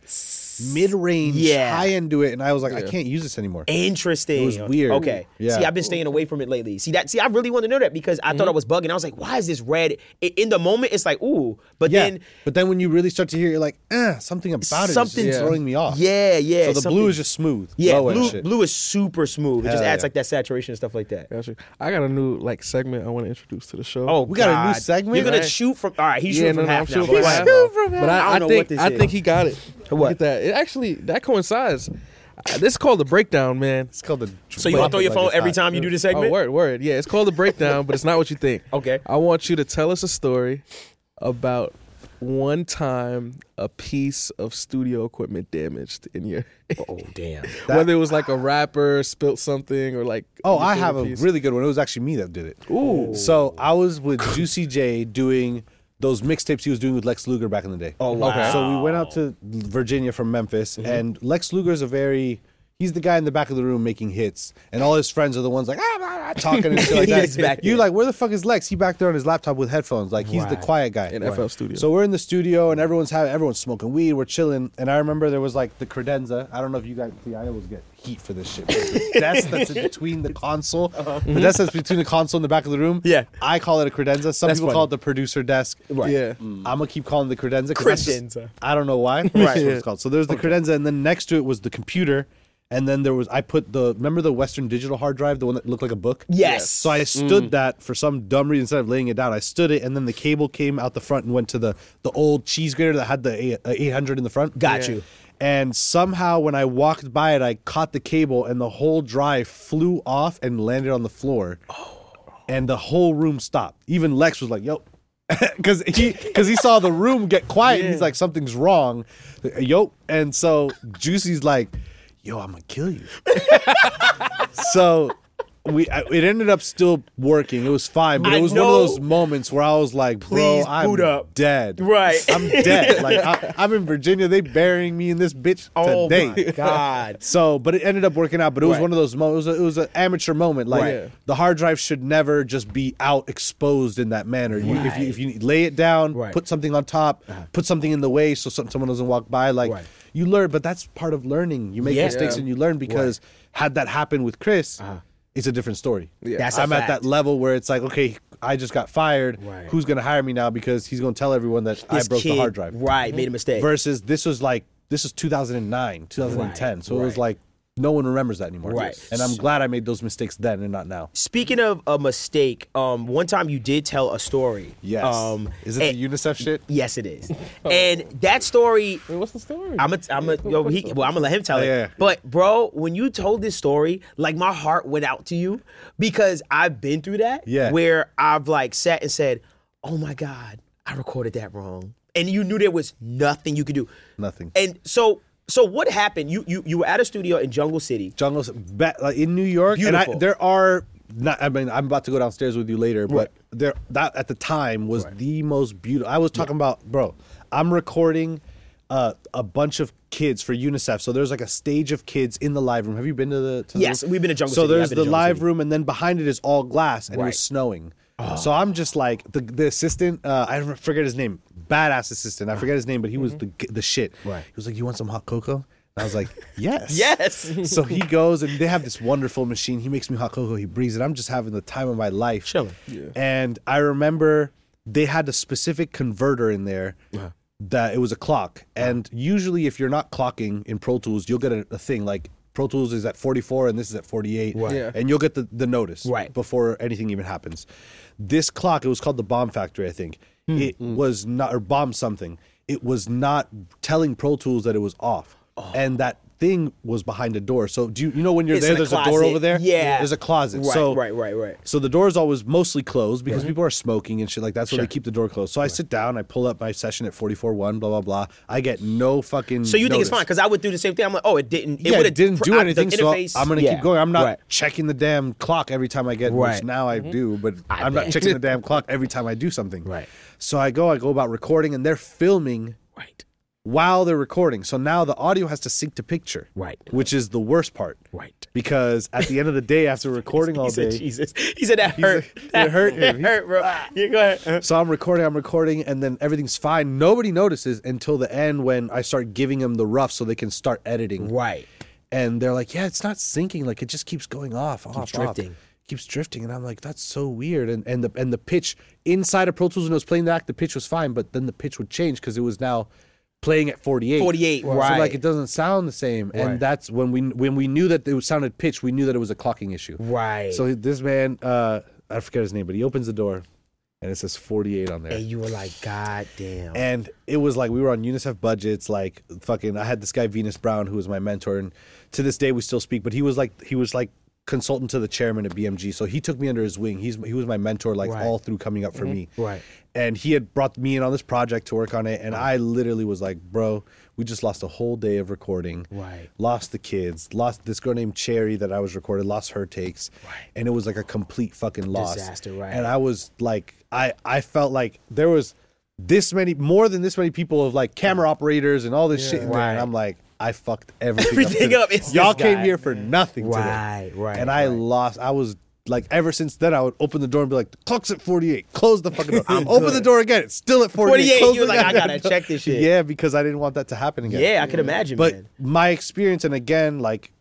D: mid range
A: Yeah.
D: high end to it, and I was like, I can't use this anymore.
A: Interesting. It
D: was weird.
A: Okay.
D: Yeah. Mm-hmm.
A: See, I've been staying away from it lately. See that? See, I really want to know that because I thought I was bugging. I was like, why is this red? I- in the moment, it's like, ooh. But
D: yeah.
A: then,
D: but then when you really start to hear, it, you're like, eh, something about it is just
A: Something's-
D: throwing me off.
A: yeah, yeah.
D: So the
A: something-
D: blue is just smooth.
A: Yeah,
D: low-end
A: blue,
D: shit.
A: blue is super smooth. It just
D: Hell
A: adds
D: yeah.
A: like that saturation and stuff like that.
B: Gotcha. I got a new like segment I want to introduce to the show.
A: Oh,
D: We got a new
A: God.
D: segment,
A: You're gonna
D: right?
A: shoot from. All right, he's
B: yeah,
A: shooting
B: no,
A: from
B: no, I'm
A: half now.
B: shooting from
A: Go
B: half.
A: ahead.
B: But I,
A: I
B: I
A: don't know what
B: think
A: this
B: I
A: is.
B: think he got it.
A: What?
B: Look at that. It actually that coincides. Uh, This is called the breakdown, man.
D: It's called the.
A: So you want to throw your phone every time you do the segment?
B: Oh, word, word. Yeah, it's called the breakdown, but it's not what you think.
A: Okay.
B: I want you to tell us a story about one time a piece of studio equipment damaged in your
A: Oh damn.
B: whether it was like a rapper spilt something or like
D: Oh,
B: your
D: I
B: favorite
D: have a
B: piece.
D: really good one. It was actually me that did it. Ooh. So I was with Juicy J doing those mixtapes he was doing with Lex Luger back in the day.
A: Oh, wow. Mm-hmm. Okay.
D: So we went out to Virginia from Memphis, and Lex Luger's a very He's the guy in the back of the room making hits, and all his friends are the ones like ah, ah, ah, talking and shit like
A: He's
D: that.
A: back
D: You're
A: there.
D: like, where the fuck is Lex? He back there on his laptop with headphones, like he's the
A: Right.
D: quiet guy
B: In FL studio.
D: So we're in the studio, and everyone's having, everyone's smoking weed. We're chilling, and I remember there was like the credenza. I don't know if you guys see. I always get heat for this shit. but the desk that's in between the console, the desk that's between the console and the back of the room.
A: Uh-huh. Yeah.
D: I call it a credenza. Some
A: That's
D: people
A: funny.
D: call it the producer desk. Mm.
A: Right.
B: Yeah.
D: I'm gonna keep calling it the credenza. 'cause that's just-
A: Credenza.
D: I don't know why. That's what it's called. So there's the credenza, and then next to it was the computer, and then there was I put the remember the Western Digital hard drive, the one that looked like a book.
A: Yes.
D: So I stood
A: Mm.
D: that for some dumb reason instead of laying it down, I stood it, and then the cable came out the front and went to the the old cheese grater that had the eight- uh, 800 in the front.
A: Got Yeah. you.
D: And somehow, when I walked by it, I caught the cable, and the whole drive flew off and landed on the floor. And the whole room stopped. Even Lex was like, "Yo." Because he, because he saw the room get quiet, and he's like, "Something's wrong, yo." And so Juicy's like, "Yo, I'm gonna kill you." so we I, it ended up still working. It was fine, but
A: I
D: it was one
A: know.
D: of those moments where I was like, "Bro,
A: Please
D: I'm
A: boot up."
D: dead.
A: Right.
D: I'm dead. like I, I'm in Virginia. They burying me in this bitch
A: Oh
D: today."
A: my God.
D: So, but it ended up working out. But it was
A: Right.
D: one of those moments. It was, a- it was an amateur moment. Like
B: Right.
D: the hard drive should never just be out exposed in that manner. You, if you if you lay it down,
A: Right. Uh-huh.
D: put something on top, put something in the way so some, someone doesn't walk by. Like
A: Right.
D: you learn, but that's part of learning. You make
A: Yeah. Uh-huh.
D: mistakes
A: Yeah.
D: and you learn because had that happened with Chris, it's a different story.
A: That's a
D: I'm
A: fact.
D: at that level where it's like, okay, I just got fired.
A: Right.
D: Who's gonna hire me now? Because he's gonna tell everyone that I
A: This
D: broke
A: kid,
D: the hard drive
A: Right, made a mistake.
D: versus this was like this was 2009 2010 so it was like no one remembers that anymore
A: Right.
D: and i'm glad i made those mistakes then and not now
A: Speaking of a mistake, um, one time you did tell a story. Um,
D: is it Oh.
A: and-
D: the unicef shit
A: Yes, it is. And that story,
B: Wait, what's the story?
A: I'm a, I'm a, yo, he, well, I'm gonna let him tell it.
D: Yeah, yeah.
A: But bro, when you told this story, like my heart went out to you because I've been through that.
D: Yeah.
A: Where I've like sat and said, "Oh my God, I recorded that wrong," and you knew there was nothing you could do.
D: Nothing.
A: And so, so what happened? You you you were at a studio in Jungle City.
D: jungles ba- like in new york and
A: Beautiful.
D: I, there are not, I mean, I'm about to go downstairs with you later, but there that at the time was the most beautiful. I was talking about, bro. I'm recording uh, a bunch of kids for UNICEF, so there's like a stage of kids in the live room. Have you been to the? To the
A: Yes,
D: room?
A: we've been to Jungle
D: So
A: City. I've
D: there's
A: been
D: the
A: to Jungle
D: live
A: City.
D: room, and then behind it is all glass, and it
A: Right. Oh.
D: was snowing. So I'm just like the, the assistant. Uh, I don't- forget his name. Badass assistant. I forget his name, but he was the the shit.
A: Mm-hmm. Right.
D: He was like, "You want some hot cocoa?" And I was like, "Yes,
A: Yes.
D: so he goes and they have this wonderful machine. He makes me hot cocoa. He brings it. I'm just having the time of my life.
A: Chilling.
D: And I remember they had a specific converter in there that it was a clock. And usually, if you're not clocking in Pro Tools, you'll get a, a thing like Pro Tools is at 44 and this is at 48.
A: Right.
B: Yeah.
D: And you'll get the, the notice
A: Right.
D: before anything even happens. This clock, it was called the Bomb Factory, I think.
A: Hmm.
D: It was not, or Bomb something. It was not telling Pro Tools that it was off. And that thing was behind a door. So do you, you know when you're
A: Oh. It's
D: there,
A: in a
D: there's a door
A: closet.
D: over there?
A: Yeah.
D: There's a closet.
A: Right,
D: so,
A: right, right, right.
D: So the door is always mostly closed because people are smoking and shit like that. So they keep the door closed. So I sit down, I pull up my session at 44.1, blah, blah, blah. I get no fucking.
A: So you think it's
D: notice
A: fine? Because I would do the same thing. I'm like, oh, it didn't. It
D: yeah,
A: would
D: it didn't do anything.
A: The
D: So
A: interface-
D: I'm gonna
A: Yeah.
D: keep going. I'm not
A: Right.
D: checking the damn clock every time I get.
A: Right. Mm-hmm.
D: Which now I do, but I am
A: bet.
D: not checking the damn clock every time I do something.
A: Right.
D: So I go. I go about recording, and they're filming
A: Right.
D: while they're recording. So now the audio has to sync to picture.
A: Right.
D: Which is the worst part.
A: Right.
D: Because at the end of the day, after recording all
A: He said,
D: day,
A: Jesus. He said that
D: He's
A: hurt.
D: like, it hurt him.
A: It hurt, bro. Yeah, go ahead. Uh,
D: so I'm recording, I'm recording, and then everything's fine. Nobody notices until the end when I start giving them the rough so they can start editing.
A: Right.
D: And they're like, yeah, it's not syncing. Like it just keeps going off, keeps off,
A: drifting.
D: Off. Keeps drifting, and I'm like, that's so weird. And and the and the pitch inside of Pro Tools when I was playing that, the pitch was fine, but then the pitch would change because it was now playing at 48.
A: 48,
D: So
A: right.
D: like it doesn't sound the same. And that's when we when we knew that it sounded pitch, we knew that it was a clocking issue.
A: Right.
D: So this man, uh, I forget his name, but he opens the door, and it says 48 on there.
A: and you were like, God damn.
D: And it was like we were on UNICEF budgets, like fucking. I had this guy Venus Brown who was my mentor, and to this day we still speak. But he was like he was like consultant to the chairman at BMG, so he took me under his wing. He's he was my mentor, like all through coming up for me.
A: Mm-hmm. Right.
D: And he had brought me in on this project to work on it, and I literally was like, bro, we just lost a whole day of recording.
A: Right.
D: Lost the kids. Lost this girl named Cherry that I was recorded. Lost her takes. Right. And it was like a complete fucking loss.
A: Disaster, right.
D: And I was like, I I felt like there was this many more than this many people of like camera operators and all this shit. in there.
A: Right.
D: And I'm like, I fucked everything,
A: Everything
D: up.
A: up.
D: today.
A: It's
D: Y'all
A: this
D: came
A: guy.
D: here for nothing
A: Right,
D: today.
A: right,
D: And I
A: right.
D: lost. I was like, ever since then, I would open the door and be like, the clock's at 48. Close the fucking door. open the door again. It's still at 48.
A: 48,
D: Close
A: you were
D: the
A: like, I
D: goddamn
A: gotta check this shit.
D: Yeah, because I didn't want that to happen again.
A: yeah, I could imagine.
D: But
A: man.
D: my experience, and again, like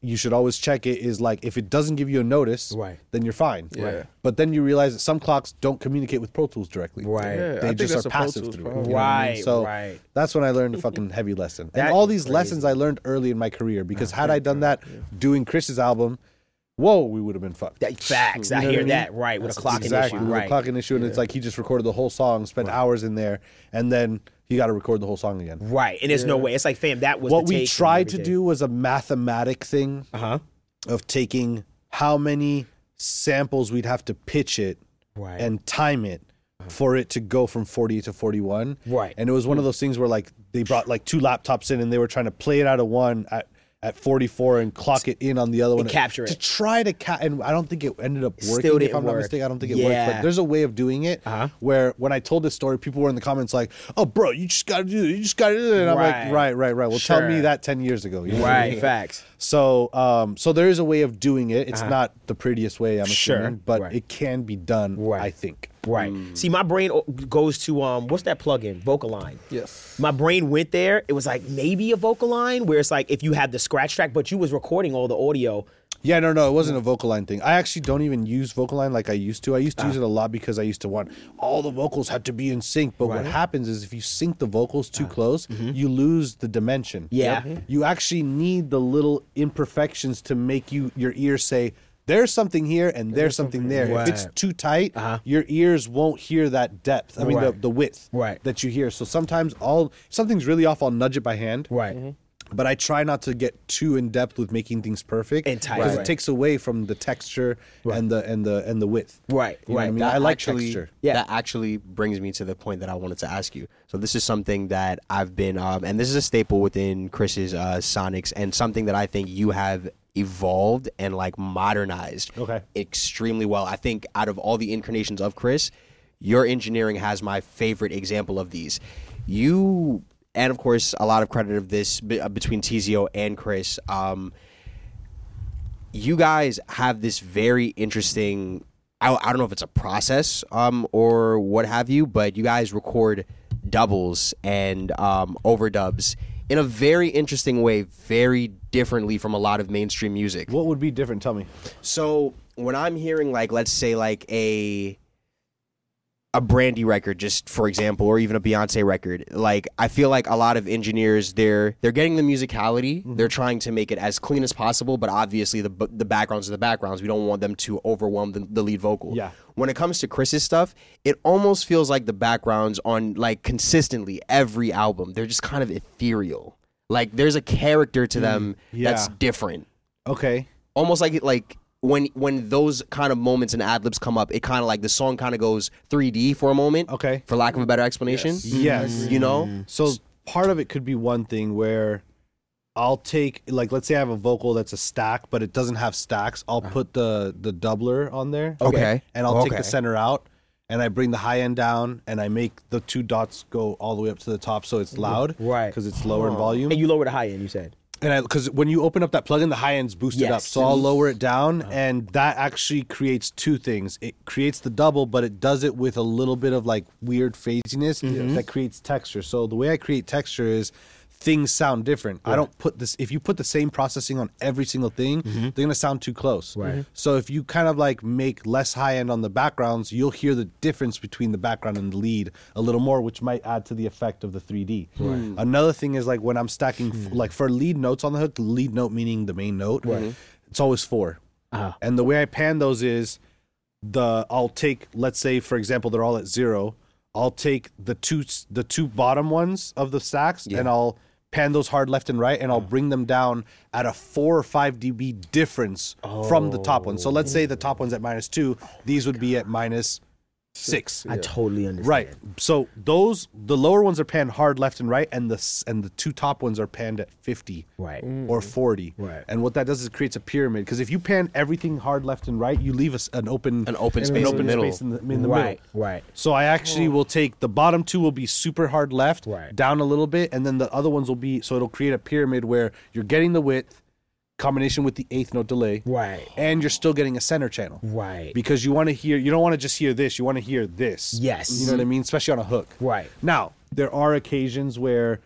D: you should always check it, is like if it doesn't give you a notice,
A: Right.
D: then you're fine.
B: Yeah.
D: But then you realize that some clocks don't communicate with Pro Tools directly.
A: Right.
B: Yeah, I
D: They
B: think
D: just
B: that's
D: are
B: a Pro
D: passive
B: Tools
D: through. it,
B: problem.
D: you know what I
A: Right,
D: mean? So
A: right.
D: that's when I learned a fucking heavy lesson.
A: That
D: and all
A: is
D: these
A: crazy.
D: lessons I learned early in my career because had I done that doing Chris's album, whoa, we would have been fucked.
A: That- facts. I
D: You know what
A: hear
D: mean?
A: that. Right. With a clocking
D: exactly,
A: issue.
D: with
A: Right.
D: a clocking issue, and it's like he just recorded the whole song, spent hours in there, and then he got to record the whole song again
A: right. And there's no way. It's like, fam, that was
D: what
A: the
D: we
A: take and
D: tried to
A: everything.
D: do was a mathematic thing
A: Uh-huh.
D: of taking how many samples we'd have to pitch it
A: Right. Uh-huh.
D: and time it for it to go from 40 to 41
A: Right.
D: and it was one of those things where like they brought like two laptops in and they were trying to play it out of one at at 44 and clock it in on the other one
A: capture
D: to
A: it.
D: try to ca- and I don't think it ended up working
A: Still
D: if
A: didn't
D: I'm not
A: work.
D: mistaken I don't think it worked
A: Yeah. Uh-huh.
D: but there's a way of doing it where when I told this story people were in the comments like oh bro you just gotta do it you just gotta do it and I'm
A: Right.
D: like right right right well tell me
A: Sure.
D: that 10 years ago you know what I
A: Right.
D: mean?
A: Facts.
D: So, um, so there is a way of doing it. It's not the prettiest way, I'm
A: Uh-huh. Sure.
D: assuming, but
A: Right.
D: it can be done.
A: Right.
D: I think.
A: Right.
D: Mm.
A: See, my brain o- goes to um, what's that plugin? Vocaline.
B: Yes.
A: My brain went there. It was like maybe a Vocaline, where it's like if you had the scratch track, but you was recording all the audio.
D: Yeah, no, no, it wasn't a Vocaline thing. I actually don't even use Vocaline like I used to. I used to
A: Ah.
D: use it a lot because I used to want all the vocals had to be in sync. But what happens is if you sync the vocals too close, you lose the dimension.
A: Ah. Mm-hmm. Yeah. Mhm.
D: You actually need the little imperfections to make you your ears say. There's something here and there's something there. If it's
A: Right. Uh-huh.
D: too tight, your ears won't hear that depth. I mean, the,
A: Right.
D: the width
A: Right.
D: that you hear. So sometimes all if something's really off. I'll nudge it by hand
A: Right.
D: but I try not to get too in depth with making things perfect
A: And tight.
D: because
A: Right.
D: it takes away from the texture and the and the and the width.
A: Right,
D: You know what
A: right.
D: I mean,
C: That
D: I like
C: actually,
D: texture.
A: Yeah.
C: That actually brings me to the point that I wanted to ask you. So this is something that I've been, um, and this is a staple within Chris's uh, Sonics, and something that I think you have evolved and like modernized
D: Okay.
C: extremely well. I think out of all the incarnations of Chris, your engineering has my favorite example of these. You, and of course, a lot of credit of this be- uh, between Tizio and Chris. Um, you guys have this very interesting I, I don't know if it's a process um, or what have you but you guys record doubles and um, overdubs in a very interesting way very differently from a lot of mainstream music
D: What would be different? Tell me.
C: so when i'm hearing like let's say like a a brandy record just for example or even a beyonce record like i feel like a lot of engineers they're they're getting the musicality
D: Mm-hmm.
C: they're trying to make it as clean as possible but obviously the b- the backgrounds are the backgrounds we don't want them to overwhelm the, the lead vocal
D: Yeah.
C: when it comes to chris's stuff it almost feels like the backgrounds on like consistently every album they're just kind of ethereal like there's a character to them that's
D: Mm, yeah.
C: different
D: Okay.
C: almost like it like when when those kind of moments and ad libs come up, it kind of like the song kind of goes 3D for a moment.
D: Okay.
C: For lack of a better explanation.
D: Yes. Mm-hmm.
C: You know.
D: So part of it could be one thing where I'll take like let's say I have a vocal that's a stack, but it
A: Uh-huh.
D: doesn't have stacks. I'll put the the doubler on there.
C: Okay.
D: And I'll take
C: Okay.
D: the center out. And and I bring the high end down and I make the two dots go all the way up to the top so it's loud,
A: Right.
D: Because it's lower in volume.
A: And you lower the high end, you said.
D: And I because when you open up that plugin, the high end's boosted up.
A: Yes.
D: So I'll lower it down, and that actually creates two things. It creates the double, but it does it with a little bit of like weird phasiness that creates texture. So the way I create texture is things sound different. I don't put this if you put the same processing on every single thing, they're gonna sound too close. Right. So if you kind of like make less high end on the backgrounds, you'll hear the difference between the background and the lead a little more, which might add to the effect of the 3D. Another thing is like when I'm stacking f- like for lead notes on the hook, lead note meaning the main note, it's always 4
A: Uh-huh.
D: And the way I pan those is the I'll take let's say for example they're all at zero. I'll take the two s- the two bottom ones of the stacks and I'll pan those hard left and right and
A: Uh-huh.
D: I'll bring them down at a four or five dB difference from the top one. So let's say the top one's at minus two,
A: Oh
D: these would be at minus six.
A: I totally understand.
D: Right. So those the lower ones are panned hard left and right, and the s- and the two top ones are panned at fifty,
A: Right.
D: or forty,
A: Mm. Right.
D: And what that does is it creates a pyramid because if you pan everything hard left and right, you leave us an open
C: An open space in the middle.
D: space in the, in the
A: right.
D: middle.
A: Right.
D: So I actually will take the bottom two will be super hard left,
A: Right.
D: down a little bit, and then the other ones will be so it'll create a pyramid where you're getting the width, combination with the eighth note delay,
A: Right.
D: and you're still getting a center channel,
A: Right.
D: Because you want to hear, you don't want to just hear this, you want to hear this.
A: Yes.
D: you know what I mean, especially on a hook,
A: Right.
D: Now there are occasions where.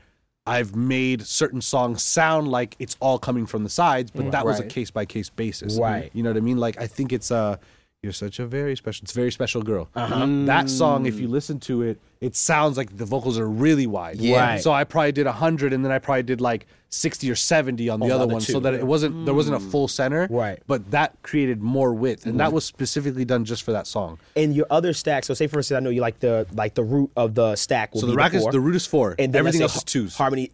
D: I've made certain songs sound like it's all coming from the sides, but that was a
C: Right.
D: case by case basis.
A: Right.
D: You know what I mean? Like I think it's uh you're such a very special it's a very special girl.
A: Uh-huh.
D: That song, if you listen to it, it sounds like the vocals are really wide.
C: Yeah.
A: Right.
D: So I probably did hundred and then I probably did like sixty or seventy on the other
A: other
D: one. So
A: Oh, two. Mm.
D: that it wasn't there wasn't a full center.
A: Right. Mm.
D: But that created more width. And that was specifically done just for that song.
A: And your other stack. So say for instance, I know you like the like the root of the stack. Will
D: So
A: be
D: the rack is
A: four.
D: the root is four.
A: and
D: And
A: then
D: everything
A: let's
D: else
A: say
D: is twos.
A: Harmony.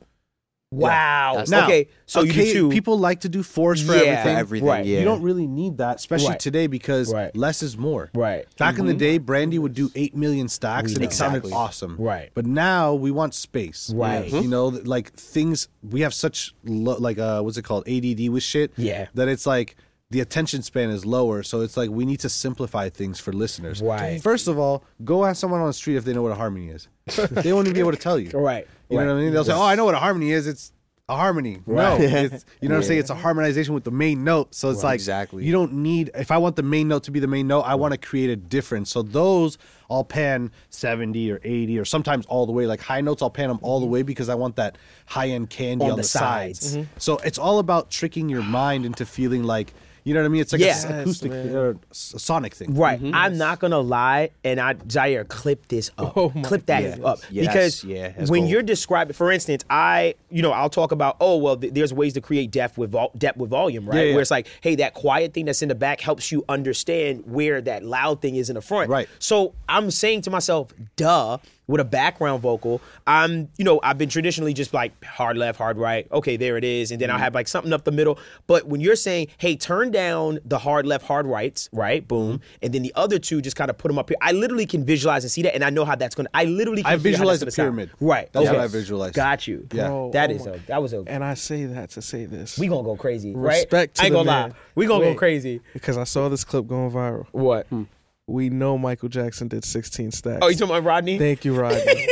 A: Wow.
C: That's-
D: Now,
A: okay. So you do
D: okay,
A: two.
D: people like to do fours for
A: Yeah.
D: everything.
A: For
C: everything,
A: Right.
C: yeah.
D: You don't really need that, especially
A: Right.
D: today, because
A: Right.
D: less is more.
A: Right.
D: Back in the day, Brandy would do eight million stacks, and it
C: Exactly.
D: sounded awesome.
A: Right.
D: But now we want space.
A: Right.
D: You know, th- like things we have such lo- like uh, what's it called ADD with shit.
A: Yeah.
D: That it's like the attention span is lower, so it's like we need to simplify things for listeners.
A: Right.
D: First of all, go ask someone on the street if they know what a harmony is. they won't even be able to tell you.
A: Right.
D: You know what I mean? They'll say, "Oh, I know what a harmony is. It's a harmony." No, it's, you know what I'm saying? It's a harmonization with the main note. So it's like
C: Exactly.
D: You don't need. If I want the main note to be the main note, I want to create a difference. So those I'll pan 70 or 80 or sometimes all the way. Like high notes, I'll pan them all the way because I want that high end candy
A: On
D: on,
A: the
D: the,
A: sides.
D: sides. So it's all about tricking your mind into feeling like you know what I mean. It's like a
A: Yeah.
D: s- acoustic thing or s- sonic thing.
A: Right. I'm not gonna lie, and I Zaire clip this up. clip that up
C: Yeah,
A: because
C: that's- yeah, that's
A: when
C: gold.
A: you're describing, for instance, I you know I'll talk about oh well th- there's ways to create depth with vol- depth with volume right
D: yeah.
A: where it's like hey that quiet thing that's in the back helps you understand where that loud thing is in the front
D: Right.
A: So I'm saying to myself, duh. With a background vocal, I'm, you know, I've been traditionally just like hard left, hard right. Okay, there it is, and then
D: Mm-hmm.
A: I'll have like something up the middle. But when you're saying, hey, turn down the hard left, hard rights, right, boom,
D: Mm-hmm.
A: and then the other two, just kind of put them up here. I literally can visualize and see that, and I know how that's gonna. I literally can
D: I
A: figure out how that's
D: visualize a
A: gonna sound.
D: pyramid.
A: Right,
D: That's
A: okay.
D: what I visualize.
A: Got you.
D: Yeah.
B: Bro,
A: that
B: oh
A: is
B: my-
A: a that was a.
B: And I say that to say this.
A: we gonna go crazy, right?
B: Respect to
A: I ain't
B: the
A: gonna
B: man.
A: lie. We gonna go
B: Wait.
A: crazy.
B: because I saw this clip going viral.
A: What?
B: We know Michael Jackson did 16 stacks.
A: Oh, you talking about Rodney?
B: Thank you, Rodney.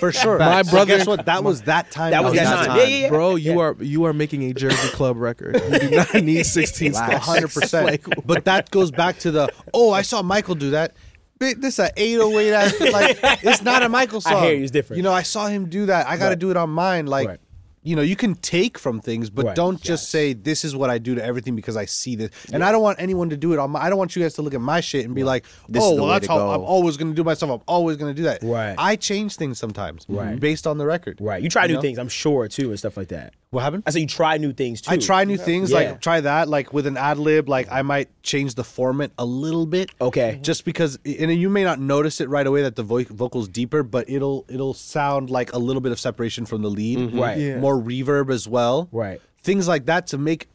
D: For sure.
B: My
D: So
B: brother-
D: guess what? That was that time.
A: that was that time. Yeah, yeah, yeah.
B: Bro, you are you are making a Jersey Club record. You do not need 16
D: A
B: stacks.
D: hundred percent. But that goes back to the oh, I saw Michael do that. Bi- This a eight oh eight. Like it's not a Michael
A: I
D: song.
A: hear you, it's different.
D: You know, I saw him do that. I got to do it on mine. Like.
A: Right.
D: You know, you can take from things, but
A: Right.
D: don't just say this is what I do to everything because I see this. And I don't want anyone to do it on my. I don't want you guys to look at my shit and be like,
C: is
D: "Oh,
C: the
D: well,
C: way
D: that's
C: to
D: how
C: go."
D: I'm always going to do myself. I'm always going to do that."
A: Right.
D: I change things sometimes,
A: Right.
D: based on the record.
A: Right. You try new
D: know?
A: things, I'm sure, too, and stuff like that.
D: What happened?
A: I say you try new things too.
D: I try new things,
A: Yeah.
D: like try that, like with an ad lib, like I might change the format a little bit.
A: Okay.
D: Just because, and you may not notice it right away that the vo- vocal's deeper, but it'll it'll sound like a little bit of separation from the
A: Right.
D: lead,
A: Mm-hmm. Yeah.
D: More reverb as well,
A: Right.
D: Things like that to make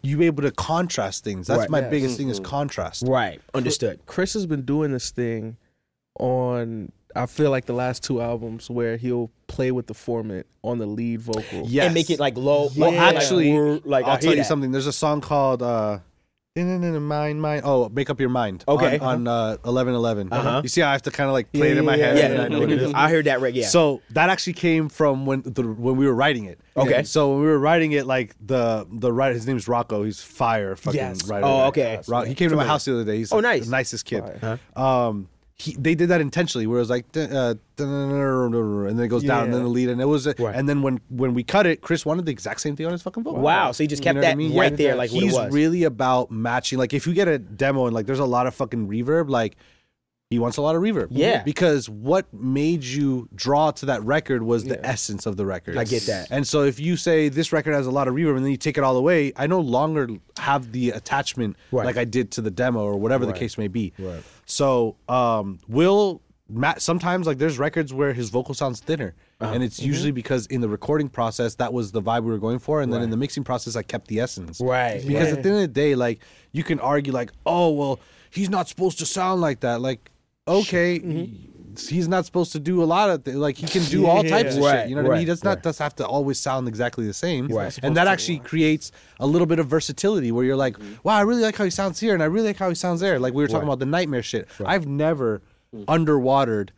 D: you able to contrast things. That's
A: Right.
D: my
B: Yes.
D: biggest thing is contrast.
A: Right. Understood.
B: Chris has been doing this thing on I feel like the last two albums where he'll play with the format on the lead vocal.
D: Yes.
A: And make it like low.
D: Well,
A: like,
D: actually,
A: we're- like, I
D: I'll
A: hear
D: tell you
A: that.
D: something. There's a song called uh, Mind, mind. Oh, make up your mind.
A: Okay.
D: On, on uh, eleven eleven.
A: Uh-huh.
D: You see, how I have to kind of like play
A: Yeah,
D: it in my
A: yeah,
D: head.
A: yeah.
D: and
A: Yeah,
D: I know what it is.
A: I heard that right- yeah.
D: So that actually came from when the, when we were writing it.
A: Okay.
D: So when we were writing it, like the the writer, his name's Rocco. He's fire fucking
A: Yes.
D: writer.
A: Oh, okay.
D: Ro- he came to my house the other day. He's
A: Oh,
D: like,
A: nice.
D: the nicest kid. Um, he, they did that intentionally, where it was like, "Duh, uh, duh, duh, duh, duh, duh, duh," and then it goes down, and then
B: Yeah.
D: the lead, and it was,
B: Right.
D: and then when when we cut it, Chris wanted the exact same thing on his fucking vocal.
A: Wow, so he just kept
D: what
A: that right there, like what it
D: he's
A: was.
D: really about matching. Like if you get a demo and like there's a lot of fucking reverb, like he wants a lot of reverb.
A: Yeah.
D: because what made you draw to that record was the essence of the record.
A: I get that.
D: And so if you say this record has a lot of reverb and then you take it all away, I no longer have the attachment
A: Right.
D: like I did to the demo or whatever the case may be. Right. So um, Will Matt sometimes like there's records where his vocal sounds thinner.
A: Uh-huh.
D: And
A: Mm-hmm.
D: it's usually because in the recording process that was the vibe we were going for, and then in the mixing process I kept the essence.
A: Right,
D: Because
A: right.
D: at the end of the day, like you can argue like, oh well, he's not supposed to sound like that. Like, okay,
A: Mm-hmm.
D: he's not supposed to do a lot of thi- like he can do all types of
A: Right,
D: shit. You know what I mean? He
A: right,
D: does not does have to always sound exactly the same.
A: Right.
D: And that actually creates a little bit of versatility where you're like,
A: Mm-hmm.
D: wow, I really like how he sounds here, and I really like how he sounds there. Like we were talking about the nightmare shit. I've never
A: Mm.
D: underwatered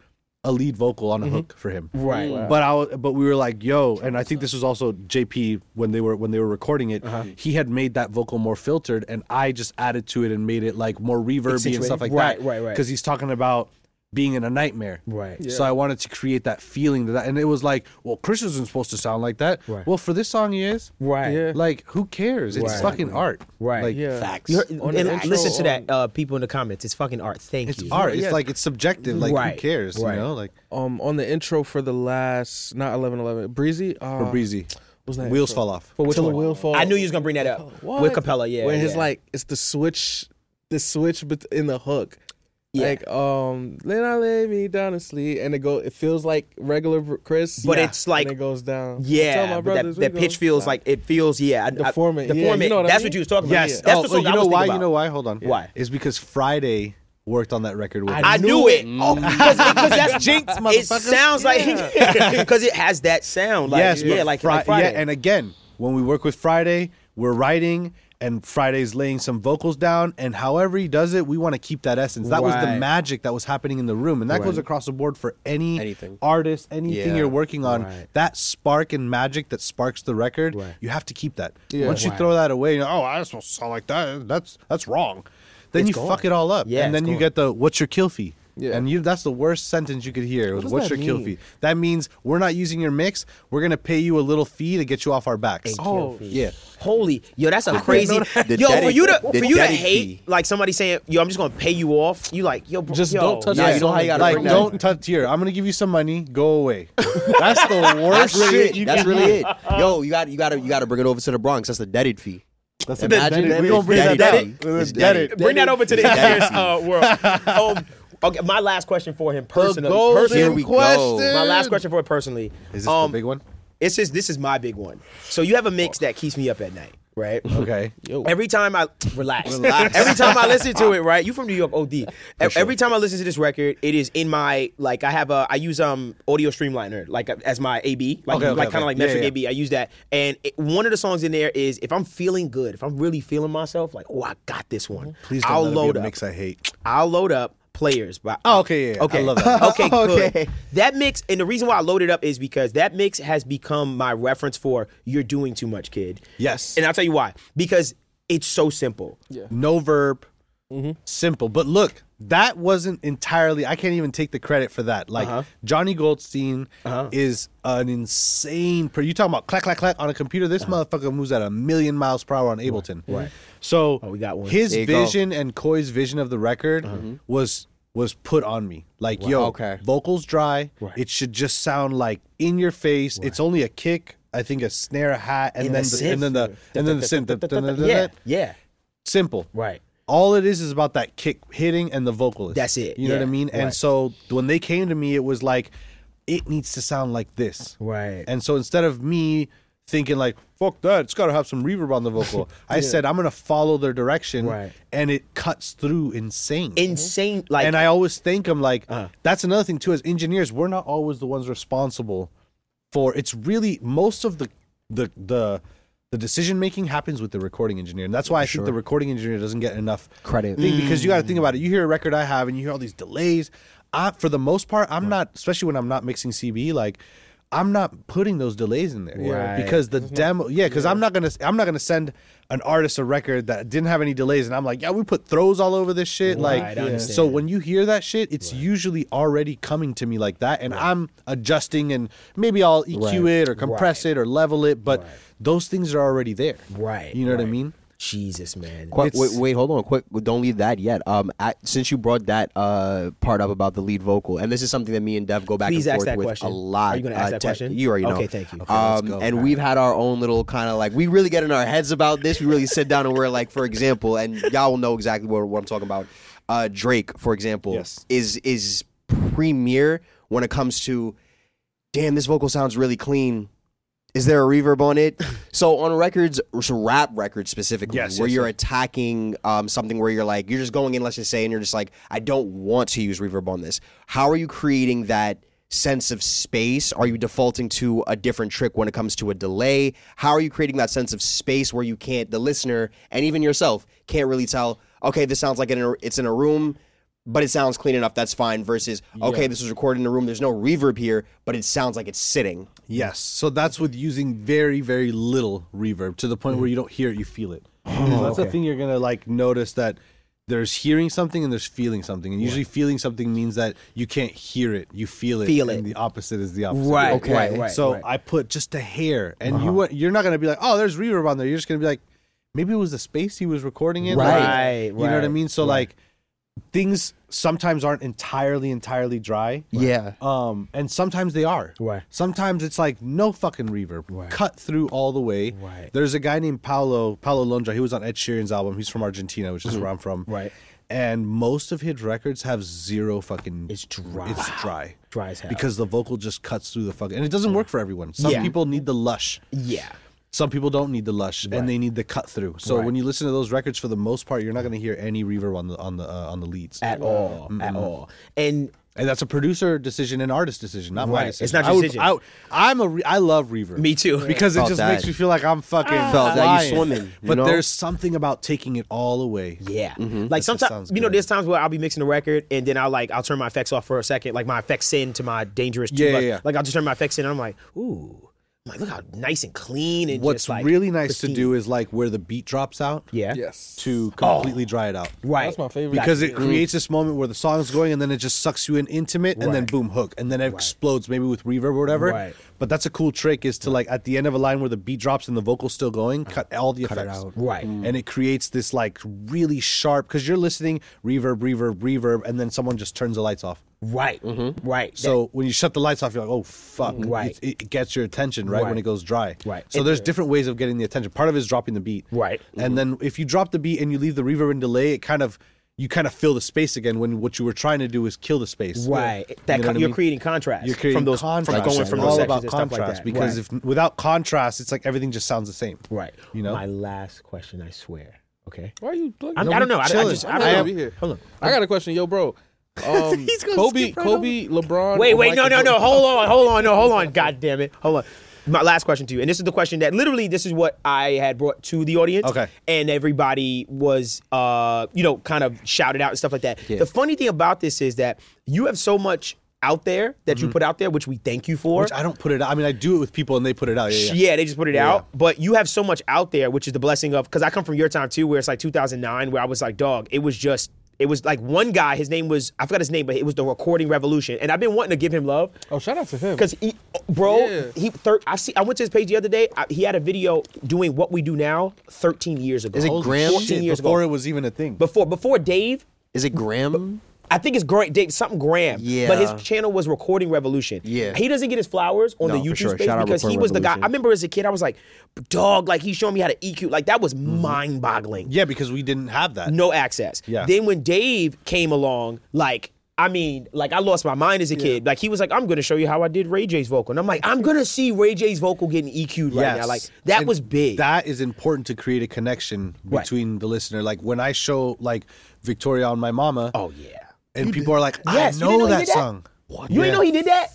D: a lead vocal on a hook for him.
A: Right. Wow.
D: But I wa- but we were like, yo, and I think this was also JP when they were when they were recording it.
A: Uh-huh.
D: He had made that vocal more filtered, and I just added to it and made it like more reverby and
A: Accentuated.
D: stuff like
A: Right,
D: that.
A: right, right.
D: Because he's talking about being in a nightmare.
A: Right.
D: So I wanted to create that feeling that, and it was like, well, Chris isn't supposed to sound like that.
A: Right.
D: Well, for this song, he is.
A: Right.
B: Yeah.
D: Like, who cares? It's
A: Right.
D: fucking art.
A: Right.
D: Like,
B: Yeah.
D: facts.
A: You heard-
B: On the
A: and
B: intro,
A: listen to
B: um,
A: that, uh, people in the comments. It's fucking art. Thank
D: It's
A: you.
D: art. It's
B: Yeah.
D: like it's subjective. Like,
A: Right,
D: who cares?
A: right. Uh,
D: You know, like
B: Um, on the intro for the last not eleven eleven breezy uh,
D: or breezy.
B: was that
D: Wheels
B: intro?
D: fall off. Oh,
B: For which
A: Till
B: one?
A: the wheel
B: fall.
A: I knew you was gonna bring that up with Capella. Yeah.
B: Where
A: yeah.
B: his like it's the switch, the switch bet- in the hook.
A: Yeah.
B: Like um, then I lay me down to sleep, and it go. It feels like regular v- Chris,
A: But Yeah. it's like-
B: and it goes down. Tell
A: Yeah,
B: my
A: but
B: brothers
A: that,
B: we
A: that
B: go
A: pitch feels
B: slide.
A: like it feels. Yeah, I-
B: The
A: I-
B: format,
A: The
B: yeah, you
A: format.
B: know what I
A: that's
B: mean?
A: what you was talking about.
D: Yes.
A: that's
D: oh,
A: the
D: oh,
A: song
D: you
A: I
D: know
A: was
D: why?
A: thinking
D: You
A: about.
D: know why? Hold on.
A: Why?
D: It's because Friday worked on that record with him.
A: I knew it. Oh,
D: Mm.
A: because that's jinx, It sounds like because it has that sound. Like,
D: yes,
A: yeah,
D: but
A: like,
D: Fri-
A: like Friday.
D: Yeah, and again, when we work with Friday, we're writing and Friday's laying some vocals down, and however he does it, we want to keep that essence. That was the
A: Right.
D: magic that was happening in the room, and that goes across the board for any
C: Anything.
D: artist, anything
C: Yeah.
D: you're working on. That spark and magic that sparks the record,
A: Right.
D: you have to keep that. Once you throw that away, you're, oh, I just want to sound like that. That's that's wrong. Then you fuck it all up,
A: Yeah,
D: and
A: it's
D: then you
A: gone.
D: get the "What's your kill fee?"
B: Yeah.
D: and you—that's the worst sentence you could hear. It was
B: does
D: "What's
B: that
D: your kill
B: mean?
D: fee?" That means we're not using your mix. We're gonna pay you a little fee to get you off our backs.
B: Oh, fee.
D: yeah.
A: Holy, yo, that's a crazy.
C: The
A: Yo, for
C: daddy-
A: you to for
C: the
A: you to
C: daddy
A: hate
C: fee.
A: like somebody saying, "Yo, I'm just gonna pay you off." You like, yo, bro,
B: Just
A: yo,
B: don't touch
A: yeah,
C: Yeah,
B: that
C: you know how you gotta
D: Like,
C: bring that-
D: don't touch here. I'm gonna give you some money. Go away. That's the worst
C: That's really
D: shit.
C: it.
D: You
C: That's
D: can-
C: really it. Yo, you got you got to you got to bring it over to the Bronx. That's the deaded fee. That's
D: the deaded- we gonna bring that up. It's deaded.
A: Bring that over to the Indians uh, world. Um, okay, my last question for him personally.
B: golden
A: personally-
C: Here we go.
B: question.
A: My last question for him personally.
D: Is this
A: um,
D: the big one?
A: It's just, this is my big one. So you have a mix that keeps me up at night, right?
D: Okay.
A: Every time I relax. Every time I listen to it, right? You from New York, OD. E- Every time I listen to this record, it is in my like I have a I use um Audio Streamliner like uh, as my AB, like
D: Okay, okay,
A: like kind
D: okay.
A: of like
D: Yeah,
A: metric
D: yeah.
A: AB. I use that, and it, one of the songs in there is if I'm feeling good, if I'm really feeling myself, like oh I got this one.
D: Please don't
A: I'll
D: let it be
A: load
D: a
A: up.
D: mix I hate.
A: I'll load up players. But
D: Oh, okay, yeah, yeah. I
A: okay,
D: love that.
A: okay, good.
C: Okay.
A: That mix, and the reason why I loaded up is because that mix has become my reference for "You're doing too much, kid."
D: Yes.
A: and I'll tell you why. Because it's so simple. Yeah,
D: No verb. Simple. But look, that wasn't entirely. I can't even take the credit for that. Like Johnny Goldstein is an insane. Pro- you talking about clack clack clack on a computer? This motherfucker moves at a million miles per hour on Ableton. Right. So
A: we got one.
D: his
C: There you go.
D: vision and Coy's vision of the record was was put on me. Like yo,
C: Okay.
D: vocals dry. It should just sound like in your face. It's only a kick. I think a snare, a hat, and,
A: And
D: then
A: a
D: the, and then the and then the synth.
A: yeah, yeah.
D: Simple.
A: Right.
D: All it is is about that kick hitting and the vocalist.
A: That's it,
D: You know what I
A: yeah,
D: mean? And
A: right.
D: so when they came to me, it was like, it needs to sound like this.
A: Right.
D: And so instead of me thinking like, fuck that, it's got to have some reverb on the vocal, I said, I'm going to follow their direction.
A: Right.
D: And it cuts through insane.
A: Insane. Like Uh-huh.
D: and I always think I'm like, that's another thing too. As engineers, we're not always the ones responsible for. It's really most of the the the The decision making happens with the recording engineer, and that's why I think the recording engineer doesn't get enough
C: Credit.
D: thing, because you got
A: Mm.
D: to think about it. You hear a record I have, and you hear all these delays. I, for the most part, I'm not, especially when I'm not mixing CB, like. I'm not putting those delays in there
A: Right. Mm-hmm.
D: because the demo, yeah, because I'm not gonna, I'm not gonna send an artist a record that didn't have any delays, and I'm like, yeah, we put throws all over this shit,
A: Right,
D: like,
A: I understand.
D: so when you hear that shit, it's usually already coming to me like that, and I'm adjusting, and maybe I'll EQ it or compress it or level it, but those things are already there.
A: Right,
D: You know what I
A: right.
D: mean?
A: Jesus, man.
C: Qu- wait, wait, hold on, quick. Don't leave that yet. Um, I, since you brought that uh part up about the lead vocal, and this is something that me and Dev go back
A: Please
C: and
A: ask
C: forth
A: that
C: with
A: question.
C: a lot.
A: Are you gonna ask
C: uh,
A: that
C: te-
A: question?
C: You already know.
A: Okay, thank you. Okay,
D: let's
C: um,
D: go.
C: and we've had our own little kind of like we really get in our heads about this. We really sit down and we're like, for example, and y'all will know exactly what, what I'm talking about. Uh, Drake, for example,
D: Yes.
C: is is premier when it comes to damn, this vocal sounds really clean. Is there a reverb on it? so on records, so rap records specifically,
D: Yes,
C: where
D: yes,
C: you're
D: yes.
C: attacking um, something where you're like, you're just going in, let's just say, and you're just like, I don't want to use reverb on this. How are you creating that sense of space? Are you defaulting to a different trick when it comes to a delay? How are you creating that sense of space where you can't, the listener and even yourself can't really tell? Okay, this sounds like in a, it's in a room but it sounds clean enough. That's fine. Versus, okay, this was recorded in a room. There's no reverb here, but it sounds like it's sitting.
D: Yes. So that's with using very, very little reverb to the point where you don't hear it, you feel it.
A: Oh,
D: So that's the thing you're gonna like notice that there's hearing something and there's feeling something, and usually feeling something means that you can't hear it, you feel it.
A: Feel
D: And
A: it.
D: the opposite is the opposite.
A: Right, Okay. right, right,
D: So
A: right. Uh-huh.
D: I put just a hair, and you wa- you're not gonna be like, oh, there's reverb on there. You're just gonna be like, maybe it was the space he was recording in. like,
A: Right,
D: You know what I
A: right,
D: mean? So like, things sometimes aren't entirely, entirely dry.
C: Yeah.
D: Um, and sometimes they are.
A: Right.
D: Sometimes it's like no fucking reverb, cut through all the way.
A: Right.
D: There's a guy named Paolo Paolo Londra. He was on Ed Sheeran's album. He's from Argentina, which is where I'm from.
A: Mm-hmm. Right.
D: And most of his records have zero fucking.
A: It's dry.
D: It's dry.
A: Dry as hell.
D: Because the vocal just cuts through the fucking, and it doesn't work for everyone. Some
A: Yeah.
D: people need the lush.
A: Yeah.
D: Some people don't need the lush, and they need the cut through. So
A: Right.
D: when you listen to those records, for the most part, you're not going to hear any reverb on the on the uh, on the leads
A: At all. At all. And
D: and that's a producer decision and artist decision, not
A: Right,
D: my
A: it's
D: decision.
A: not your
D: I would-
A: decision.
D: I would- I'm a. Re- I love reverb.
A: Me too. Yeah.
D: Because it
C: Felt
D: just
C: that.
D: makes me feel like I'm fucking
C: Felt that you
D: flying.
C: swimming, you
D: but
C: know?
D: there's something about taking it all away.
A: Yeah. Like sometimes
D: Mm-hmm. sounds
A: you know,
D: good.
A: there's times where I'll be mixing a record and then I'll like I'll turn my effects off for a second, like my effects in to my dangerous two
D: Yeah,
A: buttons.
D: yeah, yeah.
A: Like I'll just turn my effects in and I'm like, ooh. I'm like, look how nice and clean and
D: What's
A: just, like,
D: really nice to
A: pristine.
D: do is like where the beat drops out.
A: Yeah.
B: Yes.
D: To completely dry it out.
A: Oh. Right. Mm.
B: That's my favorite.
D: Because it creates this moment where the song's going and then it just sucks you in intimate and then boom hook and then it explodes maybe with reverb or whatever.
A: Right.
D: But that's a cool trick is to like at the end of a line where the beat drops and the vocal's still going, cut all the effects.
A: Uh, out. Right. Mm.
D: And it creates this like really sharp because you're listening reverb, reverb, reverb, and then someone just turns the lights off.
A: Right. Mm-hmm. Right.
D: So when you shut the lights off, you're like, oh fuck,
A: Right.
D: It, it gets your attention right,
A: Right.
D: when it goes dry.
A: Right.
D: So
A: It-
D: there's different ways of getting the attention. Part of it is dropping the beat.
A: Right. Mm-hmm.
D: And then if you drop the beat and you leave the reverb and delay, it kind of you kind of fill the space again when what you were trying to do is kill the space.
A: Right.
D: You
A: That
D: know
A: con-
D: what I
A: you're
D: mean?
A: creating contrast
D: You're creating
A: from those
D: contrast.
A: from going
D: It's
A: from
D: all
A: those
D: about
A: sections and
D: contrast
A: stuff like that.
D: because
A: right.
D: if without contrast, it's like everything just sounds the same.
A: right,
D: you know?
A: my last question, I swear. Okay.
B: Why are you? doing-
A: I'm, I don't know. I, I
D: chilling.
A: just I
B: I'm
A: don't
B: not
A: know.
B: gonna be here.
A: Hold on.
B: I got a question, yo, bro. Um,
A: He's gonna
B: Kobe,
A: skip right
B: Kobe, LeBron.
A: Wait,
B: or
A: wait, no,
B: Michael
A: no, no.
B: Jordan?
A: Hold on, hold on, no, hold on. God damn it. Hold on. My last question to you, and this is the question that literally this is what I had brought to the audience.
D: Okay.
A: And everybody was, uh, you know, kind of shouted out and stuff like that. The funny thing about this is that you have so much out there that you put out there, which we thank you for.
D: Mm-hmm. Which I don't put it out. I mean, I do it with people and they put it out. Yeah.
A: yeah.
D: yeah.
A: they just put it out. But you have so much out there, which is the blessing of because I come from your time too, where it's like 2009, where I was like, dog, it was just. It was like one guy. His name was I forgot his name, but it was the Recording Revolution, and I've been wanting to give him love
B: Oh, shout out to him.
A: because he, bro,
B: Yeah.
A: he thir- I see. I went to his page the other day. I, he had a video doing what we do now, 13 years ago.
C: Is it
A: Holy
C: Graham?
A: 14
D: Shit,
A: years
D: before
A: ago.
D: it was even a thing.
A: before before Dave,
C: Is it Graham?
A: I think it's great Dave something Graham.
C: Yeah.
A: But his channel was Recording Revolution.
C: Yeah.
A: He doesn't get his flowers on
C: No,
A: the
C: for
A: YouTube
C: sure.
A: space
C: Shout out
A: because he
C: Recording
A: was the guy. I
C: Revolution.
A: remember as a kid, I was like, dog, like he's showing me how to EQ. Like that was
C: Mm-hmm.
A: mind boggling.
D: yeah, because we didn't have that.
A: No access.
D: Yeah.
A: Then when Dave came along, like. I mean, like I lost my mind as a kid. Like he was like, "I'm gonna show you how I did Ray J's vocal," and I'm like, "I'm gonna see Ray J's vocal getting EQ'd right now." Like that
D: And
A: was big.
D: That is important to create a connection
A: Right.
D: between the listener. Like when I show like Victoria on my mama,
A: oh yeah.
D: and people are like, I
A: Yes, you
D: know,
A: didn't know he
D: that
A: did that?
D: song.
A: You didn't know he did that?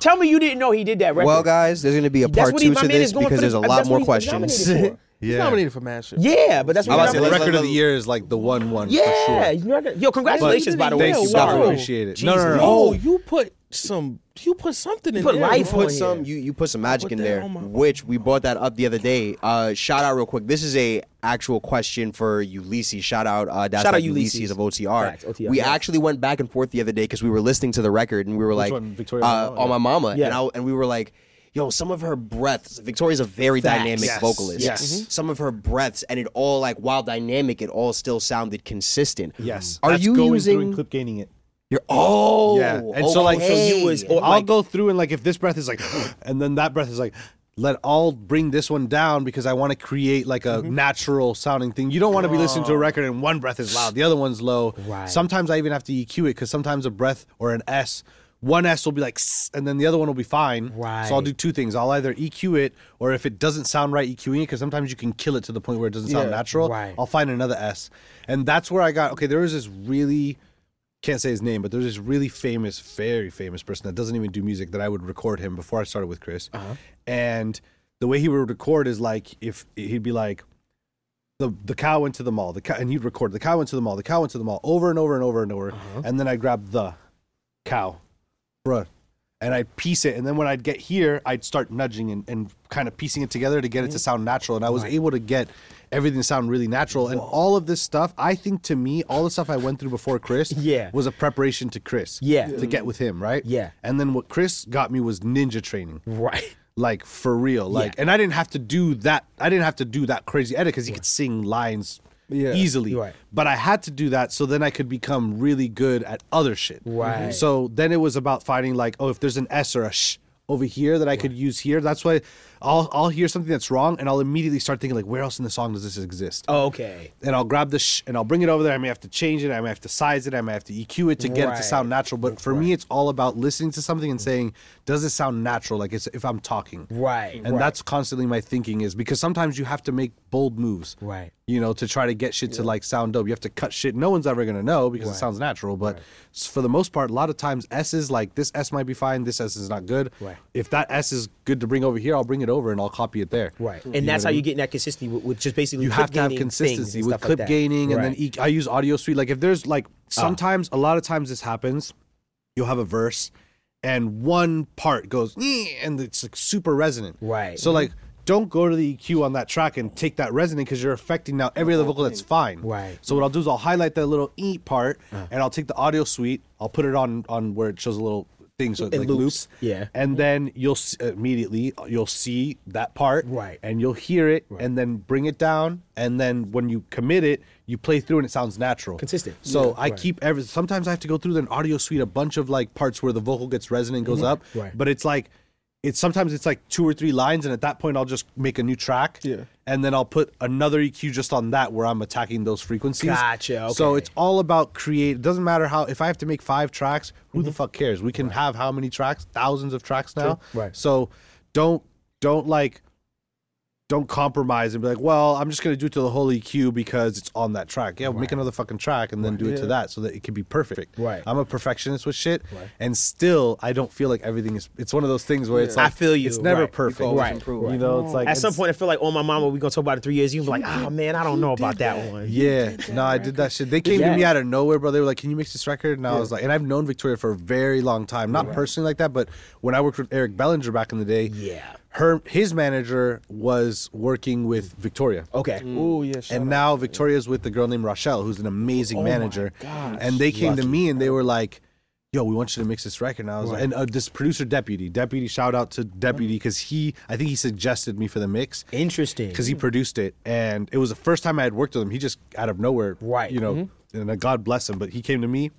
A: Tell me you didn't know he did that record.
C: Well, guys, there's going to be a
A: That's
C: part
A: what he-
C: two
A: my
C: to
A: man is
C: this
A: going for
C: because
A: the-
C: there's a
A: that's
C: lot
A: what
C: more
A: he's nominated
C: questions.
A: for.
B: He's nominated for mad shit.
A: Yeah, but that's
C: I
A: what I'm
C: was about to say,
A: saying.
D: Record of the year is like the one one.
A: Yeah,
D: for sure.
A: you know, yo, congratulations by the way.
D: Thank you,
A: Yo,
D: brother.
A: wow.
D: Appreciate it.
A: Jesus.
D: No, no, no.
B: Oh, you put some. You put something in
A: put
B: there.
A: life
B: bro.
A: on
C: put some you, you put some magic
B: put
C: in
B: that
C: there,
B: on my-
C: which we brought that up the other day. Uh, shout out real quick. This is a actual question for Ulysses. Shout out, uh, that's
A: Shout out
C: like Ulysses.
A: Ulysses.
C: of OTR.
A: Facts, OTR,
C: we
A: yes.
C: actually went back and forth the other day because we were listening to the record and we were like,
D: one? Victoria
C: uh,
D: Mama?
C: on my mama,
A: Yeah.
C: and I, and we were like. Yo, some of her breaths. Victoria's a very
A: Facts.
C: dynamic
A: Yes. Mm-hmm.
C: vocalist. Mm-hmm.
D: Yes. Mhm.
C: Some of her breaths, and it all like while dynamic, it all still sounded consistent.
D: Yes.
C: Are
D: That's
C: you
D: going through
C: using?
D: and clip gaining it?
C: Your, oh,
D: Yeah. And so like so
C: okay.
D: you was or I'll go through and like if this breath is like and then that breath is like let all bring this one down because I want to create like a
C: Mm-hmm.
D: natural sounding thing. You don't want to be listening
C: Oh.
D: to a record and one breath is loud, the other one's low. Right. Sometimes I even have to EQ it because sometimes a breath or an S, one S will be like "Sss," and then the other one will be fine. Right. So I'll do two things. I'll either EQ it or if it doesn't sound right, EQing it because sometimes you can kill it to the point where it doesn't sound natural. Right. I'll find another S, and that's where I got okay. There was this really can't say his name, but there's this really famous, very famous person that doesn't even do music that I would record him before I started with Chris. And the way he would record is like if he'd be like, the the cow went to the mall, the cow, and he'd record the cow went to the mall, the cow went to the mall over and over and over and over, and then I'd grab the cow, bruh, and I'd piece it, and then when I'd get here, I'd start nudging and, and kind of piecing it together to get
A: Mm-hmm.
D: it to sound natural, and I was able to get everything to sound really natural, and all of this stuff, I think to me, all the stuff I went through before Chris,
A: Yeah.
D: was a preparation to Chris,
A: Yeah.
D: to get with him, right,
A: Yeah.
D: and then what Chris got me was ninja training,
A: Right.
D: like for real like and i didn't have to do that i didn't have to do that crazy edit because he could sing lines
B: Yeah.
D: easily
A: Right.
D: but i had to do that so then i could become really good at other shit
A: Right.
D: so then it was about finding like oh if there's an s or a sh over here that i could use here that's why i'll i'll hear something that's wrong and i'll immediately start thinking like where else in the song does this exist
A: Oh, Okay.
D: and I'll grab the sh- and I'll bring it over there. I may have to change it. I may have to size it. I may have to EQ it to get it to
A: Right.
D: sound natural. But for me, it's all about listening to something and saying, does it sound natural? Like it's if I'm talking,
A: Right,
D: And
A: right.
D: that's constantly my thinking is because sometimes you have to make bold moves,
A: Right.
D: You know, to try to get shit to like sound dope. You have to cut shit. No one's ever gonna know because it sounds natural. But s- for the most part, a lot of times S's like this S might be fine. This S is not good.
A: Right.
D: If that S is good to bring over here, I'll bring it over and I'll copy it there.
A: Right.
D: You
A: And
D: know
A: that's
D: what
A: how
D: I mean?
A: you get in that consistency with, with just basically
D: you
A: clip
D: have to have
A: gaining things
D: consistency
A: and
D: with
A: stuff like
D: clip
A: that.
D: gaining and
A: Right. Ah.
D: then e- I use audio suite like if there's like sometimes a lot of times this happens you'll have a verse and one part goes "Eh," and it's like super resonant
A: Right.
D: so like don't go to the EQ on that track and take that resonant because you're affecting now every other vocal that's fine.
A: Right. Ah.
D: So what I'll do is I'll highlight that little E part and I'll take the audio suite. I'll put it on on where it shows a little thing so it,
A: It
D: like
A: loops.
D: loops.
A: Yeah.
D: And then you'll s- immediately you'll see that part
A: Right.
D: and you'll hear it and then bring it down and then when you commit it you play through and it sounds natural
A: Consistent.
D: so
A: Yeah,
D: i keep every sometimes i have to go through an audio suite a bunch of like parts where the vocal gets resonant goes up
A: Mm-hmm. Right.
D: but it's like it's sometimes it's like two or three lines and at that point i'll just make a new track
B: Yeah.
D: and then i'll put another eq just on that where i'm attacking those frequencies
A: Gotcha,
D: so
A: okay.
D: it's all about create it doesn't matter how if i have to make five tracks who
A: Mm-hmm.
D: the fuck cares we can have how many tracks thousands of tracks now
A: Right.
D: so don't don't like don't compromise and be like, well, I'm just gonna do it to the whole EQ because it's on that track. Yeah, make another fucking track and then do it to that so that it can be perfect.
A: Right.
D: I'm a perfectionist with shit, and still I don't feel like everything is. It's one of those things where it's
A: I
D: like
A: feel you.
D: It's
A: Right.
D: never
A: You can
D: perfect.
A: always Right. improve,
D: You
A: right.
D: know, it's like
A: At some
D: it's-
A: point, I feel like, oh, my mama, we're going to talk about it in three years. You're like, oh, man, I don't know about that, one.
D: Yeah, no, I did that shit. They came to me out of nowhere, bro. They were like, "Can you mix this record?" And I was like, "And I've known Victoria for a very long time, not personally like that, but when I worked with Eric Bellinger back in the day,
A: Yeah.
D: her his manager was working with Victoria,
A: Okay.
B: Oh yeah. Shout
D: and
B: out.
D: now Victoria's with the girl named Rochelle, who's an amazing
A: Oh
D: manager. and they came to me and they were like, "Yo, we want you to mix this record." And I was like, and uh, this producer deputy, deputy, shout out to deputy because he, I think he suggested me for the mix
A: Interesting.
D: because he produced it, and it was the first time I had worked with him. He just out of nowhere,
A: Right. Mm-hmm.
D: You know, and uh, God bless him, but he came to me.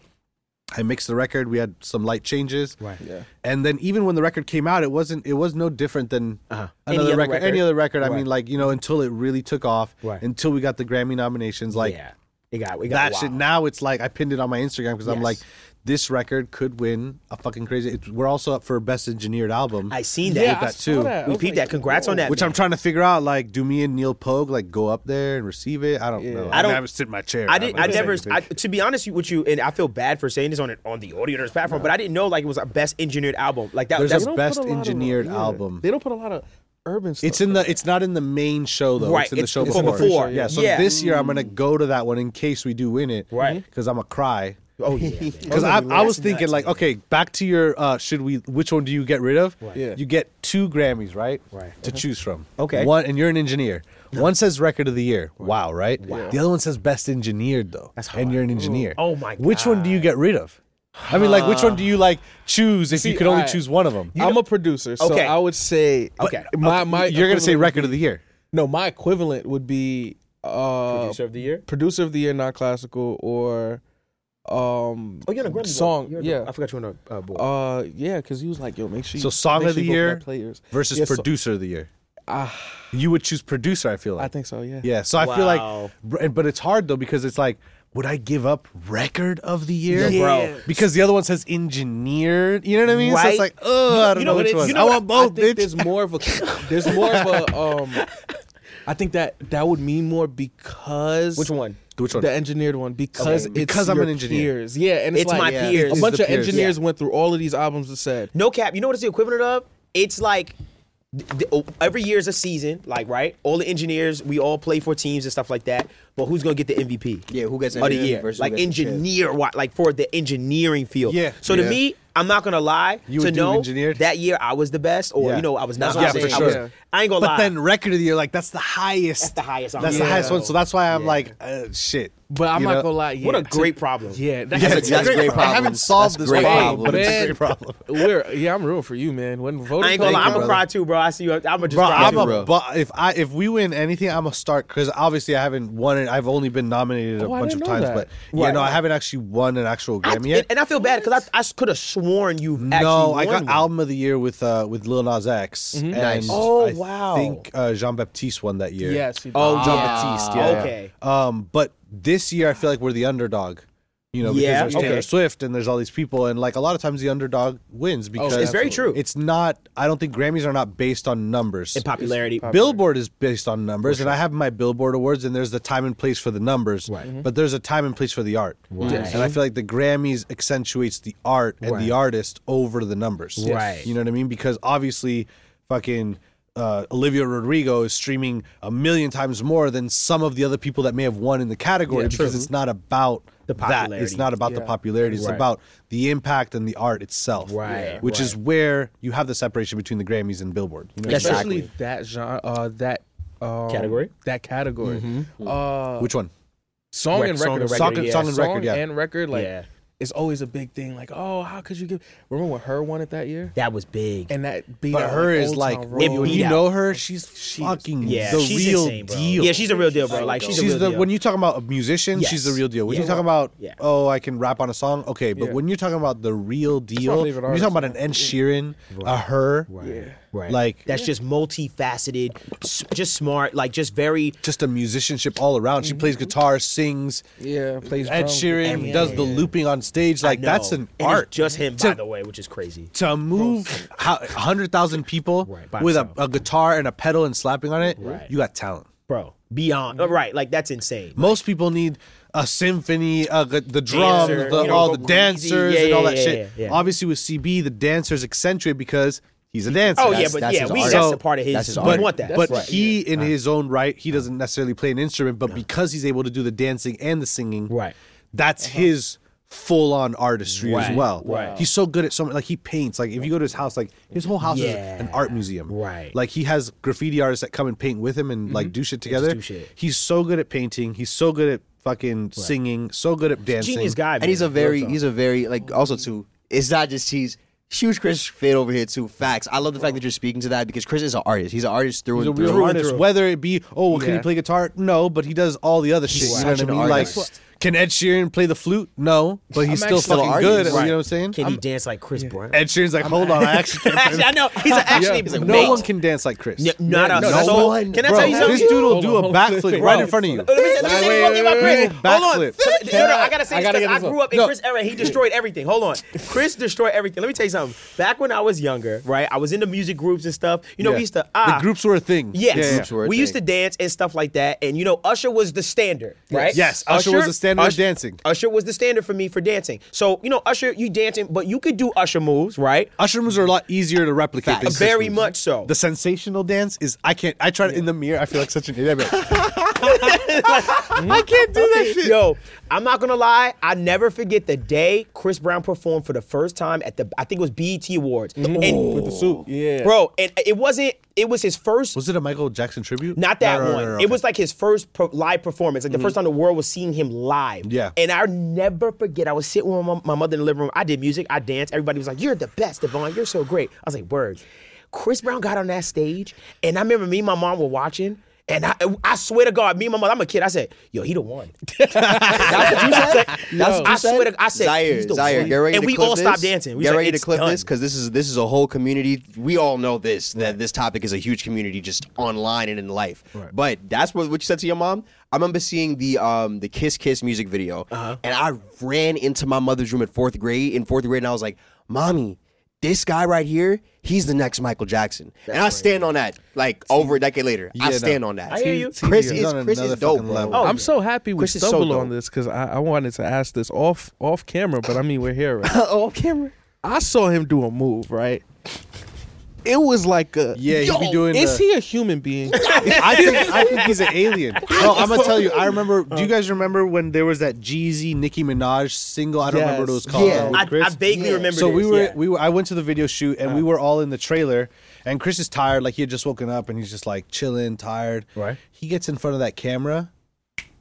D: I mixed the record. We had some light changes,
A: Right.
B: Yeah.
D: And then even when the record came out, it wasn't. It was no different than
A: Uh-huh. Any
D: another
A: other
D: record,
A: record.
D: Any other record. I mean, like you know, until it really took off,
A: Right.
D: until we got the Grammy nominations, like
A: Yeah. It got it got
D: that
A: wild.
D: shit. Now it's like I pinned it on my Instagram because I'm
A: Yes.
D: like, this record could win a fucking crazy. It's, we're also up for best engineered album.
A: I seen that.
D: Yeah, I saw
A: too.
D: that. I
A: We
D: was
A: peeped that. Congrats on that.
D: which
A: man.
D: I'm trying to figure out, like, do me and Neil Pogue like go up there and receive it? I don't know.
A: I don't-
D: I, mean, I would sit in my chair.
A: I didn't. I
D: wouldn't say
A: never.
D: anything.
A: I, to be honest with you, and I feel bad for saying this on it on the Audionerds platform, but I didn't know like it was our best engineered album. Like that.
D: There's
A: That's,
D: a
B: They don't put
D: best
B: a lot of-
D: engineered
B: yeah.
D: album.
B: They don't put a lot of urban stuff.
D: It's in the. It's not in the main show though.
A: Right,
D: It's in the
A: it's-
D: show
A: it's
D: before.
A: before,
D: Yeah. So
A: yeah.
D: this year I'm gonna go to that one in case we do win it.
A: Right.
D: Because I'm gonna cry.
A: oh yeah.
D: Because I, I was thinking like, okay, back to your uh, should we? Which one do you get rid of?
B: Yeah.
D: You get two Grammys, right?
A: Right.
D: To choose from.
A: Okay.
D: One, and you're an engineer. One says record of the year. Wow, right? The other one says best engineered though. That's And you're an engineer.
A: Oh my
D: Which one do you get rid of? I mean, like, which one do you like choose if you
B: See,
D: could only
B: I-
D: choose one of them?
B: I'm a producer, so
A: Okay.
B: I would say
A: Okay.
B: My, my
D: you're gonna say
B: equivalent-
D: record of the year.
B: No, my equivalent would be uh,
A: Producer of the year?
B: producer of the year, non-classical, or um,
A: Oh, you're on a Grammy board.
B: song.
A: You're on a-
B: yeah,
A: I forgot you were on a uh, board.
B: uh, yeah, because he was like, "Yo, make sure."
D: So
B: you,
D: song
B: make
D: of
B: sure
D: the
B: you both got
D: year
B: players
D: versus
B: Yeah, so- Ah.
D: producer of the year. you would choose producer. I feel like.
B: I think so. Yeah.
D: Yeah. So I feel
A: Wow.
D: like, br- and- but it's hard though because it's like, would I give up record of the year,
A: Yeah, bro.
D: Because the other one says engineered. You know what I mean? So it's
A: Right.
D: like, oh, I don't
A: you know
D: know
A: what
D: which
A: it-
D: one.
A: you know
D: I
A: what
D: want both,
B: I think
D: bitch.
B: there's more of a there's more of a um I think that that would mean more because
A: Which one?
D: Which one?
B: The engineered one because it's
D: Because I'm
B: your
D: an engineer.
B: Peers. Yeah, and it's,
A: It's
B: like,
A: my Yeah. peers.
B: A
A: It's
B: bunch
D: the
B: of
D: peers.
B: engineers went through all of these albums and said,
A: No cap. You know what it's the equivalent of? It's like th- th- every year's a season, like right. All the engineers, we all play for teams and stuff like that. But who's gonna get the MVP?
C: Yeah, who gets
A: of the
C: engineered
A: year?
C: versus who
A: Like
C: gets the chip?
A: engineer, wa- like for the engineering field.
D: Yeah.
A: So to
D: Yeah.
A: me, I'm not gonna lie.
D: You
A: to
D: would do
A: know
D: engineered?
A: that year I was the best, or
D: Yeah.
A: you know I was not.
D: That's
A: the
D: what I'm
A: best.
D: saying.
A: I, was,
D: Yeah.
A: I ain't gonna
D: But
A: lie.
D: then record of the year, like that's the highest.
A: That's the highest I'm
D: That's the
A: gonna
D: highest
A: go.
D: one. So that's why I'm like, uh, shit.
B: but I'm
D: You
B: not
D: know?
B: gonna lie. Yeah,
A: what a
B: to-
A: great problem.
B: Yeah, that-
D: Yeah,
C: That's, that's
D: great.
C: great
D: I haven't
C: problems.
D: solved
C: That's
D: this
C: great
D: problem,
C: problems.
D: but it's a
B: man.
D: great problem.
B: We're, yeah, I'm rooting for you, man. When voting,
A: I ain't gonna lie. I'm
B: comes
A: gonna
B: out-
A: cry too, bro. I see you. I'm gonna just
D: Bro,
A: cry.
D: I'm
A: too.
D: a
C: bro.
D: bu- if I if we win anything, I'm gonna start because obviously I haven't won it. I've only been nominated a
B: Oh, I
D: bunch of
B: didn't know
D: times,
B: that.
D: but yeah,
A: Right.
D: no, I haven't actually won an actual
A: I-
D: Grammy yet.
A: and I feel bad because I, I could have sworn you have actually
D: No, I
A: won
D: got
A: one.
D: album of the year with uh with Lil Nas X. And
C: Nice.
A: Oh,
D: I
A: wow.
D: think uh, Jean Baptiste won that year.
B: Yes, he did.
D: Oh,
B: Ah.
D: Jean
C: Yeah.
D: Baptiste. Yeah. yeah.
A: Okay.
D: Um, but this year I feel like we're the underdog. You know, because
A: Yeah,
D: there's Taylor
A: okay.
D: Swift and there's all these people, and like a lot of times the underdog wins because
A: Oh, It's very true.
D: It's not. I don't think Grammys are not based on numbers.
A: in popularity.
D: Billboard is based on numbers, and I have my Billboard awards, and there's the time and place for the numbers,
A: Mm-hmm.
D: but there's a time and place for the art. And I feel like the Grammys accentuates the art and the artist over the numbers.
A: Right.
D: You know what I mean? Because obviously, fucking. Uh, Olivia Rodrigo is streaming a million times more than some of the other people that may have won in the category because it's not about the that. It's
A: popularity.
D: not about the popularity. It's
A: Right.
D: about the impact and the art itself,
A: Right,
D: Which is where you have the separation between the Grammys and Billboard. You know what I'm
A: Yes,
D: saying?
B: especially that genre, uh, that um,
A: Category?
B: that category. Uh,
D: Which one?
B: song
A: Rec-
B: and
A: song
B: record,
A: and
B: song,
A: record,
B: and,
A: yeah.
B: song and
D: Song
B: record,
D: yeah.
B: like
A: Yeah.
B: it's always a big thing. Like, oh, how could you give? Remember when her won it that year,
A: That was big.
B: and that beat
D: But
B: out,
D: her is
B: Old
D: like,
B: Town
A: It
B: Road.
D: when
A: beat
D: you
A: out.
D: know her, she's fucking
A: yeah,
D: the
A: she's
D: real
A: insane, bro.
D: deal.
A: Yeah, she's a real deal, bro. Like she's,
D: she's,
A: a real
D: the
A: deal.
D: when you talk about a musician, she's the
A: Yes.
D: real deal. When
A: Yeah.
D: you talk about
A: Yeah.
D: oh, I can rap on a song, okay, but
B: Yeah.
D: when you're talking about the real deal,
B: favorite
D: when you're talking
B: artist,
D: about an Ed Sheeran, a her,
A: right.
D: like
A: that's just multifaceted, s- just smart, like just very.
D: just a musicianship all around. She
A: Mm-hmm.
D: plays guitar, sings.
B: yeah, plays
D: Ed
B: drums.
D: Sheeran
A: everything.
D: does the looping on stage. Like
A: I
D: that's
A: know.
D: an
A: And it's
D: art.
A: just him,
D: To-
A: by the way, which is crazy.
D: to move a hundred thousand people
A: Right, by
D: with a,
A: himself.
D: a guitar and a pedal and slapping on it,
A: Right.
D: you got talent.
A: Bro, beyond oh, right, like that's insane.
D: Most people need a symphony, uh, the, the drums,
A: Dancer,
D: the,
A: you know,
D: all
A: go
D: the
A: crazy.
D: dancers,
A: Yeah,
D: and all
A: yeah,
D: that
A: yeah,
D: shit.
A: yeah, yeah.
D: Obviously, with CB, the dancers accentuate because he's a dancer.
A: Oh yeah,
C: That's-
A: but
C: that's
A: yeah,
C: his
A: we
C: art.
A: that's
D: So-
A: a part of
C: that's his
A: his. We
C: art.
A: want that.
D: but
B: right.
D: he, in his own right, he doesn't necessarily play an instrument, but because he's able to do the dancing and the singing,
A: Right.
D: that's his full-on artistry
A: Right,
D: as well.
A: right.
D: He's so good at so many, like he paints. Like if you go to his house, like his whole house
A: Yeah.
D: is an art museum.
A: Right. Mm-hmm.
D: Like he has graffiti artists that come and paint with him and like do shit together.
A: do shit.
D: He's so good at painting. He's so good at fucking singing. So good at dancing.
A: genius guy,
C: and he's a
A: man. Real
C: very
A: talk.
C: he's a very like also too it's not just he's huge chris fit over here too facts i love the fact that you're speaking to that because chris is an artist he's an artist through
D: He's a
C: and through
D: real artist,
A: through.
D: whether it be oh, well, can he
B: Yeah.
D: play guitar? No, but he does all the other shit. You know
C: such
D: what I
C: an
D: mean? Like
C: artist.
D: Can Ed Sheeran play the flute? No, but he's
A: I'm
D: still
A: actually-
D: fucking
A: Still
D: good.
A: artist.
D: You know what I'm saying?
A: Can he dance like Chris Brown?
D: Ed Sheeran's like, hold on, I actually can't.
A: Actually, I know. He's like, actually, he's like,
D: no
A: wait.
D: one can dance like Chris.
A: N- not a
D: no
A: soul.
D: one.
A: Can I
D: Bro,
A: tell you something?
D: This dude will
B: Hold
D: do
B: on,
D: a
B: hold on.
D: backflip
B: Bro,
D: right in front of you.
A: Let me say, let me say one thing about Chris.
D: wait, wait.
A: Hold on.
D: Backflip.
A: Let me- No, no, I gotta say
B: I
A: this because
B: gotta get
A: I
B: this
A: grew
B: one.
A: up in
B: No.
A: Chris era. He destroyed everything. Hold on. Chris destroyed everything. Let me tell you something. Back when I was younger, right, I was into music groups and stuff. You know,
D: Yeah.
A: we used to ah.
D: the groups were a thing.
A: Yes,
D: Yeah, yeah.
C: were a
A: we used to
C: thing.
A: dance and stuff like that, and you know, Usher was the standard, right?
D: Yes, Usher was the standard of dancing.
A: Usher was the standard for me for dancing. So you know, Usher, you dancing, but you could do Usher moves, right?
D: Usher moves are a lot easier to replicate. Than Chris
A: Very
D: moves.
A: much so.
D: The sensational dance is I can't. I try it in the mirror. I feel like such an idiot. I'm like,
A: I can't do that shit. Yo, I'm not gonna lie. I never forget the day Chris Brown performed for the first time at the I think it was BET Awards. And,
B: Mm-hmm. With the suit. Yeah.
A: Bro, and it wasn't. It was his first.
D: Was it a Michael Jackson tribute?
A: not that
D: No, no, no,
A: one.
D: no, no,
A: It
D: okay.
A: was like his first pro- live performance,
C: Mm-hmm.
A: like the first time the world was seeing him live.
D: Yeah.
A: And I never forget. I was sitting with my, my mother in the living room. I did music. I danced. Everybody was like, "You're the best, Devon. You're so great." I was like, "Word." Chris Brown got on that stage, and I remember me and my mom were watching. And I, I swear to God, me and my mother, I'm a kid. I said, "Yo, he the one."
C: That's what you said. That's what you
A: I
C: said?
A: swear to- I said,
C: Zaire,
A: he's the
C: Zaire,
A: one.
C: get ready
A: And
C: to
A: we
C: clip
A: all stopped
C: this.
A: dancing. We
C: get
A: said,
C: ready to
A: "It's
C: clip
A: done."
C: this because this is this is a whole community. We all know this that this topic is a huge community just online and in life. But that's what what you said to your mom. I remember seeing the um the Kiss Kiss music video,
A: Uh-huh.
C: and I ran into my mother's room at fourth grade in fourth grade, and I was like, "Mommy." This guy right here, he's the next Michael Jackson, and I stand on that. Like over a decade later, I
D: no.
C: stand on that.
A: I hear you.
C: Chris
D: He's
C: is
D: on
C: Chris is
D: another
C: dope,
D: fucking
C: bro.
D: level.
A: Oh,
B: I'm
A: yeah.
B: so happy we
C: Chris is so
B: stumbled
C: dope.
B: on this because I, I wanted to ask this off off camera, but I mean we're here. Right?
C: oh, camera.
B: I saw him do a move, right? It was like a
D: Yeah, he be doing.
B: Is
D: the-
B: he a human being?
D: I think I think he's an alien. No, I'm gonna tell you. I remember. Do you guys remember when there was that Jeezy Nicki Minaj single? I don't remember what it was
C: Yes.
D: called.
C: Yeah.
D: with
A: I, I
D: Chris?
A: vaguely remember.
D: So
A: this,
D: we were
A: yeah. Uh-huh.
D: we were I went to the video shoot and we were all in the trailer and Chris is tired like he had just woken up and he's just like chilling tired.
A: Right.
D: He gets in front of that camera.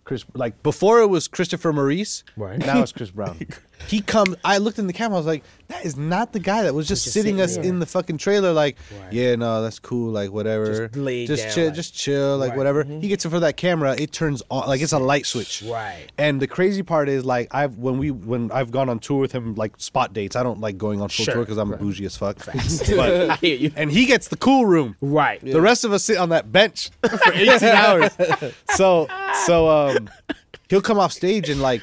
D: Chris like before it was Christopher Maurice. Right. Now it's Chris Brown. he comes I looked in the camera I was like that is not the guy that was just, sitting,
A: sitting
D: us in the fucking trailer like yeah no that's cool like whatever.
A: Just laid down,
D: chill
A: like- Mm-hmm.
D: just chill like whatever. He gets in front of that camera it turns on like it's a light switch.
A: Right.
D: And the crazy part is like I've when we when I've gone on tour with him like spot dates. I don't like going on full
A: Sure.
D: tour because I'm bougie as fuck.
A: I hear you.
D: and he gets the cool room.
A: Right.
D: The rest of us sit on that bench for 18 hours. So so um he'll come off stage and like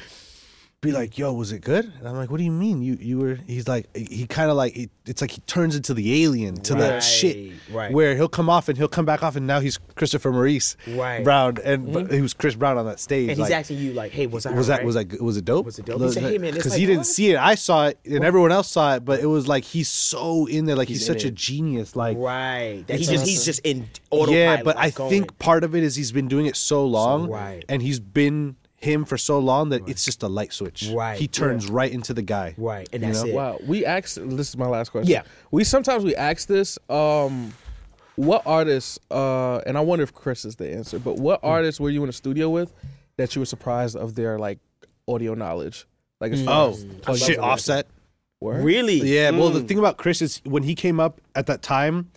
D: be like, "Yo, was it good?" And I'm like, "What do you mean? You you were?" He's like, he kind of like it, it's like he turns into the alien to that shit,
A: Right, right.
D: Where he'll come off and he'll come back off, and now he's Christopher Maurice,
A: Right. Mm-hmm.
D: Brown, and but he was Chris Brown on that stage,
A: And he's
D: like-
A: asking you like, "Hey, was I
D: was that
A: alright?
D: was that good- was it dope?
A: Was it dope? He said, "Hey, man, it's
D: because
A: like,
D: he didn't
A: what?"
D: see it. I saw it, and everyone else saw it. But it was like he's so in there, like he's,
C: in
D: such a
C: it.
D: genius. Like
A: Right. That he
D: It's
A: just
D: awesome.
A: he's just in autopilot.
D: yeah, but I
A: like, going.
D: think part of it is he's been doing it so long,
A: right.
D: and he's been him for so long that it's just a light switch.
A: Right.
D: he turns right into the guy.
A: right, and
D: you
A: that's
D: know?
A: it.
B: Wow, we asked. This is my last question.
A: Yeah.
B: we sometimes we ask this. Um, what artists? Uh, and I wonder if Chris is the answer. But
A: Hmm.
B: what artists were you in the studio with that you were surprised of their like audio knowledge? Like
A: Hmm.
B: as far
D: Oh
A: Mm.
B: as-
D: shit, Offset.
A: Really? Mm.
D: Yeah. Well, the thing about Chris is when he came up at that time,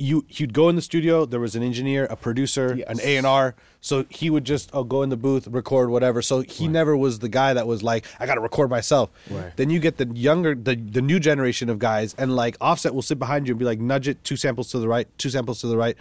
D: you he'd go in the studio. There was an engineer, a producer, an A and R. So he would just oh, go in the booth, record whatever. So he never was the guy that was like, I got to record myself. Then you get the younger, the the new generation of guys, and like Offset will sit behind you and be like, nudge it two samples to the right, two samples to the right.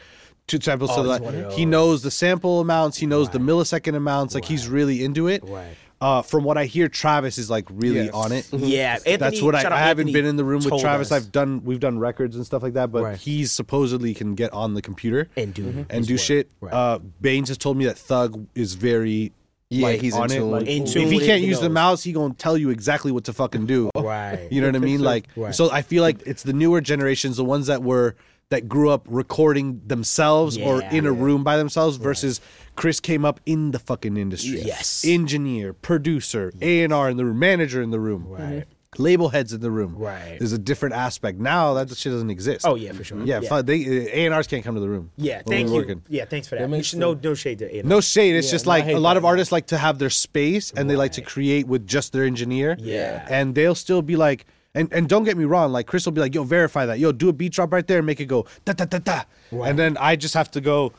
D: Two samples
A: Oh,
D: to the left. He knows the sample amounts. He knows the millisecond amounts. Like he's really into it. Right. Uh, from what I hear, Travis is like really
B: Yes.
D: on it.
A: Yeah, Anthony-
D: that's what I,
A: shout out
D: I haven't
A: Anthony
D: been in the room with
A: told
D: Travis.
A: us.
D: I've done we've done records and stuff like that, but he supposedly can get on the computer
A: And do
C: Mm-hmm.
A: Mhm.
D: and do shit. Uh, Baines has told me that Thug is very
C: Yeah,
D: like,
C: he's in
D: on it.
C: tune.
D: Like,
A: In
D: if
A: tune,
D: he can't
A: he
D: use the
A: knows.
D: mouse, he gonna tell you exactly what to fucking do.
A: Right.
D: You know what I mean? Like,
A: Right.
D: so I feel like it's the newer generations, the ones that were that grew up recording themselves or
A: Yeah.
D: in a room by themselves, versus Chris came up in the fucking industry.
A: Yes.
D: engineer, producer, A and R in the room, manager in the room, right. Label heads in the room.
A: Right.
D: There's a different aspect now. That shit doesn't exist.
A: Oh, yeah, for sure.
D: Yeah,
A: Yeah.
D: fuck, they uh, A and R's can't come to the room.
A: Yeah,
D: when
A: thank
D: we're
A: you.
D: working.
A: Yeah, thanks for that. You should, no, no shade to Anthony.
D: No shade. It's
B: Yeah,
D: just
B: no, I
D: like
B: hate
D: a lot
B: that.
D: of artists like to have their space and they like to create with just their engineer.
A: Yeah.
D: And they'll still be like, and, and don't get me wrong, like Chris will be like, yo, verify that. Yo, do a beat drop right there and make it go da da da da. And then I just have to go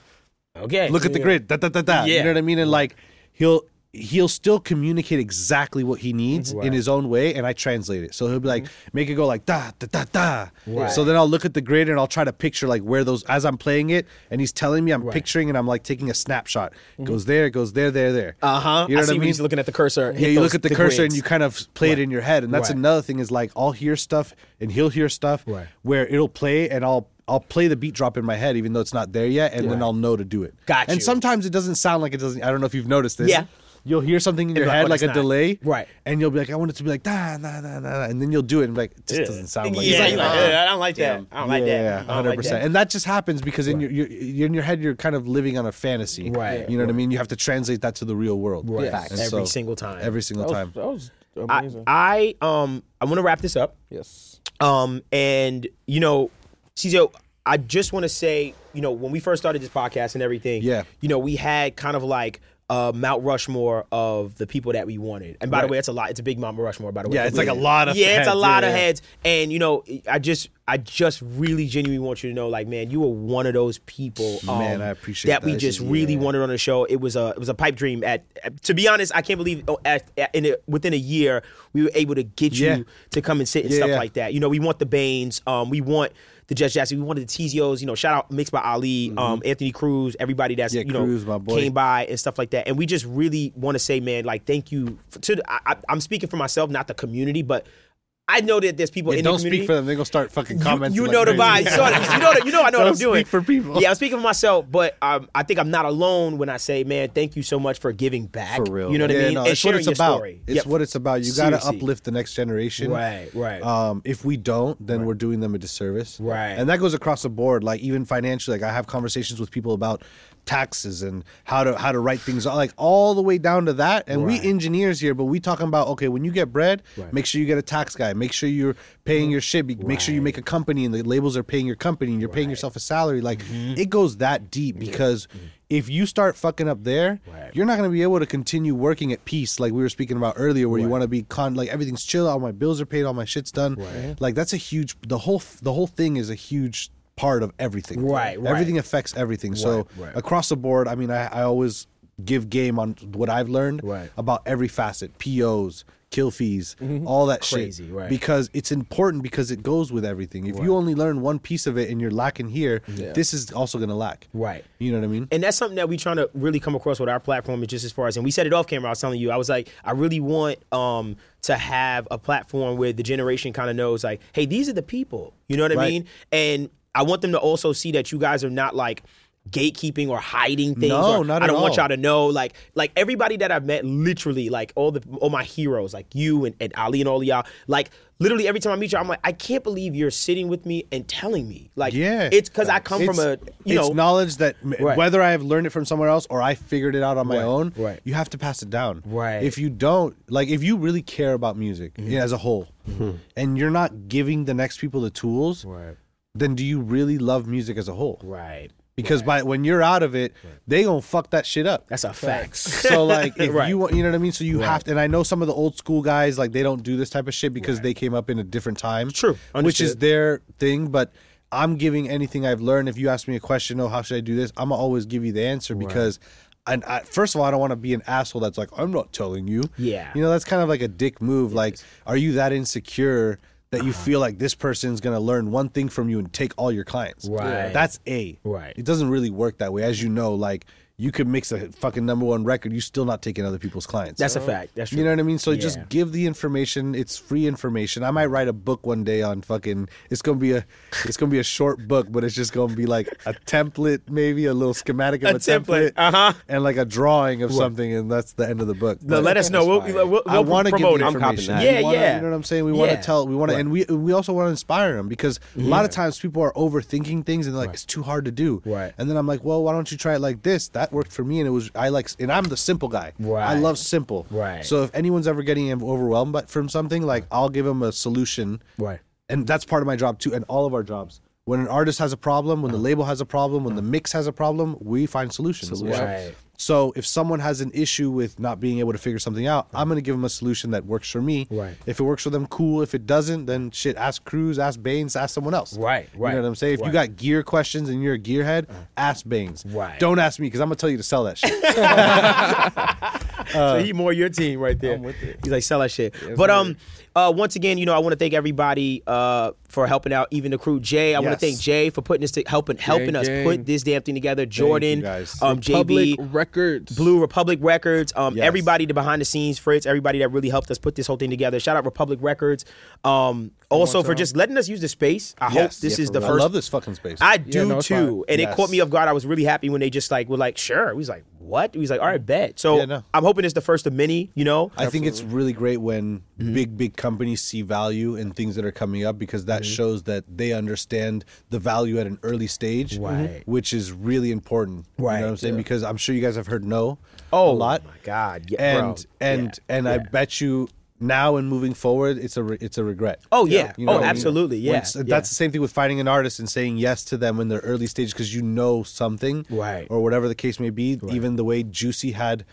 A: Okay.
D: look at the grid da da da da. You
A: Yeah.
D: know what I mean? And like he'll he'll still communicate exactly what he needs
A: Mm-hmm.
D: in his own way, and I translate it. So he'll be like, make it go like da da da da.
B: Right.
D: So then I'll look at the grid and I'll try to picture like where those as I'm playing it, and he's telling me I'm picturing, and I'm like taking a snapshot. It Goes there, it goes there, there, there.
A: Uh huh.
D: You
A: Mm-hmm. I
D: know what
A: see
D: I
A: when
D: mean?
A: he's looking at the cursor.
D: Yeah,
A: hit
D: you
A: those-
D: look at the,
A: the
D: cursor
A: grids.
D: and you kind of play it in your head, and that's
A: Right.
D: another thing is like I'll hear stuff and he'll hear stuff
A: Right.
D: where it'll play and I'll I'll play the beat drop in my head even though it's not there yet, and then I'll know to do it.
A: Got
D: And
A: you.
D: sometimes it doesn't sound like it doesn't. I don't know if you've noticed this.
A: Yeah.
D: You'll hear something in your
A: like,
D: head
A: when
D: like
A: it's
D: a
A: not.
D: delay,
A: Right.
D: And you'll be like, I want it to be like da da da da, da, and then you'll do it and be like, this doesn't sound like.
A: yeah,
D: it.
A: you're like, "Eh, I don't like that. I don't like that. I
D: Yeah,
A: don't
D: hundred
A: like that."
D: percent. And that just happens because in your, your you're- in your head you're kind of living on a fantasy,
A: Right.
D: You know what I mean. You have to translate that to the real world, right?
A: Facts. Oh, Every single time.
D: Every single
B: That
D: Oh, time.
B: was, that was
A: I,
B: amazing.
A: I um I want to wrap this up.
B: yes.
A: Um, and you know, Cizio, I just want to say, you know, when we first started this podcast and everything,
D: Yeah.
A: you know, we had kind of like uh, Mount Rushmore of the people that we wanted. And by the way, it's a lot. It's a big Mount Rushmore. By the way,
D: Yeah, it's like a lot of
A: yeah, it's a
D: heads.
A: lot
D: Yeah,
A: of
D: yeah.
A: heads. And you know, I just, I just really genuinely want you to know, like, man, you were one of those people. Um,
D: Man, I appreciate
A: that. We
D: that.
A: just really wanted on the show. It was a, it was a pipe dream. At, to be honest, I can't believe oh, at, at- in a, within a year we were able to get you
D: Yeah.
A: to come and sit and
D: Yeah,
A: stuff
D: yeah.
A: like that. You know, we want the Baines, um, we want the Jets Jackson, we wanted the Tezios, you know, shout out Mixed by Ali, um, Anthony Cruz, everybody that's,
D: Mm-hmm. Yeah,
A: you know,
D: Cruz, my boy.
A: came by and stuff like that. And we just really want to say, man, like, thank you f- to, the- I, I, I'm speaking for myself, not the community, but I know that there's people
D: Yeah,
A: in the
D: don't
A: community.
D: speak for them. They're gonna start fucking
A: You,
D: commenting.
A: you
D: like
A: know the vibe.
D: crazy.
A: You, saw it. you know, the, you know, I know what
D: Don't
A: I'm doing.
D: speak for people.
A: Yeah, I'm speaking for myself, but um, I think I'm not alone when I say, man, thank you so much for giving back. For
C: real.
A: You know what I
D: Yeah,
A: mean?
D: no,
A: and
D: it's what
A: sharing
D: it's
A: your
D: about.
A: story.
D: It's
A: Yep.
D: what it's about. You got to
A: Seriously.
D: uplift the next generation.
A: Right, right.
D: Um, if we don't, then we're doing them a disservice.
A: Right.
D: And that goes across the board. Like even financially, like I have conversations with people about taxes and how to how to write things out, like all the way down to that. And we engineers here, but we talking about okay, when you get bread, make sure you get a tax guy. Make sure you're paying your shit. Be- Make sure you make a company and the labels are paying your company and you're paying yourself a salary. Like
A: Mm-hmm.
D: it goes that deep because
A: Mm.
D: if you start fucking up there, you're not going to be able to continue working at peace like we were speaking about earlier, where you want to be con like everything's chill, all my bills are paid, all my shit's done. Like that's a huge the whole the whole thing is a huge part of everything.
A: Right, right.
D: Everything affects everything. so across the board, I mean, I, I always give game on what I've learned
A: Right. Mm-hmm.
D: about every facet, POs. Kill fees, all that
A: Crazy,
D: shit,
A: right.
D: because it's important because it goes with everything. If you only learn one piece of it and you're lacking here, this is also gonna lack.
A: Right.
D: You know what I mean?
A: and that's something that we trying to really come across with our platform is just as far as and we said it off camera i was telling you i was like i really want um to have a platform where the generation kind of knows like hey these are the people you know what i
D: Right.
A: mean and i want them to also see that you guys are not like gatekeeping or hiding things
D: No,
A: or,
D: not
A: i
D: at
A: don't want
D: all.
A: y'all to know like like everybody that i've met literally like all the all my heroes like you and, and ali and all of y'all like literally every time i meet you i'm like i can't believe you're sitting with me and telling me like
D: Yeah.
A: it's because i come from a you know
D: it's knowledge that m-
A: Right.
D: whether I have learned it from somewhere else or I figured it out on my own,
A: right.
D: you have to pass it down.
A: Right. Mm-hmm.
D: If you don't, like if you really care about music yeah, as a whole and you're not giving the next people the tools,
A: Right.
D: then do you really love music as a whole?
A: right
D: Because by when you're out of it, they gonna fuck that shit up.
A: That's a fact.
D: So like if
A: Right.
D: you want you know what I mean? So you have to and I know some of the old school guys like they don't do this type of shit because they came up in a different time.
A: True.
D: Which is
A: Understood.
D: their thing, but I'm giving anything I've learned. If you ask me a question, oh, how should I do this? I'm gonna always give you the answer because and I, first of all, I don't want to be an asshole that's like, I'm not telling you.
A: Yeah.
D: You know, that's kind of like a dick move. Like, are you that insecure that
A: Uh-huh.
D: you feel like this person's going to learn one thing from you and take all your clients?
A: Right.
D: That's A.
A: Right.
D: It doesn't really work that way. As you know, like, you could mix a fucking number one record, you still not taking other people's clients.
A: That's a fact. That's true.
D: You know what I mean? So just
A: Yeah.
D: give the information. It's free information. I might write a book one day on fucking. It's gonna be a, it's gonna be a short book, but it's just gonna be like a template, maybe a little schematic of a,
A: A template, uh-huh.
D: and like a drawing of something, and that's the end of the book.
A: No, let us know. We'll, we'll, we'll,
D: I want to give
A: promote
D: the
A: it.
D: information.
C: that.
D: We
A: Yeah,
D: wanna-
A: yeah.
D: You know what I'm saying? We want
A: Yeah.
D: to tell. We want to, and we we also want to inspire them because a lot of times people are overthinking things and they're like, it's too hard to do.
A: Right.
D: And then I'm like, well, why don't you try it like this? That worked for me, and it was I like, and I'm the simple guy. I
A: Right.
D: love simple.
A: Right.
D: So if anyone's ever getting overwhelmed by, from something, like I'll give them a solution.
A: Right.
D: And that's part of my job too, and all of our jobs. When an artist has a problem,
A: Uh-huh.
D: when the label has a problem, when the mix has a problem, we find solutions.
A: Right.
D: So if someone has an issue with not being able to figure something out, I'm going to give them a solution that works for me.
A: Right.
D: If it works for them, cool. If it doesn't, then shit, ask Cruz, ask Baines, ask someone else.
A: Right, right,
D: You know what I'm saying? If you
A: right. Uh-huh.
D: got gear questions and you're a gearhead, ask Baines.
A: Right.
D: Don't ask me because I'm going to tell you to sell that shit.
A: so he more your team right there. I'm with it. He's like sell that shit. but um, uh, once again, you know, I want to thank everybody uh for helping out, even the crew. Jay, I want
D: Yes.
A: to thank Jay for putting this to, helping helping us
B: gang.
A: put this damn thing together. Jordan,
D: guys.
A: um,
B: Public
A: JB,
B: records.
A: Blue Republic Records, um,
D: Yes.
A: everybody the behind the scenes, Fritz, everybody that really helped us put this whole thing together. Shout out Republic Records. Um, also for just letting us use the space. I hope
D: Yes.
A: this
D: Yeah,
A: is
D: for
A: the
D: real.
A: first.
D: I love this fucking space.
A: I do
B: no, it's
A: too, and it
D: Yes.
A: caught me off guard. I was really happy when they just like were like, "Sure." We was like, "What?" We was like, "All right, bet." So
D: Yeah, no.
A: I'm hoping it's the first of many. You know,
D: I think it's really great when
A: Mm-hmm.
D: big, big companies see value in things that are coming up because that
A: Mm-hmm.
D: shows that they understand the value at an early stage,
A: Right.
D: which is really important. You
A: Right.
D: know what I'm saying? Because I'm sure you guys have heard no
A: oh
D: a lot.
A: my god, yeah,
D: and
A: bro.
D: and and I bet you now and moving forward, it's a re- it's a regret.
A: Oh, yeah. Oh,
D: when-
A: absolutely,
D: when
A: yeah,
D: s-
A: yeah.
D: That's the same thing with finding an artist and saying yes to them in their early stage because you know something,
A: Right. Uh-huh.
D: Or whatever the case may be. Even the way Juicy had,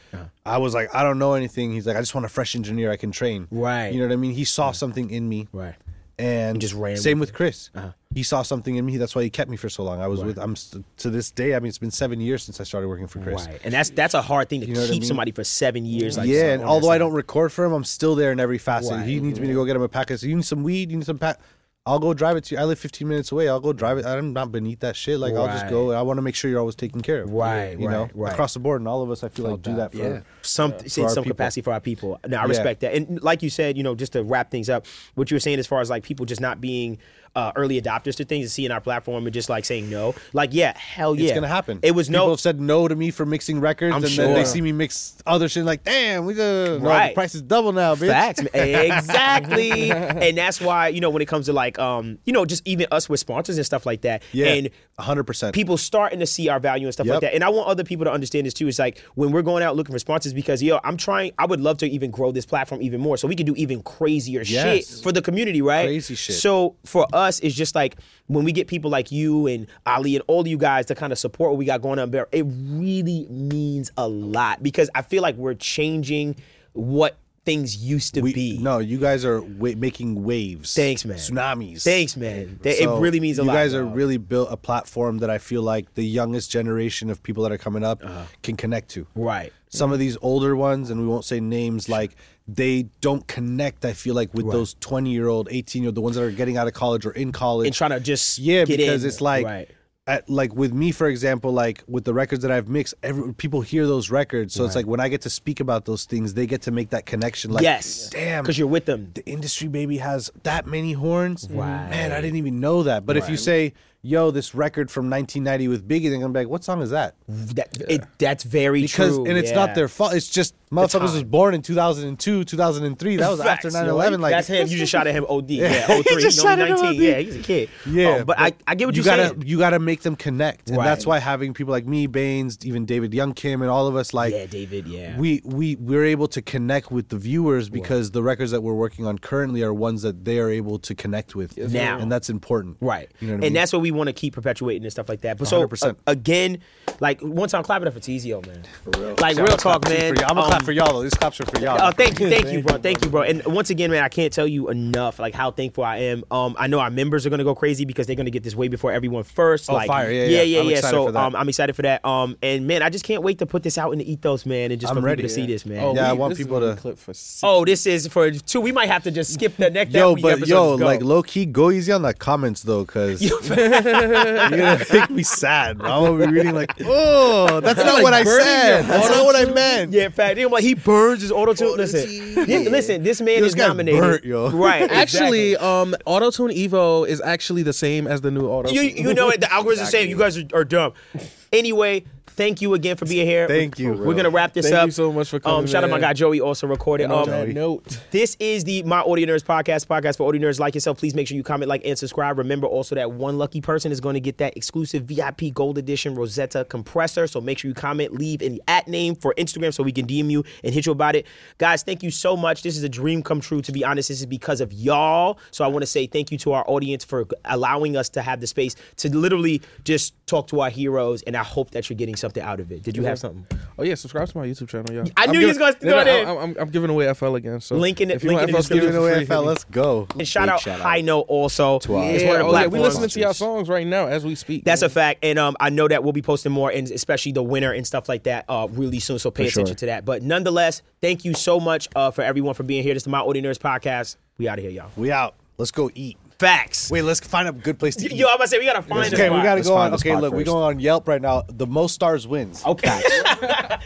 D: I was like, I don't know anything. He's like, I just want a fresh engineer I can train,
A: Right.
D: You know what I mean? He saw something in me,
A: Right.
D: And
A: just ran
D: Same
A: with Uh-huh.
D: with Chris. He saw something in me. That's why he kept me for so long. I was with. I'm st- to this day. I mean, it's been seven years since I started working for Chris.
A: right, and that's that's a hard thing to
D: know what I
A: keep
D: mean?
A: somebody for seven years. Like
D: yeah,
A: so-
D: and
A: on
D: although
A: that
D: I don't record for him, I'm still there in every facet.
A: Right.
D: He needs me to go get him a packet. So you need some weed, you need some pack. I'll go drive it to you. I live 15 minutes away. I'll go drive it. I'm not beneath that shit. Like I'll just go. I want to make sure you're always taken care of.
A: Right,
D: You know,
A: right, right.
D: across the board, and all of us, I feel like do that for.
A: some in
D: our
A: some
D: people.
A: capacity for our people. No, I respect that. And like you said, you know, just to wrap things up, what you were saying as far as like people just not being uh, early adopters to things and seeing our platform and just like saying no, like yeah, hell yeah,
D: It's gonna happen.
A: It was
D: People
A: no.
D: have said no to me for mixing records,
A: I'm
D: and then they
A: sure.
D: see me mix other shit. Like, damn, we just no,
A: Right.
D: the price is double now, bitch.
A: Facts, man. exactly, and that's why you know when it comes to like um you know just even us with sponsors and stuff like that,
D: Yeah,
A: and
D: 100. percent
A: people starting to see our value and stuff like
D: Yep.
A: that. And I want other people to understand this too. It's like when we're going out looking for sponsors because yo, I'm trying. I would love to even grow this platform even more, so we can do even crazier shit
D: Yes.
A: for the community, right?
D: Crazy shit.
A: So for us, it's just like when we get people like you and Ali and all of you guys to kind of support what we got going on there. It really means a lot because I feel like we're changing what things used to be.
D: No, you guys are wa- making waves.
A: Thanks, man.
D: Tsunamis.
A: Thanks, man. That-
D: So
A: it really means a
D: you
A: lot.
D: guys are
A: dog.
D: really built a platform that I feel like the youngest generation of people that are coming up can connect to.
A: Uh-huh. right.
D: Some of these older ones, and we won't say names, like they don't connect. I feel like with those twenty-year-old, eighteen-year-old, the ones that are getting out of college or in college
A: And trying to just
D: yeah
A: get
D: because
A: in.
D: it's like
A: Right.
D: at, like with me for example like with the records that i've mixed every, people hear those records so it's like when i get to speak about those things they get to make that connection like
A: yes,
D: damn
A: because you're with them.
D: the industry baby has that many horns man i didn't even know that but if you say yo this record from 1990 with biggie they're gonna be like what song is that
A: That, it, that's very
D: because
A: true.
D: and it's
A: yeah.
D: not their fault it's just motherfuckers was
A: time.
D: born in 2002 2003 that was after
A: Facts, yo.
D: 9-11 like
A: that's him. You just shot at him. OD. Yeah. 03.
D: just
A: no,
D: shot at him
A: 19.
D: OD.
A: Yeah, he's a kid.
D: Yeah,
A: Um, but, I, I get what
D: you
A: you
D: gotta
A: saying.
D: you gotta make them connect, and that's
A: Right.
D: why having people like me, Baines, even David Young Kim, and all of us like
A: Yeah, David, yeah.
D: we we we're able to connect with the viewers because the records that we're working on currently are ones that they are able to connect with
A: Now.
D: and that's important,
A: Right.
D: You know what
A: and
D: I mean?
A: that's what we want to keep perpetuating and stuff like that. But so, uh,
D: 100%.
A: again, like, one time, clap it up for Tizio, man. Like, real talk, man.
D: I'm gonna
A: Um,
D: clap for y'all though. These claps are for y'all.
A: Oh, thank you, thank you, bro, thank you, bro. And once again, man, I can't tell you enough like how thankful I am. Um, I know our members are gonna go crazy because they're gonna get this way before everyone first. like,
D: Oh, fire. Yeah,
A: yeah,
D: yeah.
A: yeah.
D: I'm
A: yeah.
D: excited
A: So,
D: for that.
A: um, I'm excited for that. Um, and man, I just can't wait to put this out in the ethos, man, and just
D: I'm
A: for
D: ready.
A: people to see this, man.
B: Oh,
D: Yeah, I
B: we-
D: want
B: this is
D: people
B: gonna
D: to-
B: be clip for six.
A: Oh, this is for two. We might have to just skip the next.
D: Yo,
A: that
D: but
A: episode.
D: yo,
A: Let's go.
D: like low key, go easy on the comments though, cause you're gonna make me sad. bro. I'm gonna be reading like, oh, that's not what I said. That's not what I meant.
A: yeah, in fact, they were like he burns his auto tune. Listen, yeah, listen, this man
D: This
A: is
D: guy's
A: nominated.
D: burnt, yo.
A: Right, exactly.
B: Actually, um, Auto Tune Evo is actually the same as the new Auto.
A: you you know it. The algorithm's the same. You guys are, are dumb. Anyway, thank you again for being here.
D: Thank you,
A: We're
D: bro.
A: gonna wrap this
B: Thank
A: up.
B: you so much for
A: Um,
B: coming,
A: shout out my
B: man.
A: guy Joey also recorded. Um,
B: note.
A: This is the My Audio Nerds podcast, podcast for audio nerds like yourself. Please make sure you comment, like, and subscribe. Remember also that one lucky person is going to get that exclusive VIP Gold Edition Rosetta compressor. So make sure you comment, leave any at name for Instagram so we can DM you and hit you about it. Guys, thank you so much. This is a dream come true. To be honest, this is because of y'all. So I want to say thank you to our audience for allowing us to have the space to literally just talk to our heroes. And I hope that you're getting getting something out of it. Did you have something?
B: Oh yeah, subscribe to my YouTube channel, y'all.
A: I
B: I'm
A: knew you was
B: giving-
A: gonna throw it
B: I-
A: in.
B: I'm, I'm, I'm giving away FL again. So
A: Link in it-
B: if you
A: link
B: want
A: in the
B: FL,
A: description.
B: giving away
A: Free,
B: FL.
D: Let's go.
A: And shout
C: Big
A: out,
C: shout out.
A: High Note also. To
C: our-
A: It's
B: Yeah,
A: one of the
B: oh, yeah, we
A: platforms.
B: listening to y'all songs right now as we speak.
A: That's a fact, and um, I know that we'll be posting more, and especially the winner and stuff like that, uh, really soon. So pay attention to that. But nonetheless, thank you so much uh, for everyone for being here. This is my Ordinaries podcast. We out of here, y'all.
D: We out. Let's go eat.
A: Facts.
D: Wait, let's find a good place to eat.
A: Yo, I'm gonna say we gotta find. a
D: okay, we
A: spot.
D: gotta
C: Let's
D: go
C: find
D: on.
C: the
D: Okay,
C: spot
D: look, we
C: first.
D: go on Yelp right now. The most stars wins.
A: Okay.